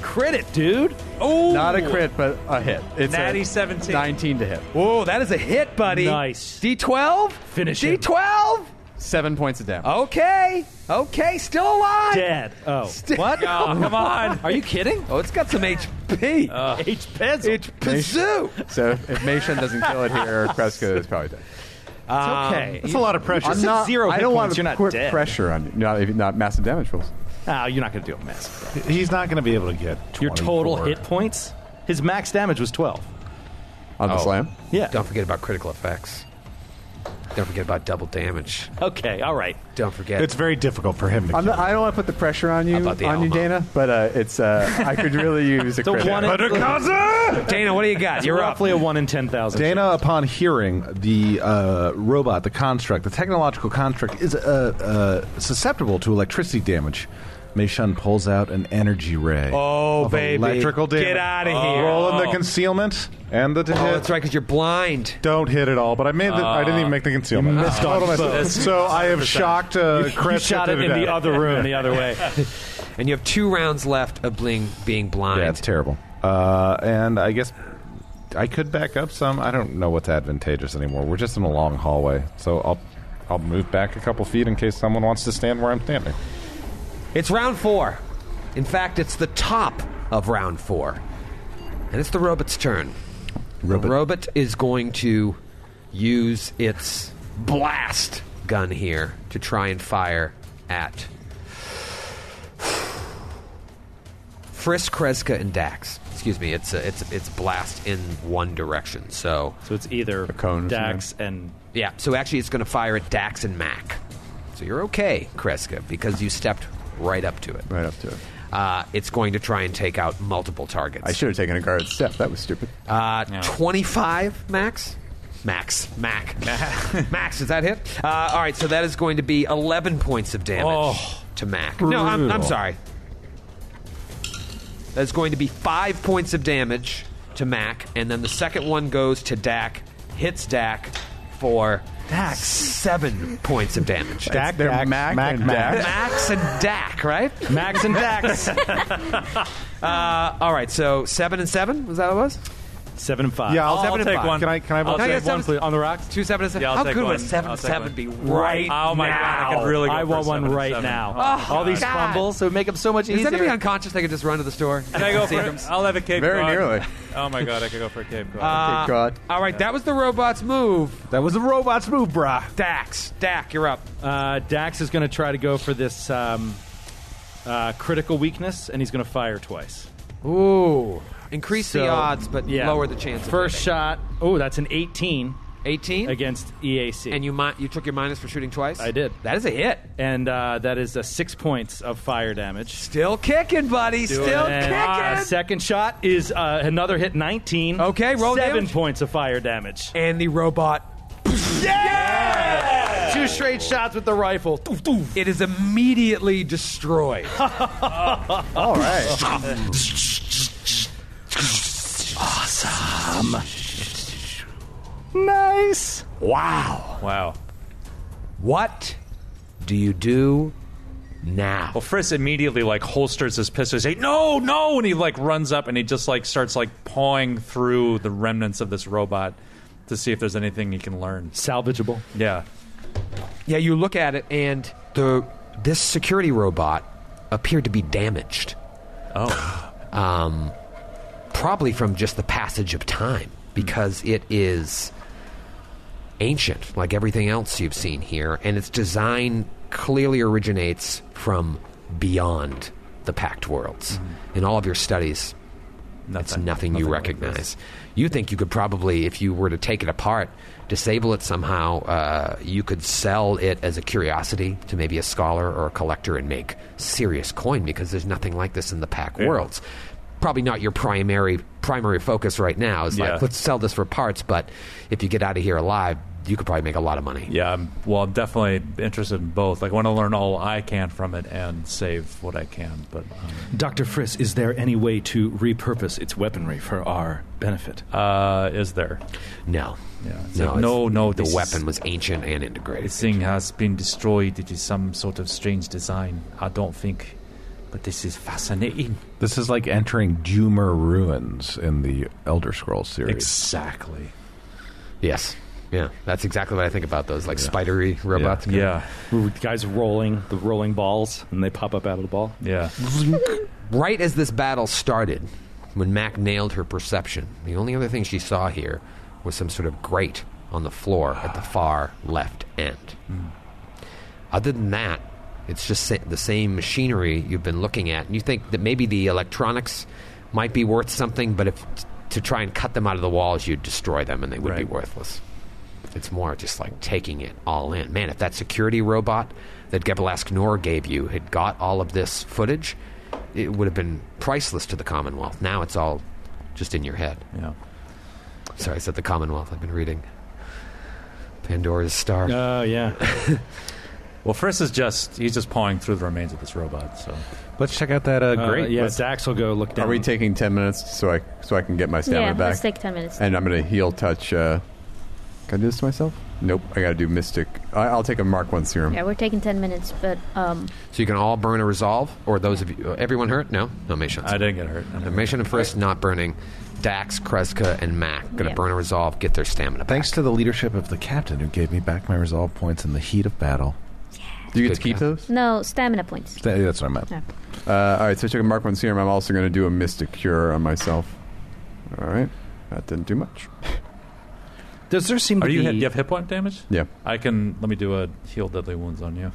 Speaker 2: Crit it, dude.
Speaker 3: Dude?
Speaker 2: Oh,
Speaker 6: Not a crit, but a hit. It's
Speaker 7: Natty
Speaker 6: a
Speaker 7: 17.
Speaker 6: 19 to hit.
Speaker 2: Whoa, that is a hit, buddy.
Speaker 3: Nice.
Speaker 2: D12?
Speaker 3: Finish him.
Speaker 2: D12?
Speaker 6: Seven points of damage.
Speaker 2: Okay. Okay, still alive.
Speaker 3: Dead. Oh.
Speaker 2: Still-
Speaker 7: what? come on.
Speaker 3: Are you kidding?
Speaker 2: Oh, it's got some HP.
Speaker 3: H Pencil.
Speaker 2: it's Pazoo.
Speaker 6: So if, if Mason doesn't kill it here, Kreska is probably dead.
Speaker 3: okay.
Speaker 8: That's a lot of pressure.
Speaker 3: I'm not- zero
Speaker 6: I
Speaker 3: hit
Speaker 6: don't want
Speaker 3: points,
Speaker 6: to
Speaker 3: you're not
Speaker 6: put
Speaker 3: dead.
Speaker 6: pressure on you. Not, if- not massive damage rolls.
Speaker 3: Ah, you're not going to do a massive.
Speaker 8: He's not going to be able to get
Speaker 3: Your total
Speaker 8: 24.
Speaker 3: hit points? His max damage was 12.
Speaker 6: On the slam.
Speaker 3: Yeah.
Speaker 2: Don't forget about critical effects. Don't forget about double damage.
Speaker 7: Okay, all right.
Speaker 2: Don't forget.
Speaker 8: It's very difficult for him to
Speaker 6: I'm
Speaker 8: kill.
Speaker 6: not, I don't want to put the pressure on you,
Speaker 2: about the
Speaker 6: on you,
Speaker 2: Alma?
Speaker 6: Dana. But uh, it's uh, I could really use a crit.
Speaker 7: one in-
Speaker 2: Dana, what do you got? You're up.
Speaker 7: roughly a one in ten thousand.
Speaker 8: Dana, upon hearing the uh, robot, the construct, the technological construct is uh, uh, susceptible to electricity damage, Meishun pulls out an energy ray.
Speaker 2: Oh,
Speaker 8: of
Speaker 2: baby.
Speaker 8: Electrical damage.
Speaker 2: Get out of here.
Speaker 8: Rolling the concealment and the to
Speaker 2: Oh,
Speaker 8: hit.
Speaker 2: that's right, because you're blind.
Speaker 8: Don't hit at all, but I made. The, I didn't even make the
Speaker 4: Uh,
Speaker 8: concealment. Total mess up. so I have shocked uh,
Speaker 7: You
Speaker 8: Chris.
Speaker 7: shot
Speaker 8: to
Speaker 7: it in
Speaker 8: death.
Speaker 7: the other room, the other way.
Speaker 2: And you have two rounds left of bling, being blind.
Speaker 8: Yeah, it's terrible.
Speaker 4: Uh, and I guess I could back up some. I don't know what's advantageous anymore. We're just in a long hallway, so I'll I'll move back a couple feet in case someone wants to stand where I'm standing.
Speaker 2: It's round four. In fact, it's the top of round four. And it's the robot's turn. The robot is going to use its blast gun here to try and fire at Frisk, Kreska, and Dax. Excuse me, it's a, it's it's blast in one direction. So
Speaker 7: So it's either
Speaker 6: cone or
Speaker 7: Dax and
Speaker 2: yeah, so actually it's going to fire at Dax and Mac. So you're okay, Kreska, because you stepped right up to it.
Speaker 6: right up to it.
Speaker 2: Uh, it's going to try and take out multiple targets.
Speaker 6: I should have taken a guard step. That was stupid.
Speaker 2: Uh, 25 max? Max. Mac. max, is that hit? Uh, all right, so that is going to be 11 points of damage to Mac. No, I'm, I'm sorry. That's going to be 5 points of damage to Mac, and then the second one goes to Dak, hits Dak for Dak. 7 points of damage.
Speaker 8: Dak,
Speaker 6: They're
Speaker 8: Dak,
Speaker 6: Mac and Dak.
Speaker 2: Max and Dak, right?
Speaker 7: Max and Dax.
Speaker 2: Uh, all right, so 7 and 7? Was that what it was?
Speaker 7: Seven and five.
Speaker 8: Yeah, I'll,
Speaker 3: I'll
Speaker 8: seven and
Speaker 3: take
Speaker 8: five.
Speaker 3: one.
Speaker 8: Can I? Can I?
Speaker 3: I'll
Speaker 8: vote?
Speaker 2: No,
Speaker 3: take
Speaker 2: yes, that
Speaker 3: one,
Speaker 2: was-
Speaker 3: please.
Speaker 7: on the rocks.
Speaker 2: Two seven and seven.
Speaker 3: Yeah, I'll
Speaker 2: How
Speaker 3: take
Speaker 2: good
Speaker 3: one.
Speaker 2: would a seven
Speaker 3: I'll
Speaker 2: and
Speaker 3: take
Speaker 2: seven
Speaker 3: one.
Speaker 2: be right?
Speaker 3: Oh my
Speaker 2: now?
Speaker 3: god, I could really go
Speaker 7: I
Speaker 3: for
Speaker 7: want
Speaker 3: a
Speaker 7: one
Speaker 3: seven,
Speaker 7: right
Speaker 3: seven.
Speaker 7: now.
Speaker 2: Oh,
Speaker 7: All these
Speaker 2: God.
Speaker 7: crumbles, so it would make them so much
Speaker 2: Is
Speaker 7: easier.
Speaker 2: anybody unconscious? They could just run to the store.
Speaker 3: Can I go for I'll have a cape
Speaker 6: Very
Speaker 3: cod.
Speaker 6: nearly.
Speaker 3: Oh my god, I could go for a cape cod.
Speaker 2: Uh,
Speaker 6: God.
Speaker 2: All right, that was the robot's move.
Speaker 8: That was a robot's move, brah.
Speaker 2: Dax, Dak, you're up.
Speaker 7: uh, Dax is going to try to go for this um, uh, critical weakness, and he's going to fire twice.
Speaker 2: Ooh, increase the
Speaker 7: So,
Speaker 2: odds, but
Speaker 7: yeah.
Speaker 2: lower the chance. of
Speaker 7: First
Speaker 2: hitting.
Speaker 7: shot. Oh, that's an 18
Speaker 2: eighteen
Speaker 7: against EAC.
Speaker 2: and you mi- you took your minus for shooting twice.
Speaker 7: I did.
Speaker 2: That is a hit.
Speaker 7: and uh, that is uh, six points of fire damage.
Speaker 2: Still kicking, buddy. Still
Speaker 7: And,
Speaker 2: kicking.
Speaker 7: uh, second shot is uh, another hit, 19.
Speaker 2: Okay, roll
Speaker 7: Seven
Speaker 2: damage.
Speaker 7: points of fire damage.
Speaker 2: and the robot.
Speaker 7: Two straight shots with the rifle. Doof, doof.
Speaker 2: It is immediately destroyed.
Speaker 6: All right.
Speaker 7: Nice.
Speaker 3: wow.
Speaker 2: what do you do now?
Speaker 3: Well, Frisk immediately like holsters his pistol. He's like, "No, no!" And he like runs up and he just like starts like pawing through the remnants of this robot to see if there's anything he can learn.
Speaker 7: Salvageable.
Speaker 3: Yeah,
Speaker 2: Yeah, you look at it, and the this security robot appeared to be damaged. Oh, um, probably from just the passage of time because it is ancient, like everything else you've seen here, and its design clearly originates from beyond the Pact Worlds. In all of your studies, it's nothing, you recognize. you think you could probably, if you were to take it apart, disable it somehow, uh, you could sell it as a curiosity to maybe a scholar or a collector and make serious coin because there's nothing like this in the pack worlds. Probably not your primary primary focus right now. Is
Speaker 3: Yeah.
Speaker 2: like let's sell this for parts, but if you get out of here alive, you could probably make a lot of money.
Speaker 3: yeah. I'm, well, I'm definitely interested in both. Like, I want to learn all I can from it and save what I can. But um,
Speaker 7: Dr. Friss, is there any way to repurpose its weaponry for our benefit?
Speaker 3: uh, is there?
Speaker 2: No,
Speaker 3: it's
Speaker 2: no,
Speaker 3: like,
Speaker 2: it's-
Speaker 3: no, no,
Speaker 2: The
Speaker 3: this is-
Speaker 2: weapon was ancient and integrated.
Speaker 3: This thing has been destroyed. It is some sort of strange design. I don't think. But this is fascinating.
Speaker 4: This is like entering Jumer ruins in the Elder Scrolls series.
Speaker 3: Exactly.
Speaker 2: Yes, yeah, that's exactly what I think about those like spidery robots.
Speaker 3: Yeah.
Speaker 7: The guys rolling, the rolling balls, and they pop up out of the ball.
Speaker 3: Yeah.
Speaker 2: Right as this battle started, when Mac nailed her perception, the only other thing she saw here was some sort of grate on the floor at the far left end. Other than that, it's just sa- the same machinery you've been looking at. And you think that maybe the electronics might be worth something, but if to try and cut them out of the walls, you'd destroy them and they would be
Speaker 3: Right.
Speaker 2: worthless. It's more just like taking it all in. Man, if that security robot that Gebelask Nor gave you had got all of this footage, it would have been priceless to the Commonwealth. Now it's all just in your head.
Speaker 7: Yeah.
Speaker 2: Sorry, I said the Commonwealth. I've been reading Pandora's Star.
Speaker 7: Uh,
Speaker 9: Oh yeah.
Speaker 7: Well, Frisk is just he's just pawing through the remains of this robot. So
Speaker 4: Let's check out that uh,
Speaker 9: Uh,
Speaker 4: great.
Speaker 9: yeah, Dax will go look down.
Speaker 6: Are we taking ten minutes so I so I can get my stamina
Speaker 5: yeah,
Speaker 6: back?
Speaker 5: let's take ten minutes.
Speaker 6: And I'm gonna heal touch. Uh, can I do this to myself? Nope. I gotta do mystic. I, I'll take a mark one serum.
Speaker 5: yeah, we're taking ten minutes, but um,
Speaker 2: So you can all burn a resolve, or those of you, uh, everyone hurt? No, no, Mason's.
Speaker 7: I didn't get hurt. I
Speaker 2: Uh,
Speaker 7: mean,
Speaker 2: Mason and Frisk not burning. Dax, Kreska, and Mac gonna
Speaker 5: Yeah.
Speaker 2: burn a resolve, get their stamina. Back.
Speaker 8: Thanks to the leadership of the captain who gave me back my resolve points in the heat of battle.
Speaker 6: Do you get
Speaker 2: Good
Speaker 6: to keep
Speaker 2: guess.
Speaker 6: those?
Speaker 5: no stamina points.
Speaker 8: That- that's what I meant.
Speaker 6: Uh, all right. So I took a mark one serum. I'm also gonna do a mystic cure on myself. All right. That didn't do much.
Speaker 9: Does there seem to
Speaker 7: Are you?
Speaker 9: be?
Speaker 7: Do you have hit point damage?
Speaker 6: Yeah.
Speaker 7: I can. Let me do a heal deadly wounds on you.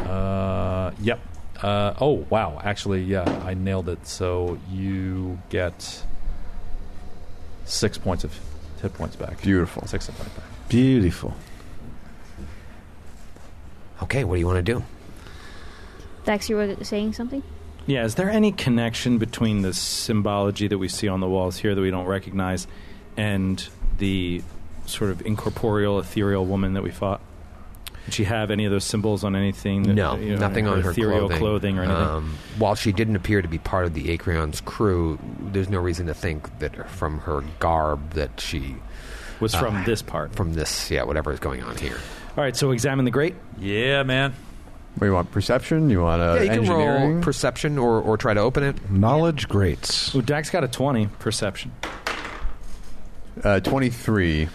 Speaker 7: Uh, yep. Uh, oh wow! Actually, yeah, I nailed it. So you get six points of hit points back.
Speaker 6: Beautiful.
Speaker 7: Six hit points back.
Speaker 8: Beautiful.
Speaker 2: Okay, what do you want to do?
Speaker 5: Dax, you were saying something.
Speaker 9: Yeah, is there any connection between the symbology that we see on the walls here that we don't recognize and the sort of incorporeal, ethereal woman that we fought? Did she have any of those symbols on anything? That,
Speaker 2: No,
Speaker 9: you know,
Speaker 2: nothing on her
Speaker 9: ethereal clothing, or anything.
Speaker 2: Um, while she didn't appear to be part of the Acreon's crew, there's no reason to think that from her garb that she
Speaker 9: was from
Speaker 2: uh,
Speaker 9: this part.
Speaker 2: from this yeah whatever is going on here.
Speaker 9: All right, so examine the grate.
Speaker 7: Yeah, man.
Speaker 6: What do you want? Perception? You want uh,
Speaker 2: yeah, you can
Speaker 6: engineering?
Speaker 2: roll perception or or try to open it.
Speaker 8: Knowledge grates.
Speaker 9: Ooh, Dax got a twenty perception.
Speaker 6: uh, Twenty-three.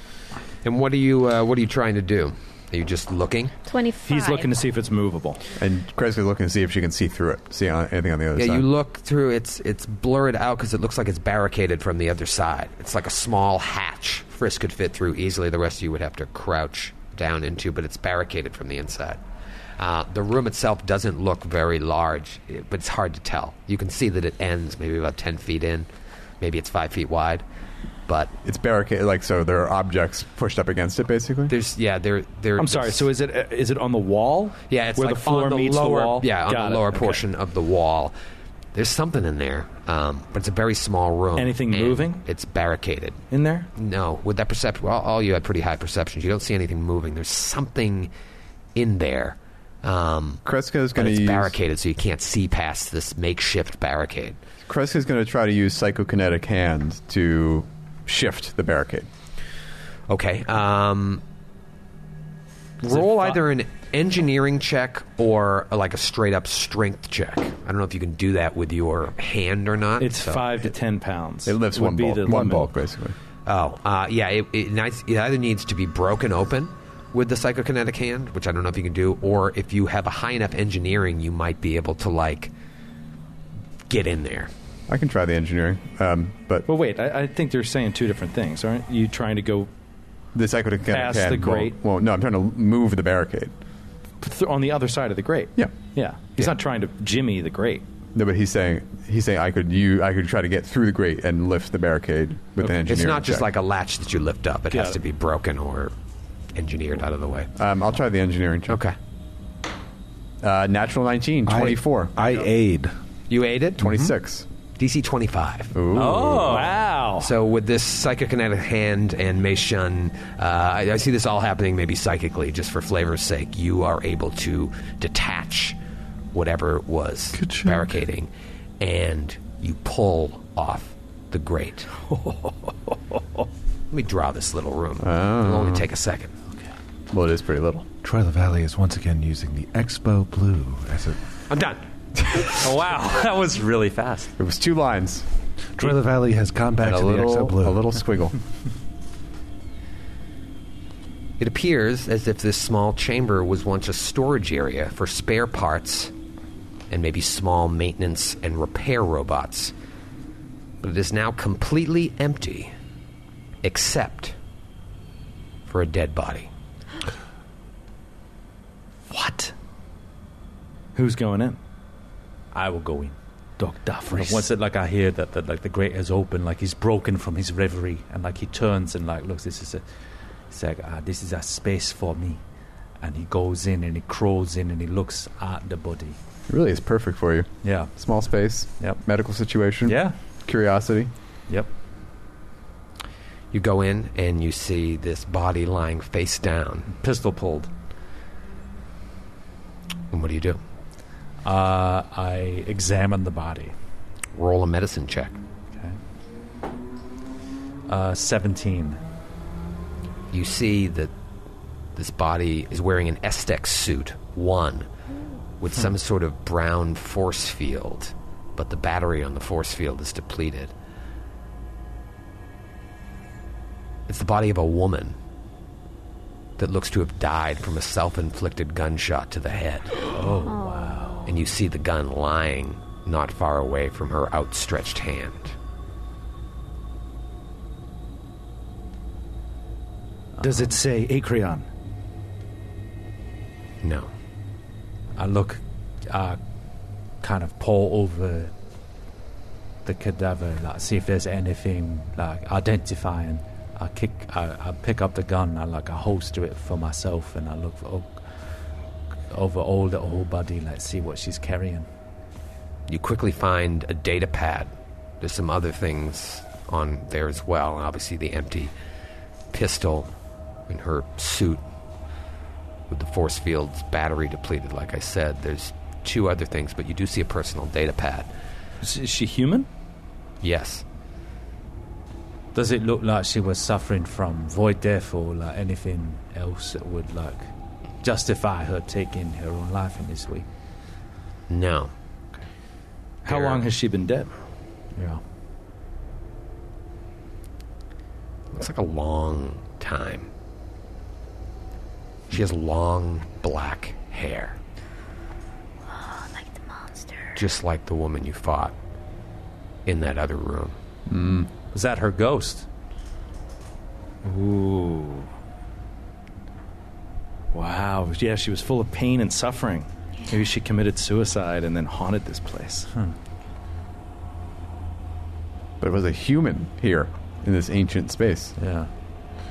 Speaker 2: And what are you uh, what are you trying to do? Are you just looking?
Speaker 5: Twenty-five.
Speaker 9: He's looking to see if it's movable.
Speaker 6: And Kreska's looking to see if she can see through it. See on, anything on the other
Speaker 2: Yeah,
Speaker 6: side.
Speaker 2: you look through. It's it's blurred out because it looks like it's barricaded from the other side. It's like a small hatch. Frisk could fit through easily. The rest of you would have to crouch down into, but it's barricaded from the inside. Uh, the room itself doesn't look very large, eh, but it's hard to tell. You can see that it ends maybe about ten feet in, maybe it's five feet wide, but
Speaker 6: it's barricaded. Like so, there are objects pushed up against it, basically.
Speaker 2: there's yeah there there.
Speaker 9: I'm sorry. So is it uh, is it on the wall?
Speaker 2: Yeah, it's
Speaker 9: where
Speaker 2: like
Speaker 9: the floor
Speaker 2: on the
Speaker 9: meets
Speaker 2: lower,
Speaker 9: the wall.
Speaker 2: Yeah, on
Speaker 9: Got
Speaker 2: the
Speaker 9: it.
Speaker 2: lower
Speaker 9: Okay.
Speaker 2: portion of the wall. There's something in there, um, but it's a very small room.
Speaker 9: Anything
Speaker 2: and
Speaker 9: moving?
Speaker 2: It's barricaded.
Speaker 9: in there.
Speaker 2: No, with that perception, well, all you had pretty high perceptions. You don't see anything moving. There's something in there. Um,
Speaker 6: Kreska's
Speaker 2: but
Speaker 6: going
Speaker 2: it's
Speaker 6: to use.
Speaker 2: barricaded, so you can't see past this makeshift barricade.
Speaker 6: Kreska's going to try to use psychokinetic hand to shift the barricade.
Speaker 2: Okay. Um, roll either an engineering check or uh, like a straight up strength check. I don't know if you can do that with your hand or not.
Speaker 9: It's
Speaker 2: so-
Speaker 9: five to ten pounds.
Speaker 6: It lifts
Speaker 9: Would
Speaker 6: one
Speaker 9: be
Speaker 6: bulk,
Speaker 9: the
Speaker 6: one
Speaker 9: limit.
Speaker 6: bulk basically.
Speaker 2: Oh, uh, yeah. It, it, nice- it either needs to be broken open with the psychokinetic hand, which I don't know if you can do, or if you have a high enough engineering, you might be able to like get in there.
Speaker 6: I can try the engineering, um, but
Speaker 2: Oh,
Speaker 9: But wait, I, I think they're saying two different things, aren't you? Trying to go
Speaker 6: the psychokinetic
Speaker 9: Past
Speaker 6: hand
Speaker 9: the grate.
Speaker 6: Won't, won't- no, I'm trying to move the barricade.
Speaker 9: th- on the other side of the grate.
Speaker 6: Yeah.
Speaker 9: yeah. He's not trying to jimmy the grate.
Speaker 6: No, but he's saying he's saying I could you I could try to get through the grate and lift the barricade with an engineering.
Speaker 2: It's not just
Speaker 6: check.
Speaker 2: like a latch that you lift up; it
Speaker 9: Yeah.
Speaker 2: has to be broken or engineered out of the way.
Speaker 6: Um, I'll try the engineering check.
Speaker 2: Okay,
Speaker 6: Uh, natural 19,
Speaker 8: I-
Speaker 6: 24,
Speaker 4: Mm-hmm.
Speaker 8: I, aid.
Speaker 2: you aided
Speaker 6: 26.
Speaker 2: DC twenty five.
Speaker 7: Oh
Speaker 9: Wow.
Speaker 2: So with this psychokinetic hand and Meishun, uh, I, I see this all happening maybe psychically, just for flavor's sake. You are able to detach whatever was barricading, and you pull off the grate. Let me draw this little room. It'll only take a second.
Speaker 6: Well, it is pretty little.
Speaker 8: Troy the Valley is once again using the Expo Blue as a.
Speaker 2: I'm done.
Speaker 7: wow, that was really fast.
Speaker 6: It was two lines
Speaker 8: Troy the Valley has gone back
Speaker 6: and
Speaker 8: to
Speaker 6: a
Speaker 8: the
Speaker 6: little
Speaker 8: Expo Blue.
Speaker 6: a little squiggle.
Speaker 2: It appears as if this small chamber was once a storage area for spare parts and maybe small maintenance and repair robots. But it is now completely empty, except for a dead body.
Speaker 9: What? Who's going in?
Speaker 7: I will go in.
Speaker 9: Dr.
Speaker 7: But
Speaker 9: Fries.
Speaker 7: once it like I hear that, that like the grate is open, like he's broken from his reverie, and like he turns and like looks. This is a,
Speaker 3: It's like, ah, this is a space for me. And he goes in and he crawls in and he looks at the body.
Speaker 6: It really is perfect for you.
Speaker 3: Yeah.
Speaker 6: Small space,
Speaker 3: Yep.
Speaker 6: medical situation,
Speaker 3: Yeah.
Speaker 6: curiosity.
Speaker 3: Yep.
Speaker 2: You go in and you see this body lying face down.
Speaker 3: Pistol pulled.
Speaker 2: And what do you do?
Speaker 3: Uh, I examine the body.
Speaker 2: Roll a medicine check.
Speaker 3: Okay. Uh, 17.
Speaker 2: You see that this body is wearing an Estex suit, one, with some sort of brown force field, but the battery on the force field is depleted. It's the body of a woman that looks to have died from a self inflicted gunshot to the head. Oh, wow. And you see the gun lying not far away from her outstretched hand.
Speaker 7: Does it say Acreon?
Speaker 2: No.
Speaker 3: I look, uh, kind of pour over the cadaver, like see if there's anything like identifying. I kick, I, I pick up the gun, I like, I holster it for myself, and I look for, over all the whole body, like see what she's carrying.
Speaker 2: You quickly find a data pad. There's some other things on there as well. Obviously, the empty pistol in her suit with the force field's battery depleted, like I said. There's two other things, but you do see a personal data pad.
Speaker 7: Is, is she human?
Speaker 2: Yes.
Speaker 3: Does it look like she was suffering from void death or like anything else that would like justify her taking her own life in this way?
Speaker 2: No.
Speaker 7: How
Speaker 2: There.
Speaker 7: long has she been dead?
Speaker 3: Yeah.
Speaker 2: Looks like a long time. She has long black hair,
Speaker 5: Like the monster.
Speaker 2: just like the woman you fought in that other room.
Speaker 3: Hmm. Was that her ghost?
Speaker 7: Ooh. Wow. Yeah, she was full of pain and suffering. Maybe she committed suicide and then haunted this place.
Speaker 6: But it was a human here in this ancient space.
Speaker 3: Yeah.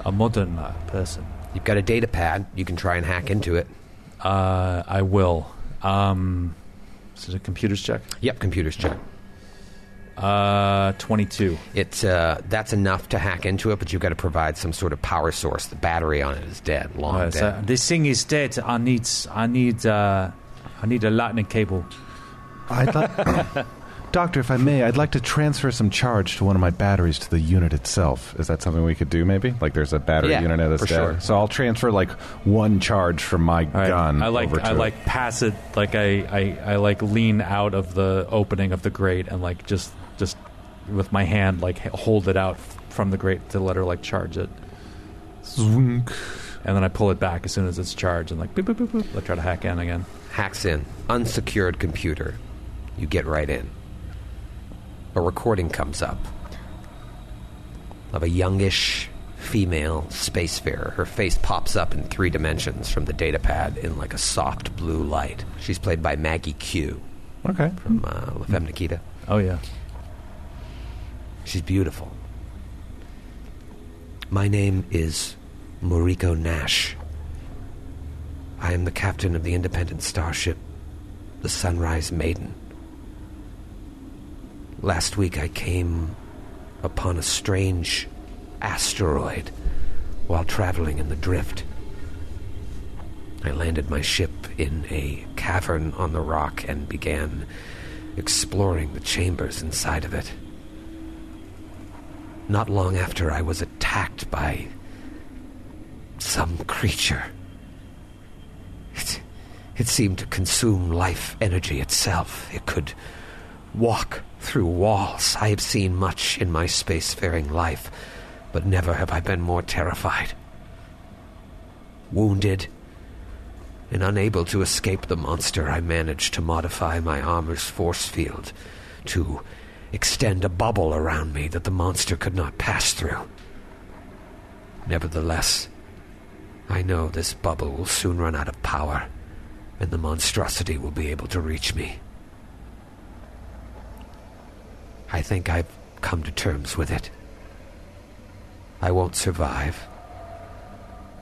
Speaker 3: A modern uh, person.
Speaker 2: You've got a data pad. You can try and hack into it.
Speaker 3: Uh, I will. Um, is it a computer's check?
Speaker 2: Yep, computers check.
Speaker 3: Uh, 22.
Speaker 2: It's uh, that's enough to hack into it, but you've got to provide some sort of power source. The battery on it is dead, long
Speaker 3: Uh,
Speaker 2: dead.
Speaker 3: so this thing is dead. I need, I need, uh, I need a lightning cable.
Speaker 10: I'd like- Doctor, if I may, I'd like to transfer some charge to one of my batteries to the unit itself.
Speaker 4: Is that something we could do? Maybe like there's a battery
Speaker 2: Yeah,
Speaker 4: unit at this
Speaker 2: for sure.
Speaker 4: So I'll transfer like one charge from my
Speaker 3: All right.
Speaker 4: gun.
Speaker 3: I like
Speaker 4: over to
Speaker 3: I
Speaker 4: it.
Speaker 3: like pass it like I, I I like lean out of the opening of the grate and like just just with my hand like h- hold it out f- from the grate to let her like charge it.
Speaker 4: Zoink.
Speaker 3: And then I pull it back as soon as it's charged and like boop boop boop boop. I try to hack in again.
Speaker 2: Hacks in unsecured computer. You get right in. A recording comes up of a youngish female spacefarer. Her face pops up in three dimensions from the data pad in like a soft blue light. She's played by Maggie Q
Speaker 4: Okay.
Speaker 2: from uh, La Femme Nikita.
Speaker 3: Oh yeah.
Speaker 2: She's beautiful. My name is Moriko Nash. I am the captain of the independent starship, the Sunrise Maiden. Last week I came upon a strange asteroid while traveling in the drift. I landed my ship in a cavern on the rock and began exploring the chambers inside of it. Not long after, I was attacked by some creature. It, it seemed to consume life energy itself. It could walk through walls. I have seen much in my spacefaring life, but never have I been more terrified. Wounded and unable to escape the monster, I managed to modify my armor's force field to extend a bubble around me that the monster could not pass through. Nevertheless, I know this bubble will soon run out of power, and the monstrosity will be able to reach me. I think I've come to terms with it. I won't survive,